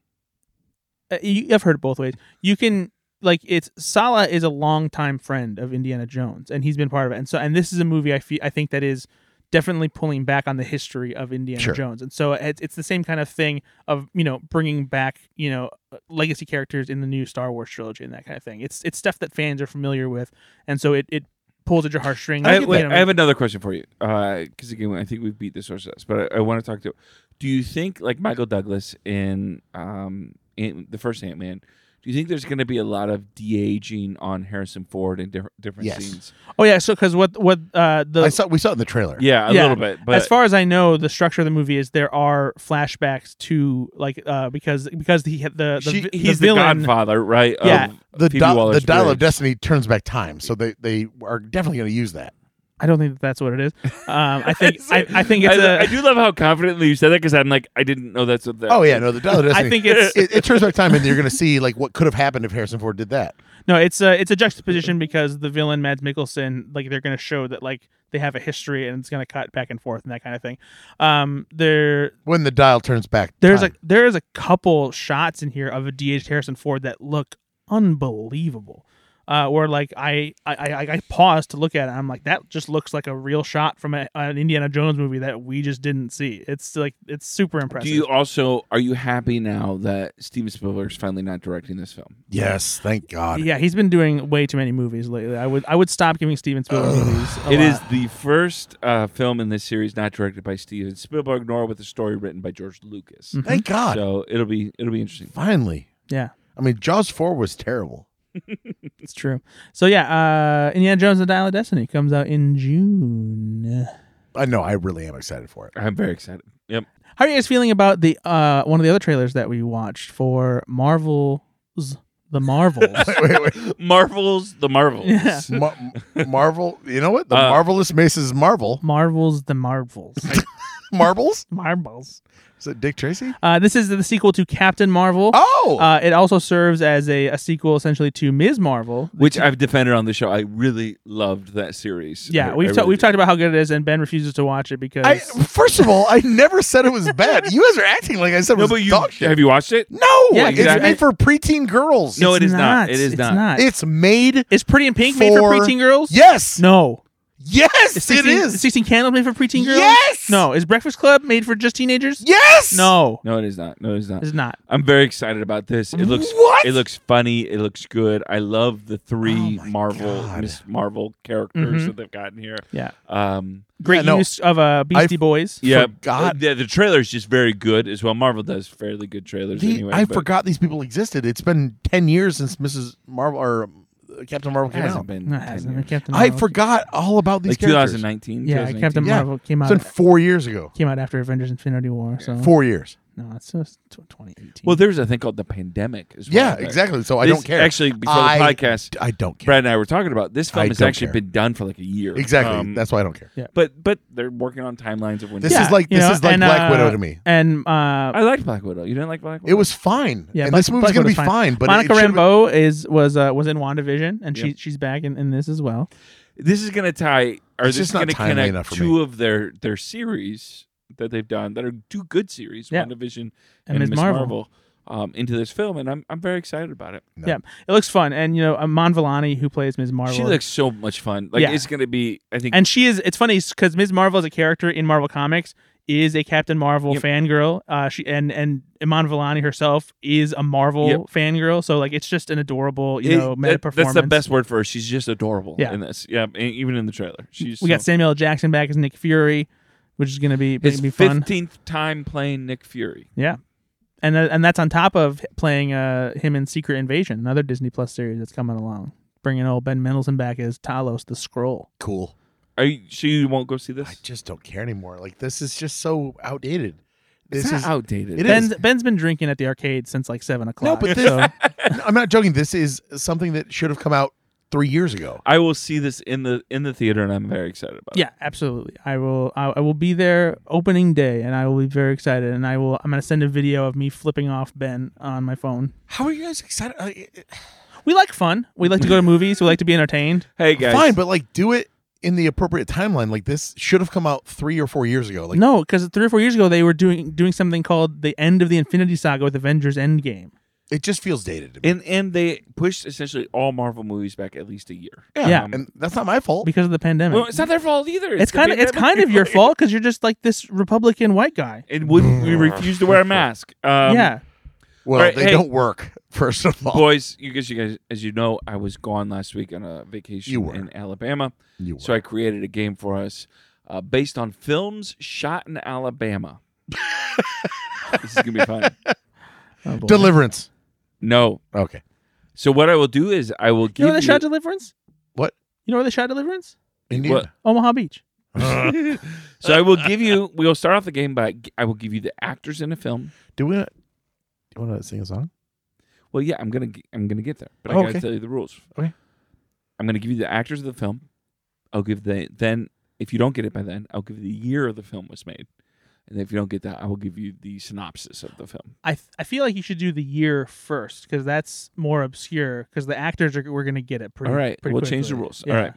[SPEAKER 3] uh, you, I've heard it both ways. You can like it's Sala is a longtime friend of Indiana Jones, and he's been part of it. And so, and this is a movie I feel I think that is definitely pulling back on the history of Indiana
[SPEAKER 2] Sure.
[SPEAKER 3] Jones. And so it's, it's the same kind of thing of you know bringing back you know legacy characters in the new Star Wars trilogy and that kind of thing. It's it's stuff that fans are familiar with, and so it it pulls at your heartstrings.
[SPEAKER 4] I,
[SPEAKER 3] you
[SPEAKER 4] wait,
[SPEAKER 3] know.
[SPEAKER 4] I have another question for you. Because again, I think we've beat this horse to death, but I, I want to talk to. Do you think like Michael Douglas in um in the first Ant Man? Do you think there's going to be a lot of de aging on Harrison Ford in diff- different
[SPEAKER 2] Yes.
[SPEAKER 4] scenes?
[SPEAKER 3] oh yeah, so because what what uh, the
[SPEAKER 2] I saw we saw it in the trailer.
[SPEAKER 4] Yeah, a
[SPEAKER 3] Yeah.
[SPEAKER 4] little bit. But
[SPEAKER 3] as far as I know, the structure of the movie is there are flashbacks to like uh, because because he had the, the
[SPEAKER 4] She-
[SPEAKER 3] vi-
[SPEAKER 4] he's
[SPEAKER 3] the
[SPEAKER 4] the,
[SPEAKER 3] villain
[SPEAKER 4] Godfather, right? of
[SPEAKER 3] Yeah.
[SPEAKER 2] the
[SPEAKER 4] Phoebe
[SPEAKER 2] dial, the
[SPEAKER 4] Waller-Bridge.
[SPEAKER 2] dial of destiny turns back time, so they they are definitely going to use that.
[SPEAKER 3] I don't think that that's what it is. Um, I think I, I think it's
[SPEAKER 4] I,
[SPEAKER 3] a.
[SPEAKER 4] I do love how confidently you said that because I'm like I didn't know that's what that.
[SPEAKER 2] Oh yeah, no, the dial of destiny.
[SPEAKER 3] I think it's
[SPEAKER 2] it, it turns back time, and you're going to see like what could have happened if Harrison Ford did that.
[SPEAKER 3] no, it's a it's a juxtaposition because the villain Mads Mikkelsen, like they're going to show that like they have a history and it's going to cut back and forth and that kind of thing. Um, there
[SPEAKER 2] When the dial turns back,
[SPEAKER 3] there's
[SPEAKER 2] time.
[SPEAKER 3] a there is a couple shots in here of a DH Harrison Ford that look unbelievable. uh, where like I I, I I paused to look at it. I'm like, that just looks like a real shot from a, an Indiana Jones movie that we just didn't see. It's like it's super impressive.
[SPEAKER 4] Do you also are you happy now that Steven Spielberg's finally not directing this film?
[SPEAKER 2] Yes, thank God.
[SPEAKER 3] yeah, he's been doing way too many movies lately. I would I would stop giving Steven Spielberg movies. a
[SPEAKER 4] It
[SPEAKER 3] lot.
[SPEAKER 4] is the first uh, film in this series not directed by Steven Spielberg, nor with a story written by George Lucas.
[SPEAKER 3] Mm,
[SPEAKER 2] Thank God.
[SPEAKER 4] So it'll be it'll be interesting.
[SPEAKER 2] Finally.
[SPEAKER 3] Yeah,
[SPEAKER 2] I mean, Jaws 4 was terrible.
[SPEAKER 3] it's true. So yeah, uh, Indiana Jones and the Dial of Destiny comes out in June.
[SPEAKER 2] I know, I really am excited for it.
[SPEAKER 4] I'm very excited. Yep.
[SPEAKER 3] How are you guys feeling about the uh, one of the other trailers that we watched for Marvel's The Marvels?
[SPEAKER 2] Wait, wait.
[SPEAKER 4] Marvels, the Marvels.
[SPEAKER 3] Yeah.
[SPEAKER 2] Ma- Marvel, you know what? The
[SPEAKER 4] Uh,
[SPEAKER 2] Marvelous Maces Marvel.
[SPEAKER 3] Marvel's The Marvels.
[SPEAKER 2] Marbles?
[SPEAKER 3] Marvels.
[SPEAKER 2] Is it Dick Tracy?
[SPEAKER 3] Uh, this is the sequel to Captain Marvel.
[SPEAKER 2] Oh!
[SPEAKER 3] Uh, it also serves as a, a sequel essentially to Ms. Marvel.
[SPEAKER 4] Which I've defended on the show. I really loved that series. I-
[SPEAKER 3] Yeah,
[SPEAKER 4] I
[SPEAKER 3] we've ta-
[SPEAKER 4] really
[SPEAKER 3] we've
[SPEAKER 4] did.
[SPEAKER 3] talked about how good it is, and Ben refuses to watch it because
[SPEAKER 2] I, first of all, I never said it was bad. You guys are acting like I said it
[SPEAKER 4] No,
[SPEAKER 2] was
[SPEAKER 4] but you
[SPEAKER 2] dog shit.
[SPEAKER 4] have you watched it?
[SPEAKER 2] no,
[SPEAKER 3] Yeah,
[SPEAKER 2] it's
[SPEAKER 4] exactly.
[SPEAKER 2] made for preteen girls.
[SPEAKER 4] No,
[SPEAKER 3] It's
[SPEAKER 4] it is not. It is
[SPEAKER 3] it's
[SPEAKER 4] not.
[SPEAKER 2] it's made.
[SPEAKER 3] Is Pretty in Pink made for
[SPEAKER 2] for-
[SPEAKER 3] preteen girls?
[SPEAKER 2] Yes,
[SPEAKER 3] No.
[SPEAKER 2] yes,
[SPEAKER 3] Is 16,
[SPEAKER 2] it is.
[SPEAKER 3] Sixteen Candles made for preteen girls?
[SPEAKER 2] Yes!
[SPEAKER 3] No. Is Breakfast Club made for just teenagers?
[SPEAKER 2] yes,
[SPEAKER 3] No.
[SPEAKER 4] No, it is not. No, it is not.
[SPEAKER 3] It's not.
[SPEAKER 4] I'm very excited about this. It looks
[SPEAKER 2] What?
[SPEAKER 4] It looks funny. It looks good. I love the three
[SPEAKER 2] Oh my
[SPEAKER 4] Marvel
[SPEAKER 2] God.
[SPEAKER 4] Miss Marvel characters
[SPEAKER 3] Mhm.
[SPEAKER 4] that they've gotten here.
[SPEAKER 3] Yeah.
[SPEAKER 4] Um,
[SPEAKER 3] Great
[SPEAKER 2] Yeah, no.
[SPEAKER 3] use of uh, Beastie Boys.
[SPEAKER 4] yeah,
[SPEAKER 2] Forgot-
[SPEAKER 4] yeah. The trailer is just very good as well. Marvel does fairly good trailers
[SPEAKER 2] The-
[SPEAKER 4] anyway.
[SPEAKER 2] I
[SPEAKER 4] but
[SPEAKER 2] forgot these people existed. It's been ten years since Mrs. Marvel or uh, Captain Marvel
[SPEAKER 4] It
[SPEAKER 2] came out.
[SPEAKER 4] hasn't been.
[SPEAKER 3] No, it
[SPEAKER 4] 10
[SPEAKER 3] hasn't.
[SPEAKER 4] years.
[SPEAKER 3] Captain
[SPEAKER 2] I
[SPEAKER 3] Marvel-
[SPEAKER 2] forgot all about these
[SPEAKER 4] Like
[SPEAKER 2] characters.
[SPEAKER 4] 2019.
[SPEAKER 3] Yeah,
[SPEAKER 4] 2019.
[SPEAKER 3] Captain
[SPEAKER 2] Yeah.
[SPEAKER 3] Marvel came
[SPEAKER 2] It's
[SPEAKER 3] out
[SPEAKER 2] been four years ago.
[SPEAKER 3] came out after Avengers: Infinity War. So
[SPEAKER 2] Four years.
[SPEAKER 3] no, it's just tw- 2018.
[SPEAKER 4] Well, there was a thing called the pandemic as well.
[SPEAKER 2] Yeah,
[SPEAKER 4] that-
[SPEAKER 2] exactly. So I
[SPEAKER 4] this-
[SPEAKER 2] don't care.
[SPEAKER 4] Actually, before
[SPEAKER 2] I-
[SPEAKER 4] the podcast,
[SPEAKER 2] I don't care.
[SPEAKER 4] Brad and I were talking about this film
[SPEAKER 2] I
[SPEAKER 4] has
[SPEAKER 2] don't
[SPEAKER 4] actually
[SPEAKER 2] care.
[SPEAKER 4] been done for like a year.
[SPEAKER 2] Exactly.
[SPEAKER 4] Um,
[SPEAKER 2] That's why I don't care.
[SPEAKER 4] but but they're working on timelines of when
[SPEAKER 2] This
[SPEAKER 3] Yeah,
[SPEAKER 2] is like
[SPEAKER 3] you
[SPEAKER 2] this
[SPEAKER 3] know,
[SPEAKER 2] is like
[SPEAKER 3] and,
[SPEAKER 2] Black
[SPEAKER 3] uh,
[SPEAKER 2] Widow to me.
[SPEAKER 3] and uh,
[SPEAKER 4] I liked Black Widow. You didn't like Black Widow?
[SPEAKER 2] It was fine.
[SPEAKER 3] Yeah,
[SPEAKER 2] and
[SPEAKER 3] Black-
[SPEAKER 2] this movie's
[SPEAKER 3] Black
[SPEAKER 2] gonna be
[SPEAKER 3] Widow's
[SPEAKER 2] fine.
[SPEAKER 3] fine.
[SPEAKER 2] but
[SPEAKER 3] Monica
[SPEAKER 2] it, it should've been-
[SPEAKER 3] Rambeau is was uh, was in Wandavision, and she she's back in, in this as well.
[SPEAKER 4] this is going to tie or
[SPEAKER 2] It's just
[SPEAKER 4] this is
[SPEAKER 2] not
[SPEAKER 4] going to
[SPEAKER 2] timely enough
[SPEAKER 4] connect
[SPEAKER 2] for
[SPEAKER 4] two of their their series that they've done that are two good series,
[SPEAKER 3] Yeah.
[SPEAKER 4] WandaVision
[SPEAKER 3] And
[SPEAKER 4] and
[SPEAKER 3] Ms.
[SPEAKER 4] Ms.
[SPEAKER 3] Marvel.
[SPEAKER 4] Marvel, um, into this film, and I'm I'm very excited about it.
[SPEAKER 2] No.
[SPEAKER 3] Yeah, it looks fun, and you know Amon Villani who plays Ms. Marvel.
[SPEAKER 4] She looks so much fun. Like
[SPEAKER 3] Yeah.
[SPEAKER 4] it's going to be, I think.
[SPEAKER 3] and she is. It's funny because Ms. Marvel as a character in Marvel Comics is a Captain Marvel
[SPEAKER 4] Yep.
[SPEAKER 3] fangirl. Uh, she and and Amon Villani herself is a Marvel
[SPEAKER 4] Yep.
[SPEAKER 3] fangirl. So like it's just an adorable you
[SPEAKER 4] it-
[SPEAKER 3] know meta
[SPEAKER 4] that-
[SPEAKER 3] performance.
[SPEAKER 4] that's the best word for her. She's just adorable
[SPEAKER 3] Yeah.
[SPEAKER 4] in this. Yeah, e- even in the trailer, she's
[SPEAKER 3] We got
[SPEAKER 4] so-
[SPEAKER 3] Samuel L. Jackson back as Nick Fury, which is going to be
[SPEAKER 4] his
[SPEAKER 3] gonna be fun.
[SPEAKER 4] fifteenth time playing Nick Fury.
[SPEAKER 3] Yeah. And tha- and that's on top of playing uh, him in Secret Invasion, another Disney Plus series that's coming along. Bringing old Ben Mendelsohn back as Talos the Scroll.
[SPEAKER 2] cool.
[SPEAKER 4] Are you sure you won't go see this?
[SPEAKER 2] I just don't care anymore. Like this is just so outdated. This
[SPEAKER 4] it's not
[SPEAKER 2] is
[SPEAKER 4] outdated.
[SPEAKER 2] it is.
[SPEAKER 3] Ben's, Ben's been drinking at the arcade since like 7
[SPEAKER 2] no,
[SPEAKER 3] o'clock.
[SPEAKER 2] but this,
[SPEAKER 3] so-
[SPEAKER 2] I'm not joking. This is something that should have come out three years ago.
[SPEAKER 4] I will see this in the in the theater, and I'm very excited about it.
[SPEAKER 3] yeah, absolutely. I will I, I will be there opening day and I will be very excited and I will I'm going to send a video of me flipping off Ben on my phone.
[SPEAKER 2] How are you guys excited? Uh,
[SPEAKER 3] We like fun. We like to go to movies, we like to be entertained.
[SPEAKER 4] Hey guys,
[SPEAKER 2] Fine, but like do it in the appropriate timeline. Like this should have come out three or four years ago. Like
[SPEAKER 3] no, cuz 3 or 4 years ago they were doing doing something called the end of the Infinity Saga with Avengers Endgame.
[SPEAKER 2] it just feels dated. To me.
[SPEAKER 4] and and they pushed essentially all Marvel movies back at least a year.
[SPEAKER 3] yeah.
[SPEAKER 4] Um,
[SPEAKER 2] and that's not my fault.
[SPEAKER 3] Because of the pandemic.
[SPEAKER 4] well, it's not their fault either.
[SPEAKER 3] It's
[SPEAKER 4] the
[SPEAKER 3] kind of it's
[SPEAKER 4] pandemic.
[SPEAKER 3] kind of your fault because you're just like this Republican white guy.
[SPEAKER 4] And wouldn't we refuse to wear a mask? Um,
[SPEAKER 3] yeah,
[SPEAKER 2] well,
[SPEAKER 4] right,
[SPEAKER 2] they
[SPEAKER 4] hey.
[SPEAKER 2] don't work. First of all,
[SPEAKER 4] boys. You guys, you guys, as you know, I was gone last week on a vacation
[SPEAKER 2] You were.
[SPEAKER 4] in Alabama,
[SPEAKER 2] you
[SPEAKER 4] so I created a game for us uh, based on films shot in Alabama. this is gonna be fun.
[SPEAKER 3] Oh, boy.
[SPEAKER 2] Deliverance.
[SPEAKER 4] No,
[SPEAKER 2] Okay.
[SPEAKER 4] so what I will do is I will
[SPEAKER 3] You
[SPEAKER 4] give
[SPEAKER 3] know where they shot Deliverance?
[SPEAKER 2] What?
[SPEAKER 3] You know where they shot Deliverance?
[SPEAKER 2] Indiana.
[SPEAKER 4] What?
[SPEAKER 3] Omaha Beach.
[SPEAKER 4] so I will give you. We will start off the game by I will give you the actors in a film.
[SPEAKER 2] Do we? Do you want to sing a song?
[SPEAKER 4] Well, yeah, I'm gonna g- I'm gonna get there, but I
[SPEAKER 2] Oh,
[SPEAKER 4] gotta
[SPEAKER 2] okay.
[SPEAKER 4] tell you the rules.
[SPEAKER 2] Okay.
[SPEAKER 4] I'm gonna give you the actors of the film. I'll give the then if you don't get it by then, I'll give you the year of the film was made, and if you don't get that, I will give you the synopsis of the film.
[SPEAKER 3] I I feel like you should do the year first because that's more obscure because the actors are we're gonna get it pretty.
[SPEAKER 4] All right,
[SPEAKER 3] pretty
[SPEAKER 4] we'll change the
[SPEAKER 3] quickly.
[SPEAKER 4] rules.
[SPEAKER 3] Yeah.
[SPEAKER 4] All right.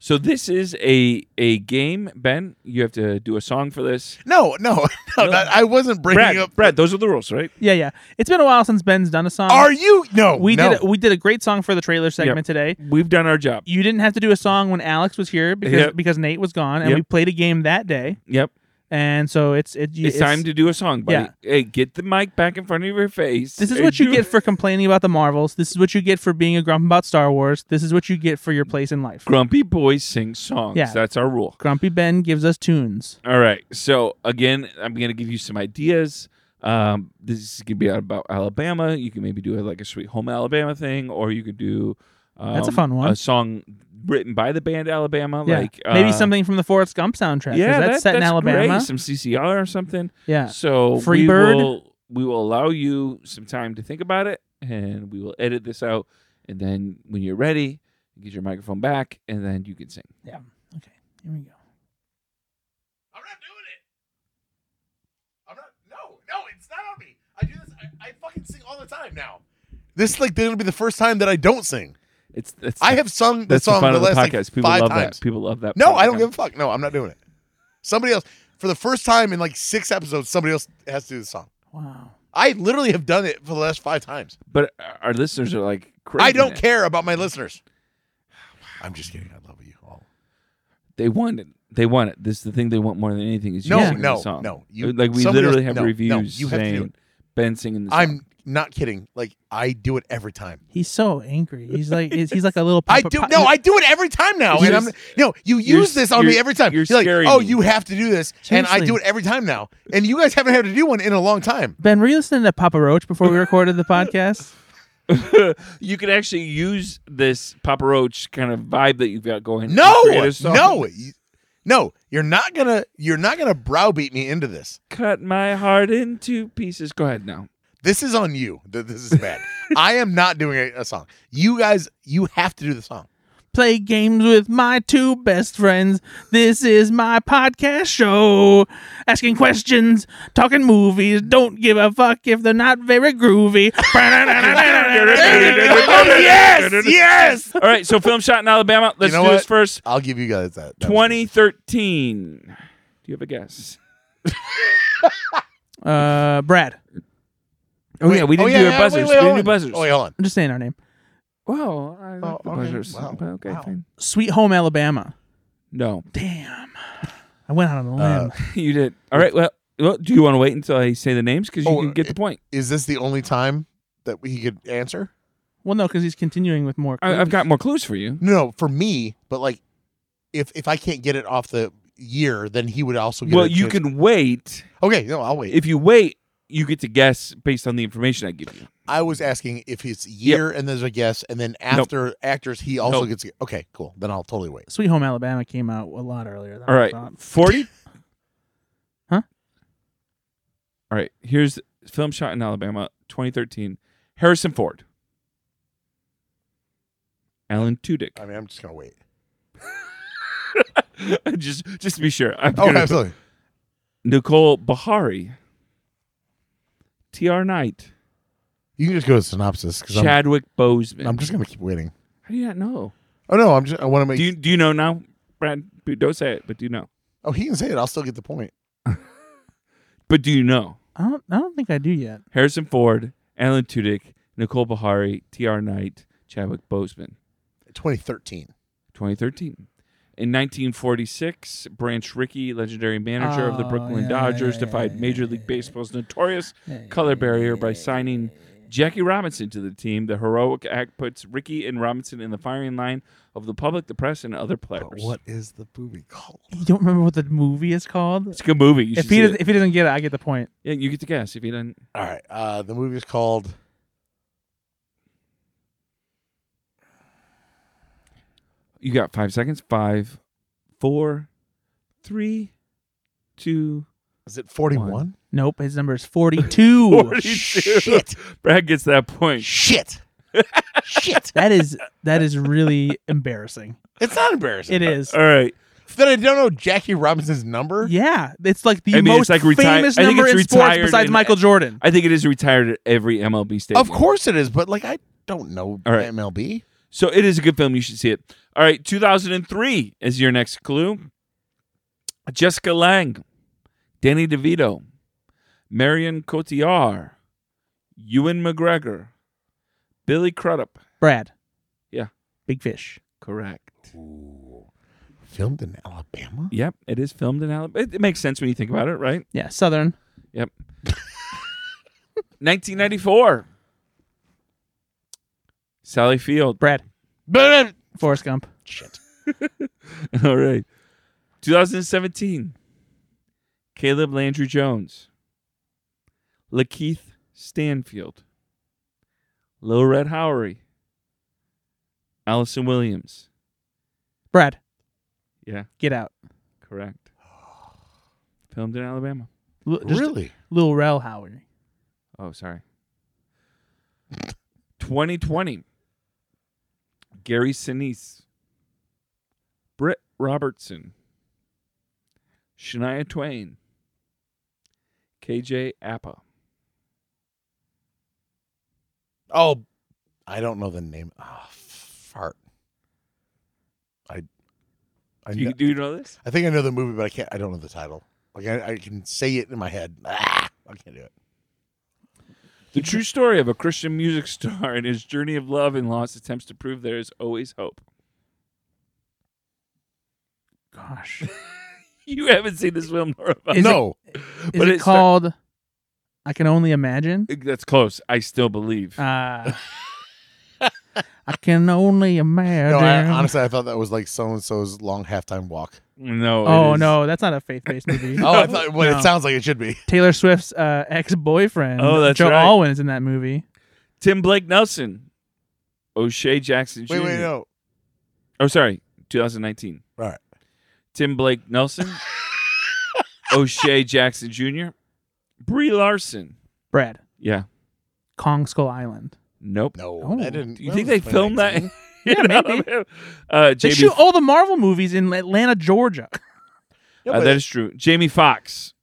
[SPEAKER 4] So this is a a game, Ben. You have to do a song for this.
[SPEAKER 2] No, no, no.
[SPEAKER 4] No.
[SPEAKER 2] that- I wasn't bringing
[SPEAKER 4] Brad,
[SPEAKER 2] up.
[SPEAKER 4] Brad, those are the rules, right?
[SPEAKER 3] Yeah, yeah. It's been a while since Ben's done a song.
[SPEAKER 2] Are you? No,
[SPEAKER 3] um, we
[SPEAKER 2] no.
[SPEAKER 3] did a, we did a great song for the trailer segment today.
[SPEAKER 4] We've done our job.
[SPEAKER 3] You didn't have to do a song when Alex was here because
[SPEAKER 4] Yep.
[SPEAKER 3] because Nate was gone, and
[SPEAKER 4] Yep.
[SPEAKER 3] we played a game that day.
[SPEAKER 4] Yep.
[SPEAKER 3] And so it's it,
[SPEAKER 4] It's, time to do a song, buddy.
[SPEAKER 3] Yeah.
[SPEAKER 4] Hey, get the mic back in front of your face.
[SPEAKER 3] This is
[SPEAKER 4] and
[SPEAKER 3] what you
[SPEAKER 4] do-
[SPEAKER 3] get for complaining about the Marvels. This is what you get for being a grump about Star Wars. This is what you get for your place in life.
[SPEAKER 4] Grumpy boys sing songs.
[SPEAKER 3] Yeah.
[SPEAKER 4] That's our rule.
[SPEAKER 3] Grumpy Ben gives us tunes.
[SPEAKER 4] All right. So again, I'm gonna give you some ideas. Um, this is gonna be about Alabama. You can maybe do like a sweet home Alabama thing, or you could do um,
[SPEAKER 3] That's a fun one.
[SPEAKER 4] A song written by the band Alabama,
[SPEAKER 3] Yeah.
[SPEAKER 4] like
[SPEAKER 3] Maybe
[SPEAKER 4] uh,
[SPEAKER 3] something from the Forrest Gump soundtrack. 'cause
[SPEAKER 4] Yeah,
[SPEAKER 3] that's
[SPEAKER 4] that-
[SPEAKER 3] set in
[SPEAKER 4] that's
[SPEAKER 3] Alabama.
[SPEAKER 4] Great. Some CCR or something.
[SPEAKER 3] Yeah.
[SPEAKER 4] So we
[SPEAKER 3] Freebird.
[SPEAKER 4] will we will allow you some time to think about it, and we will edit this out, and then when you're ready, get your microphone back, and then you can sing.
[SPEAKER 3] Okay. Here we go.
[SPEAKER 2] I'm not doing it. I'm not. No, no, it's not on me. I do this. I, I fucking sing all the time now. This like gonna be the first time that I don't sing.
[SPEAKER 4] It's, it's
[SPEAKER 2] I have sung the
[SPEAKER 4] that's
[SPEAKER 2] song
[SPEAKER 4] the fun of the
[SPEAKER 2] last like,
[SPEAKER 4] podcast. People
[SPEAKER 2] five
[SPEAKER 4] love
[SPEAKER 2] times.
[SPEAKER 4] that. People love that.
[SPEAKER 2] No,
[SPEAKER 4] part of
[SPEAKER 2] I
[SPEAKER 4] the
[SPEAKER 2] don't give a fuck. No, I'm not doing it. Somebody else for the first time in like six episodes, somebody else has to do the song.
[SPEAKER 3] Wow.
[SPEAKER 2] I literally have done it for the last five times.
[SPEAKER 4] But our listeners are like,
[SPEAKER 2] I
[SPEAKER 4] craving
[SPEAKER 2] don't
[SPEAKER 4] it.
[SPEAKER 2] care about my listeners. I'm just kidding. I love you all.
[SPEAKER 4] They want it. They want it. This is the thing they want more than anything is you
[SPEAKER 2] No,
[SPEAKER 4] singing
[SPEAKER 2] no,
[SPEAKER 4] the song.
[SPEAKER 2] no. You-
[SPEAKER 4] like we
[SPEAKER 2] somebody
[SPEAKER 4] literally
[SPEAKER 2] else-
[SPEAKER 4] have
[SPEAKER 2] no, no,
[SPEAKER 4] reviews
[SPEAKER 2] you have to do
[SPEAKER 4] saying
[SPEAKER 2] it.
[SPEAKER 4] Ben singing the song.
[SPEAKER 2] I'm not kidding. Like I do it every time.
[SPEAKER 3] He's so angry. He's like he's, he's like a little.
[SPEAKER 2] I
[SPEAKER 3] Papa
[SPEAKER 2] do
[SPEAKER 3] Pot-
[SPEAKER 2] no, I do it every time now, and
[SPEAKER 4] You're
[SPEAKER 2] I'm
[SPEAKER 4] s-
[SPEAKER 2] no. You
[SPEAKER 4] you're
[SPEAKER 2] use
[SPEAKER 4] s-
[SPEAKER 2] this on
[SPEAKER 4] you're-
[SPEAKER 2] me every time.
[SPEAKER 4] you're
[SPEAKER 2] like,
[SPEAKER 4] scaring
[SPEAKER 2] oh,
[SPEAKER 4] me."
[SPEAKER 2] you have to do this, and I do
[SPEAKER 3] Seriously.
[SPEAKER 2] it every time now, and you guys haven't had to do one in a long time.
[SPEAKER 3] Ben, were you listening to Papa Roach before we recorded the podcast?
[SPEAKER 4] you could actually use this Papa Roach kind of vibe that you've got going. to
[SPEAKER 2] No,
[SPEAKER 4] create a song.
[SPEAKER 2] no, You- no. You're not gonna. You're not gonna browbeat me into this.
[SPEAKER 4] cut my heart into pieces. Go ahead now.
[SPEAKER 2] This is on you. That this is bad. I am not doing a, a song. You guys, you have to do the song.
[SPEAKER 3] Play games with my two best friends. This is my podcast show. Asking questions, talking movies. Don't give a fuck if they're not very groovy.
[SPEAKER 2] Oh, yes, yes.
[SPEAKER 4] All right, so film shot in Alabama. Let's
[SPEAKER 2] know
[SPEAKER 4] do this
[SPEAKER 2] what?
[SPEAKER 4] first.
[SPEAKER 2] I'll give you guys that. That was-
[SPEAKER 4] 2013. Do you have a guess?
[SPEAKER 3] Uh, Brad,
[SPEAKER 4] Oh
[SPEAKER 2] Wait,
[SPEAKER 4] yeah, we
[SPEAKER 2] oh,
[SPEAKER 4] didn't
[SPEAKER 2] yeah,
[SPEAKER 4] do
[SPEAKER 2] yeah,
[SPEAKER 4] a buzzers.
[SPEAKER 2] wait,
[SPEAKER 4] we
[SPEAKER 2] wait,
[SPEAKER 4] didn't
[SPEAKER 2] hold
[SPEAKER 4] do
[SPEAKER 2] on.
[SPEAKER 4] buzzers.
[SPEAKER 2] Oh, wait, hold on.
[SPEAKER 3] I'm just saying our name.
[SPEAKER 4] Well, I like
[SPEAKER 2] Oh,
[SPEAKER 4] the
[SPEAKER 2] okay.
[SPEAKER 4] buzzers.
[SPEAKER 2] Wow.
[SPEAKER 4] But okay,
[SPEAKER 2] Wow.
[SPEAKER 4] fine.
[SPEAKER 3] Sweet Home Alabama.
[SPEAKER 4] No,
[SPEAKER 3] Damn, Uh, I went out on a limb.
[SPEAKER 4] you did. All right. Well, well, do you want to wait until I say the names because you
[SPEAKER 2] Oh,
[SPEAKER 4] can get the point?
[SPEAKER 2] Is this the only time that we could answer?
[SPEAKER 3] well, no, because he's continuing with more.
[SPEAKER 4] I, I've
[SPEAKER 3] clues.
[SPEAKER 4] got more clues for you.
[SPEAKER 2] No, no, for me, but like, if if I can't get it off the year, then he would also. get
[SPEAKER 4] Well,
[SPEAKER 2] a
[SPEAKER 4] you
[SPEAKER 2] chance-
[SPEAKER 4] can wait.
[SPEAKER 2] Okay, no, I'll wait.
[SPEAKER 4] If you wait, you get to guess based on the information I give you.
[SPEAKER 2] I was asking if it's year and there's a guess, and then after actors, he also
[SPEAKER 4] Nope.
[SPEAKER 2] gets. Okay, cool. Then I'll totally wait.
[SPEAKER 3] Sweet Home Alabama came out a lot earlier. Than
[SPEAKER 4] All
[SPEAKER 3] I
[SPEAKER 4] right,
[SPEAKER 3] thought.
[SPEAKER 4] forty.
[SPEAKER 3] Huh?
[SPEAKER 4] All right. Here's film shot in Alabama, 2013. Harrison Ford. Alan Tudyk.
[SPEAKER 2] I mean, I'm just gonna wait.
[SPEAKER 4] just, just to be sure. I'm
[SPEAKER 2] Oh,
[SPEAKER 4] gonna-
[SPEAKER 2] absolutely.
[SPEAKER 4] Nicole Bahari, T.R. Knight,
[SPEAKER 2] You can just go to synopsis because I'm,
[SPEAKER 4] Chadwick Boseman.
[SPEAKER 2] I'm just gonna keep waiting.
[SPEAKER 4] How do you not know?
[SPEAKER 2] Oh no, I'm just. I want to make.
[SPEAKER 4] Do you do you know now, Brad? Don't say it, but do you know?
[SPEAKER 2] oh, he can say it. I'll still get the point.
[SPEAKER 4] But do you know?
[SPEAKER 3] I don't. I don't think I do yet.
[SPEAKER 4] Harrison Ford, Alan Tudyk, Nicole Bahari, T.R. Knight, Chadwick Boseman.
[SPEAKER 2] 2013.
[SPEAKER 4] 2013. In 1946, Branch Rickey, legendary manager of the
[SPEAKER 3] Oh,
[SPEAKER 4] Brooklyn
[SPEAKER 3] yeah,
[SPEAKER 4] Dodgers,
[SPEAKER 3] yeah, yeah,
[SPEAKER 4] defied
[SPEAKER 3] yeah,
[SPEAKER 4] Major
[SPEAKER 3] yeah,
[SPEAKER 4] League
[SPEAKER 3] yeah.
[SPEAKER 4] Baseball's notorious color barrier by signing Jackie Robinson to the team. The heroic act puts Rickey and Robinson in the firing line of the public, the press, and other
[SPEAKER 2] But
[SPEAKER 4] players.
[SPEAKER 2] what is the movie called?
[SPEAKER 3] You don't remember what the movie is called?
[SPEAKER 4] It's a good movie. You should
[SPEAKER 3] If he
[SPEAKER 4] see
[SPEAKER 3] doesn't,
[SPEAKER 4] it.
[SPEAKER 3] if he doesn't get it, I get the point.
[SPEAKER 4] Yeah, you get to guess if you didn't.
[SPEAKER 2] All right. Uh, the movie is called.
[SPEAKER 4] You got five seconds. Five, four, three, two.
[SPEAKER 2] Is it 41?
[SPEAKER 4] One.
[SPEAKER 3] Nope, his number is forty-two.
[SPEAKER 4] 42.
[SPEAKER 2] Shit.
[SPEAKER 4] Brad gets that point.
[SPEAKER 2] Shit. Shit.
[SPEAKER 3] that is that is really embarrassing.
[SPEAKER 2] It's not embarrassing.
[SPEAKER 3] It is.
[SPEAKER 4] All right.
[SPEAKER 2] That I don't know Jackie Robinson's number.
[SPEAKER 3] Yeah, it's like the
[SPEAKER 4] I mean,
[SPEAKER 3] most
[SPEAKER 4] it's like reti-
[SPEAKER 3] famous
[SPEAKER 4] I think
[SPEAKER 3] number
[SPEAKER 4] it's
[SPEAKER 3] in sports
[SPEAKER 4] retired
[SPEAKER 3] besides
[SPEAKER 4] in-
[SPEAKER 3] Michael Jordan.
[SPEAKER 4] I think it is retired at every MLB stadium.
[SPEAKER 2] Of course it is, but like I don't know
[SPEAKER 4] All right.
[SPEAKER 2] MLB.
[SPEAKER 4] So it is a good film. You should see it. All right, 2003 is your next clue. Jessica Lange, Danny DeVito, Marion Cotillard, Ewan McGregor, Billy Crudup.
[SPEAKER 3] Brad.
[SPEAKER 4] Yeah.
[SPEAKER 3] Big fish.
[SPEAKER 4] Correct.
[SPEAKER 2] Filmed in Alabama?
[SPEAKER 4] Yep, it is filmed in Alabama. It, it makes sense when you think about it, right?
[SPEAKER 3] Yeah. Southern.
[SPEAKER 4] 1994. Sally Field.
[SPEAKER 3] Brad. Forrest Gump.
[SPEAKER 2] Shit.
[SPEAKER 4] All right. 2017. Caleb Landry Jones. Lakeith Stanfield. Lil Red Howery. Allison Williams.
[SPEAKER 3] Brad.
[SPEAKER 4] Yeah.
[SPEAKER 3] Get out.
[SPEAKER 4] Correct. Filmed in Alabama.
[SPEAKER 3] L- just
[SPEAKER 2] really?
[SPEAKER 3] Lil Rel Howard.
[SPEAKER 4] Oh, sorry. 2020. Gary Sinise. Britt Robertson. Shania Twain. KJ Appa.
[SPEAKER 2] Oh, I don't know the name. Ah, fart. I, I,
[SPEAKER 4] Do you,
[SPEAKER 2] kn-
[SPEAKER 4] do you know this?
[SPEAKER 2] I think I know the movie, but I can't. I don't know the title. Like I, I can say it in my head. Ah, I can't do it.
[SPEAKER 4] The true story of a Christian music star and his journey of love and loss attempts to prove there is always hope.
[SPEAKER 3] Gosh.
[SPEAKER 4] You haven't seen this film, nor have I.
[SPEAKER 3] Is it-
[SPEAKER 2] no,
[SPEAKER 3] Is it
[SPEAKER 4] But it's the-
[SPEAKER 3] called I Can Only Imagine?
[SPEAKER 4] That's close. I still believe.
[SPEAKER 3] Uh, I can only imagine.
[SPEAKER 2] no. I, honestly, I thought that was like so and so's long halftime walk.
[SPEAKER 4] no. it
[SPEAKER 3] oh
[SPEAKER 4] is-
[SPEAKER 3] no, that's not a faith-based movie.
[SPEAKER 2] Oh, I thought. Well,
[SPEAKER 3] No.
[SPEAKER 2] it sounds like it should be.
[SPEAKER 3] Taylor Swift's uh, ex-boyfriend,
[SPEAKER 4] Oh, that's
[SPEAKER 3] Joe
[SPEAKER 4] right.
[SPEAKER 3] Alwyn, is in that movie.
[SPEAKER 4] Tim Blake Nelson. O'Shea Jackson Jr.
[SPEAKER 2] Wait, wait, no.
[SPEAKER 4] Oh, sorry, 2019.
[SPEAKER 2] All right.
[SPEAKER 4] Tim Blake Nelson, O'Shea Jackson Jr., Brie Larson.
[SPEAKER 3] Brad,
[SPEAKER 4] Yeah.
[SPEAKER 3] Kong Skull Island.
[SPEAKER 4] Nope.
[SPEAKER 2] No,
[SPEAKER 3] Oh,
[SPEAKER 2] I didn't.
[SPEAKER 4] Do you
[SPEAKER 2] that
[SPEAKER 4] think
[SPEAKER 2] was
[SPEAKER 4] they filmed that?
[SPEAKER 2] 2019.
[SPEAKER 3] Yeah,
[SPEAKER 4] in
[SPEAKER 3] maybe.
[SPEAKER 4] Alabama? Uh,
[SPEAKER 3] They
[SPEAKER 4] Jamie,
[SPEAKER 3] shoot all the Marvel movies in Atlanta, Georgia.
[SPEAKER 2] No,
[SPEAKER 4] uh,
[SPEAKER 2] but
[SPEAKER 4] that is true. Jamie Foxx,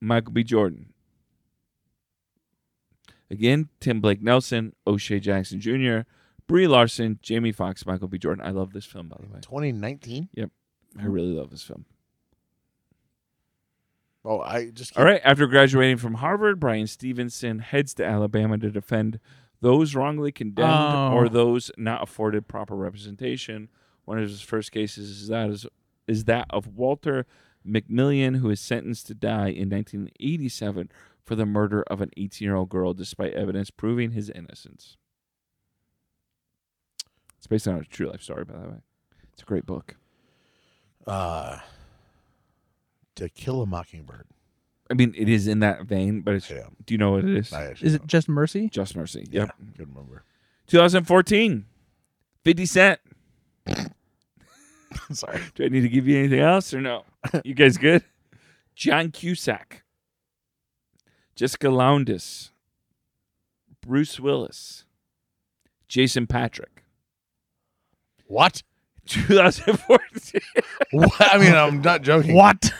[SPEAKER 4] Michael B. Jordan. Again, Tim Blake Nelson, O'Shea Jackson Jr., Brie Larson, Jamie Foxx, Michael B. Jordan. I love this film, by the way.
[SPEAKER 2] 2019.
[SPEAKER 4] I really love this film.
[SPEAKER 2] Oh, I just.
[SPEAKER 4] All right. After graduating from Harvard, Brian Stevenson heads to Alabama to defend those wrongly condemned
[SPEAKER 3] Oh.
[SPEAKER 4] or those not afforded proper representation. One of his first cases is that is, is that of Walter McMillian, who is sentenced to die in 1987 for the murder of an 18 year old girl, despite evidence proving his innocence. It's based on a true life story, by the way. It's a great book.
[SPEAKER 2] Uh, to Kill a Mockingbird.
[SPEAKER 4] I mean, it is in that vein, but it's.
[SPEAKER 2] Yeah,
[SPEAKER 4] Do you know what it is?
[SPEAKER 2] I actually
[SPEAKER 3] Is it just Mercy?
[SPEAKER 4] Just Mercy.
[SPEAKER 2] Yeah.
[SPEAKER 4] Yep.
[SPEAKER 2] could remember.
[SPEAKER 4] 2014. 50 Cent.
[SPEAKER 2] I'm sorry.
[SPEAKER 4] Do I need to give you anything else or no? You guys good? John Cusack. Jessica Lowndes. Bruce Willis. Jason Patrick.
[SPEAKER 2] What?
[SPEAKER 4] 2014.
[SPEAKER 2] what? I mean, I'm not joking.
[SPEAKER 3] What?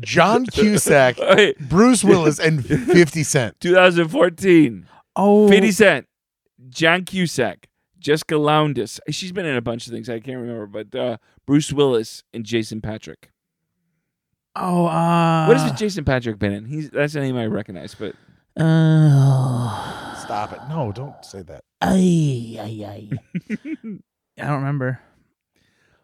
[SPEAKER 2] John Cusack,
[SPEAKER 4] Wait,
[SPEAKER 2] Bruce Willis, and 50 Cent.
[SPEAKER 4] 2014.
[SPEAKER 3] Oh,
[SPEAKER 4] 50 Cent. John Cusack. Jessica Lowndes. She's been in a bunch of things I can't remember, but uh, Bruce Willis and Jason Patrick.
[SPEAKER 3] oh, uh,
[SPEAKER 4] what has Jason Patrick been in? He's that's a name I recognize, but
[SPEAKER 3] Uh,
[SPEAKER 2] Stop it. No, don't say that.
[SPEAKER 3] Ay, ay, ay. I don't remember.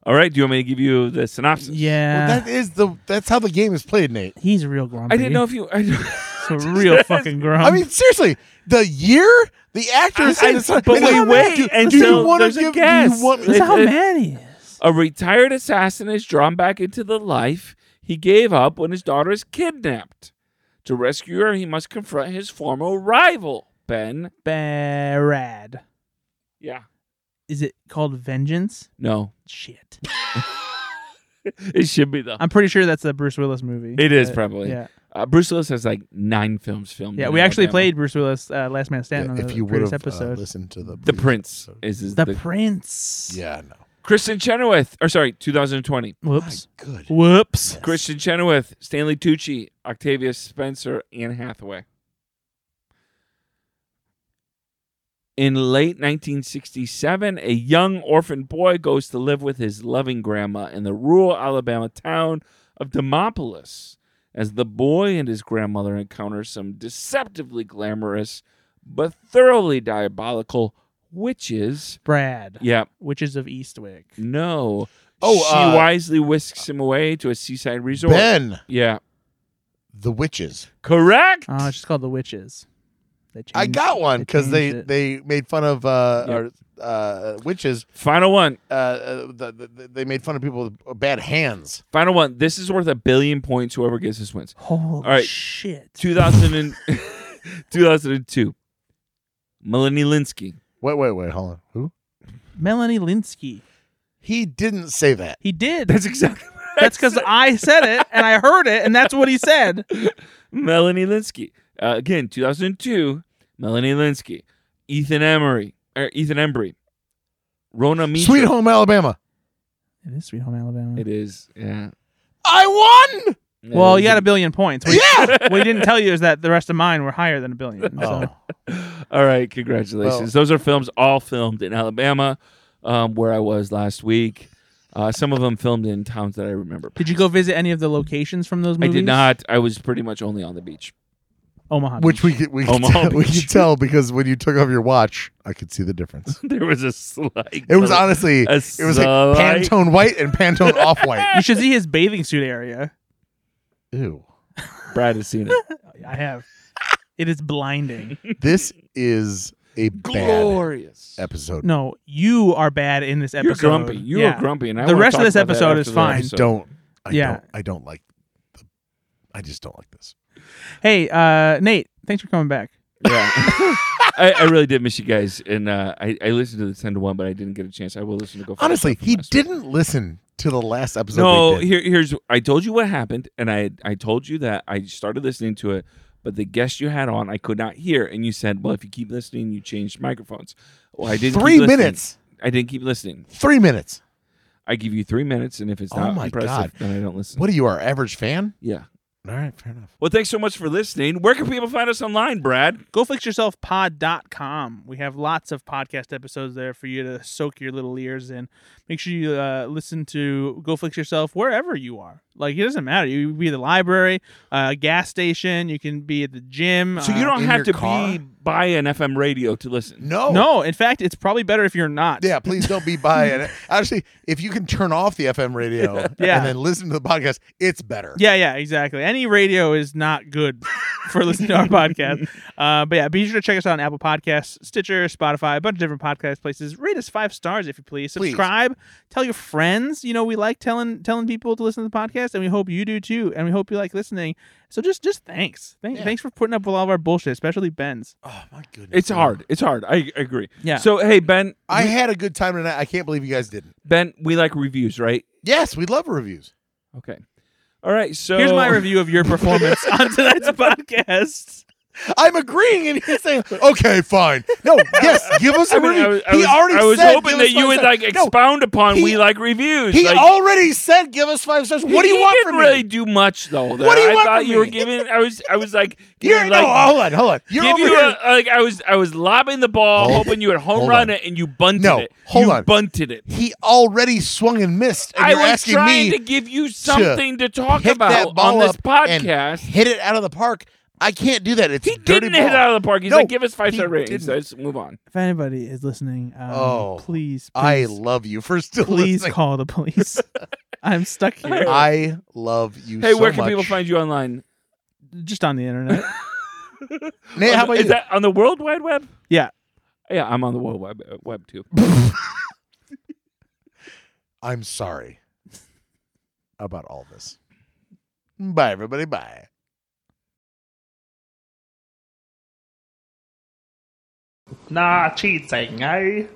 [SPEAKER 4] All right. Do you want me to give you the synopsis?
[SPEAKER 3] Yeah,
[SPEAKER 2] Well, that is the that's how the game is played, Nate.
[SPEAKER 3] he's real grumpy.
[SPEAKER 4] I didn't know if you. I,
[SPEAKER 3] So real fucking grumpy.
[SPEAKER 2] I mean, seriously, the year, the actor
[SPEAKER 4] I-
[SPEAKER 2] is saying
[SPEAKER 4] I-
[SPEAKER 2] it's not-
[SPEAKER 4] but
[SPEAKER 2] and they
[SPEAKER 4] we wait
[SPEAKER 2] do,
[SPEAKER 4] until
[SPEAKER 2] do you wanna
[SPEAKER 4] there's a
[SPEAKER 2] give, Do
[SPEAKER 4] guess.
[SPEAKER 2] you want,
[SPEAKER 3] that's how
[SPEAKER 4] it-
[SPEAKER 3] mad he is.
[SPEAKER 4] a retired assassin is drawn back into the life he gave up when his daughter is kidnapped. To rescue her, he must confront his former rival, Ben.
[SPEAKER 3] Brad.
[SPEAKER 4] Yeah.
[SPEAKER 3] Is it called Vengeance?
[SPEAKER 4] No.
[SPEAKER 3] Shit.
[SPEAKER 4] It should be though.
[SPEAKER 3] I'm pretty sure that's the Bruce Willis movie.
[SPEAKER 4] It is
[SPEAKER 3] Uh,
[SPEAKER 4] probably.
[SPEAKER 3] Yeah.
[SPEAKER 2] Mm-hmm.
[SPEAKER 4] Uh, Bruce Willis has like nine films filmed.
[SPEAKER 3] Yeah,
[SPEAKER 4] in
[SPEAKER 3] we actually
[SPEAKER 4] Alabama.
[SPEAKER 3] played Bruce Willis uh, Last Man Standing on
[SPEAKER 2] if
[SPEAKER 3] the
[SPEAKER 2] you would
[SPEAKER 3] previous
[SPEAKER 2] have
[SPEAKER 3] episode.
[SPEAKER 2] listened to the
[SPEAKER 4] The Prince. Is, is
[SPEAKER 3] the
[SPEAKER 4] the,
[SPEAKER 3] Prince.
[SPEAKER 2] Yeah, no.
[SPEAKER 4] Kristen Chenoweth? Or sorry, 2020.
[SPEAKER 3] Whoops.
[SPEAKER 2] My good.
[SPEAKER 3] Whoops.
[SPEAKER 4] Kristen Chenoweth, Stanley Tucci, Octavia Spencer, Anne Hathaway. In late 1967, a young orphan boy goes to live with his loving grandma in the rural Alabama town of Demopolis as the boy and his grandmother encounter some deceptively glamorous but thoroughly diabolical witches.
[SPEAKER 3] Brad,
[SPEAKER 4] Yeah,
[SPEAKER 3] Witches of Eastwick.
[SPEAKER 4] no.
[SPEAKER 2] Oh,
[SPEAKER 4] she
[SPEAKER 2] uh,
[SPEAKER 4] wisely whisks him away to a seaside resort.
[SPEAKER 2] Ben,
[SPEAKER 4] Yeah,
[SPEAKER 2] the witches.
[SPEAKER 4] correct.
[SPEAKER 3] Oh, it's just called the Witches. They
[SPEAKER 2] I
[SPEAKER 3] changed-
[SPEAKER 2] got one because they
[SPEAKER 3] changed it.
[SPEAKER 2] they made fun of uh,
[SPEAKER 4] Yeah.
[SPEAKER 2] or, uh witches.
[SPEAKER 4] Final one.
[SPEAKER 2] Uh, uh, the, the, the- they made fun of people with uh, bad hands.
[SPEAKER 4] Final one. This is worth a billion points. Whoever gets this wins.
[SPEAKER 3] Holy
[SPEAKER 4] right.
[SPEAKER 3] shit!
[SPEAKER 4] 2000 and 2002. Melanie Linsky.
[SPEAKER 2] Wait, wait, wait. Hold on. Who?
[SPEAKER 3] Melanie Linsky.
[SPEAKER 2] He didn't say that.
[SPEAKER 3] He did.
[SPEAKER 4] That's exactly. what I
[SPEAKER 3] That's because
[SPEAKER 4] said.
[SPEAKER 3] I said it and I heard it, and that's what he said.
[SPEAKER 4] Melanie Linsky. Uh, again, 2002. Melanie Linsky. Ethan Emery. Or Ethan Embry. Rona Mitra.
[SPEAKER 2] Sweet Home Alabama.
[SPEAKER 3] It is Sweet Home Alabama.
[SPEAKER 4] It is. Yeah.
[SPEAKER 2] I won.
[SPEAKER 3] Well,
[SPEAKER 4] It
[SPEAKER 3] you
[SPEAKER 4] is.
[SPEAKER 3] got a billion points. We,
[SPEAKER 2] Yeah.
[SPEAKER 3] what he didn't tell you is that the rest of mine were higher than a billion.
[SPEAKER 2] Oh.
[SPEAKER 3] So.
[SPEAKER 4] All right, congratulations. Those are films all filmed in Alabama, um, where I was last week. Uh, some of them filmed in towns that I remember.
[SPEAKER 3] Did you go visit any of the locations from those
[SPEAKER 4] I
[SPEAKER 3] movies?
[SPEAKER 4] did not. I was pretty much only on the beach.
[SPEAKER 3] Omaha.
[SPEAKER 2] Which we could, we could
[SPEAKER 4] Omaha
[SPEAKER 2] tell, we
[SPEAKER 4] Beach.
[SPEAKER 2] could tell because when you took off your watch, I could see the difference.
[SPEAKER 4] There was a slight.
[SPEAKER 2] It was honestly, it
[SPEAKER 4] A
[SPEAKER 2] was like
[SPEAKER 4] slight-
[SPEAKER 2] Pantone white and Pantone off white.
[SPEAKER 3] You should see his bathing suit area.
[SPEAKER 2] Ew.
[SPEAKER 4] Brad has seen it.
[SPEAKER 3] Oh, I have. It is blinding.
[SPEAKER 2] This is a bad
[SPEAKER 4] Glorious.
[SPEAKER 2] episode.
[SPEAKER 3] No, you are bad in this
[SPEAKER 4] You're
[SPEAKER 3] episode.
[SPEAKER 4] grumpy. You
[SPEAKER 3] yeah.
[SPEAKER 4] are grumpy, and I
[SPEAKER 3] The
[SPEAKER 4] wanna
[SPEAKER 3] rest of
[SPEAKER 4] talk
[SPEAKER 3] this
[SPEAKER 4] about that
[SPEAKER 3] episode
[SPEAKER 4] after
[SPEAKER 3] is
[SPEAKER 4] the
[SPEAKER 3] fine.
[SPEAKER 2] I
[SPEAKER 4] episode.
[SPEAKER 2] don't. I
[SPEAKER 3] Yeah.
[SPEAKER 2] don't. I don't like. The, I just don't like this.
[SPEAKER 3] Hey, uh, Nate, thanks for coming back.
[SPEAKER 4] Yeah. I, I really did miss you guys, and uh, I, I listened to the ten to one, but I didn't get a chance. I will listen to go. Fast
[SPEAKER 2] Honestly,
[SPEAKER 4] Stuff from
[SPEAKER 2] he
[SPEAKER 4] last week.
[SPEAKER 2] didn't listen to the last episode.
[SPEAKER 4] No,
[SPEAKER 2] they did.
[SPEAKER 4] here, here's I told you what happened, and I I told you that I started listening to it, but the guest you had on I could not hear, and you said, "Well, if you keep listening, you changed microphones." Well, I didn't.
[SPEAKER 2] three
[SPEAKER 4] keep listening.
[SPEAKER 2] minutes.
[SPEAKER 4] I didn't keep listening.
[SPEAKER 2] Three minutes.
[SPEAKER 4] I give you three minutes, and if it's
[SPEAKER 2] Oh
[SPEAKER 4] not
[SPEAKER 2] my
[SPEAKER 4] impressive,
[SPEAKER 2] God.
[SPEAKER 4] then I don't listen.
[SPEAKER 2] What are you, our average fan?
[SPEAKER 4] Yeah.
[SPEAKER 2] All right, fair enough.
[SPEAKER 4] Well, thanks so much for listening. Where can people find us online, Brad?
[SPEAKER 3] GoFixYourselfPod.com. We have lots of podcast episodes there for you to soak your little ears in. Make sure you uh, listen to Go Fix Yourself wherever you are. Like, it doesn't matter. You can be at the library, uh, gas station, you can be at the gym.
[SPEAKER 4] So
[SPEAKER 3] uh,
[SPEAKER 4] you don't
[SPEAKER 2] in
[SPEAKER 4] have
[SPEAKER 2] your
[SPEAKER 4] to
[SPEAKER 2] car?
[SPEAKER 4] be by an FM radio to listen.
[SPEAKER 2] No.
[SPEAKER 3] No, in fact, it's probably better if you're not.
[SPEAKER 2] Yeah, please don't be by. And actually, if you can turn off the FM radio
[SPEAKER 3] Yeah.
[SPEAKER 2] and then listen to the podcast, it's better.
[SPEAKER 3] Yeah, yeah, exactly. Any radio is not good for listening to our podcast. Uh, but yeah, be sure to check us out on Apple Podcasts, Stitcher, Spotify, a bunch of different podcast places. Rate us five stars if you please.
[SPEAKER 2] Please.
[SPEAKER 3] Subscribe. Tell your friends. You know, we like telling telling people to listen to the podcast, and we hope you do too. And we hope you like listening. So just just thanks. Thank,
[SPEAKER 2] Yeah.
[SPEAKER 3] Thanks for putting up with all of our bullshit, especially Ben's.
[SPEAKER 2] Oh my goodness.
[SPEAKER 4] It's hard. It's hard. I, I agree.
[SPEAKER 3] Yeah.
[SPEAKER 4] So hey, Ben,
[SPEAKER 2] I had a good time tonight. I can't believe you guys didn't.
[SPEAKER 4] Ben, we like reviews, right?
[SPEAKER 2] Yes, we love reviews.
[SPEAKER 4] Okay. All right. So
[SPEAKER 3] Here's my review of your performance on tonight's podcast.
[SPEAKER 2] I'm agreeing, and he's saying, "Okay, fine." No, yes, give us a
[SPEAKER 4] I mean,
[SPEAKER 2] review.
[SPEAKER 4] I was, I
[SPEAKER 2] he
[SPEAKER 4] was-
[SPEAKER 2] already.
[SPEAKER 4] I was
[SPEAKER 2] said,
[SPEAKER 4] hoping
[SPEAKER 2] give
[SPEAKER 4] that
[SPEAKER 2] us
[SPEAKER 4] you
[SPEAKER 2] five
[SPEAKER 4] would
[SPEAKER 2] stars.
[SPEAKER 4] like expound upon
[SPEAKER 2] he-
[SPEAKER 4] we like reviews.
[SPEAKER 2] No, he
[SPEAKER 4] like,
[SPEAKER 2] already said, "Give us five stars." What do you
[SPEAKER 4] he
[SPEAKER 2] want
[SPEAKER 4] didn't
[SPEAKER 2] from
[SPEAKER 4] really
[SPEAKER 2] me?
[SPEAKER 4] do much though.
[SPEAKER 2] What do you
[SPEAKER 4] I
[SPEAKER 2] want
[SPEAKER 4] thought
[SPEAKER 2] from
[SPEAKER 4] you were
[SPEAKER 2] me?
[SPEAKER 4] giving. I was. I was like.
[SPEAKER 2] You're
[SPEAKER 4] giving,
[SPEAKER 2] no.
[SPEAKER 4] like,
[SPEAKER 2] Hold on, hold on. You're
[SPEAKER 4] Give
[SPEAKER 2] over
[SPEAKER 4] you
[SPEAKER 2] here.
[SPEAKER 4] a, uh, like I was, I was lobbing the ball,
[SPEAKER 2] Hold-
[SPEAKER 4] hoping you would home
[SPEAKER 2] hold on.
[SPEAKER 4] run it, and you bunted
[SPEAKER 2] No,
[SPEAKER 4] it.
[SPEAKER 2] hold
[SPEAKER 4] you
[SPEAKER 2] on.
[SPEAKER 4] bunted it.
[SPEAKER 2] he already swung and missed, and
[SPEAKER 4] I
[SPEAKER 2] you're
[SPEAKER 4] was
[SPEAKER 2] asking
[SPEAKER 4] trying
[SPEAKER 2] me
[SPEAKER 4] to give you something to, talk
[SPEAKER 2] pick
[SPEAKER 4] about
[SPEAKER 2] that ball
[SPEAKER 4] on this
[SPEAKER 2] up and
[SPEAKER 4] podcast.
[SPEAKER 2] hit it out of the park. I can't do that. It's
[SPEAKER 4] He
[SPEAKER 2] a dirty
[SPEAKER 4] didn't hit
[SPEAKER 2] ball.
[SPEAKER 4] out of the park. He's
[SPEAKER 2] No,
[SPEAKER 4] like, give us five
[SPEAKER 2] he
[SPEAKER 4] star ratings.
[SPEAKER 2] didn't.
[SPEAKER 4] Let's move on.
[SPEAKER 3] If anybody is listening, um,
[SPEAKER 2] Oh,
[SPEAKER 3] please, please,
[SPEAKER 2] I love you for still
[SPEAKER 3] please
[SPEAKER 2] listening.
[SPEAKER 3] call the police. I'm stuck here.
[SPEAKER 2] I love you.
[SPEAKER 4] Hey,
[SPEAKER 2] so
[SPEAKER 4] where can people
[SPEAKER 2] much.
[SPEAKER 4] find you online?
[SPEAKER 3] just on the internet.
[SPEAKER 2] Nate, how
[SPEAKER 4] On the-
[SPEAKER 2] about
[SPEAKER 4] is
[SPEAKER 2] you?
[SPEAKER 4] that on the World Wide Web?
[SPEAKER 3] Yeah.
[SPEAKER 4] Yeah, I'm on the World Web uh, Web too.
[SPEAKER 2] I'm sorry about all this. Bye, everybody. Bye.
[SPEAKER 1] Nah, cheating, eh?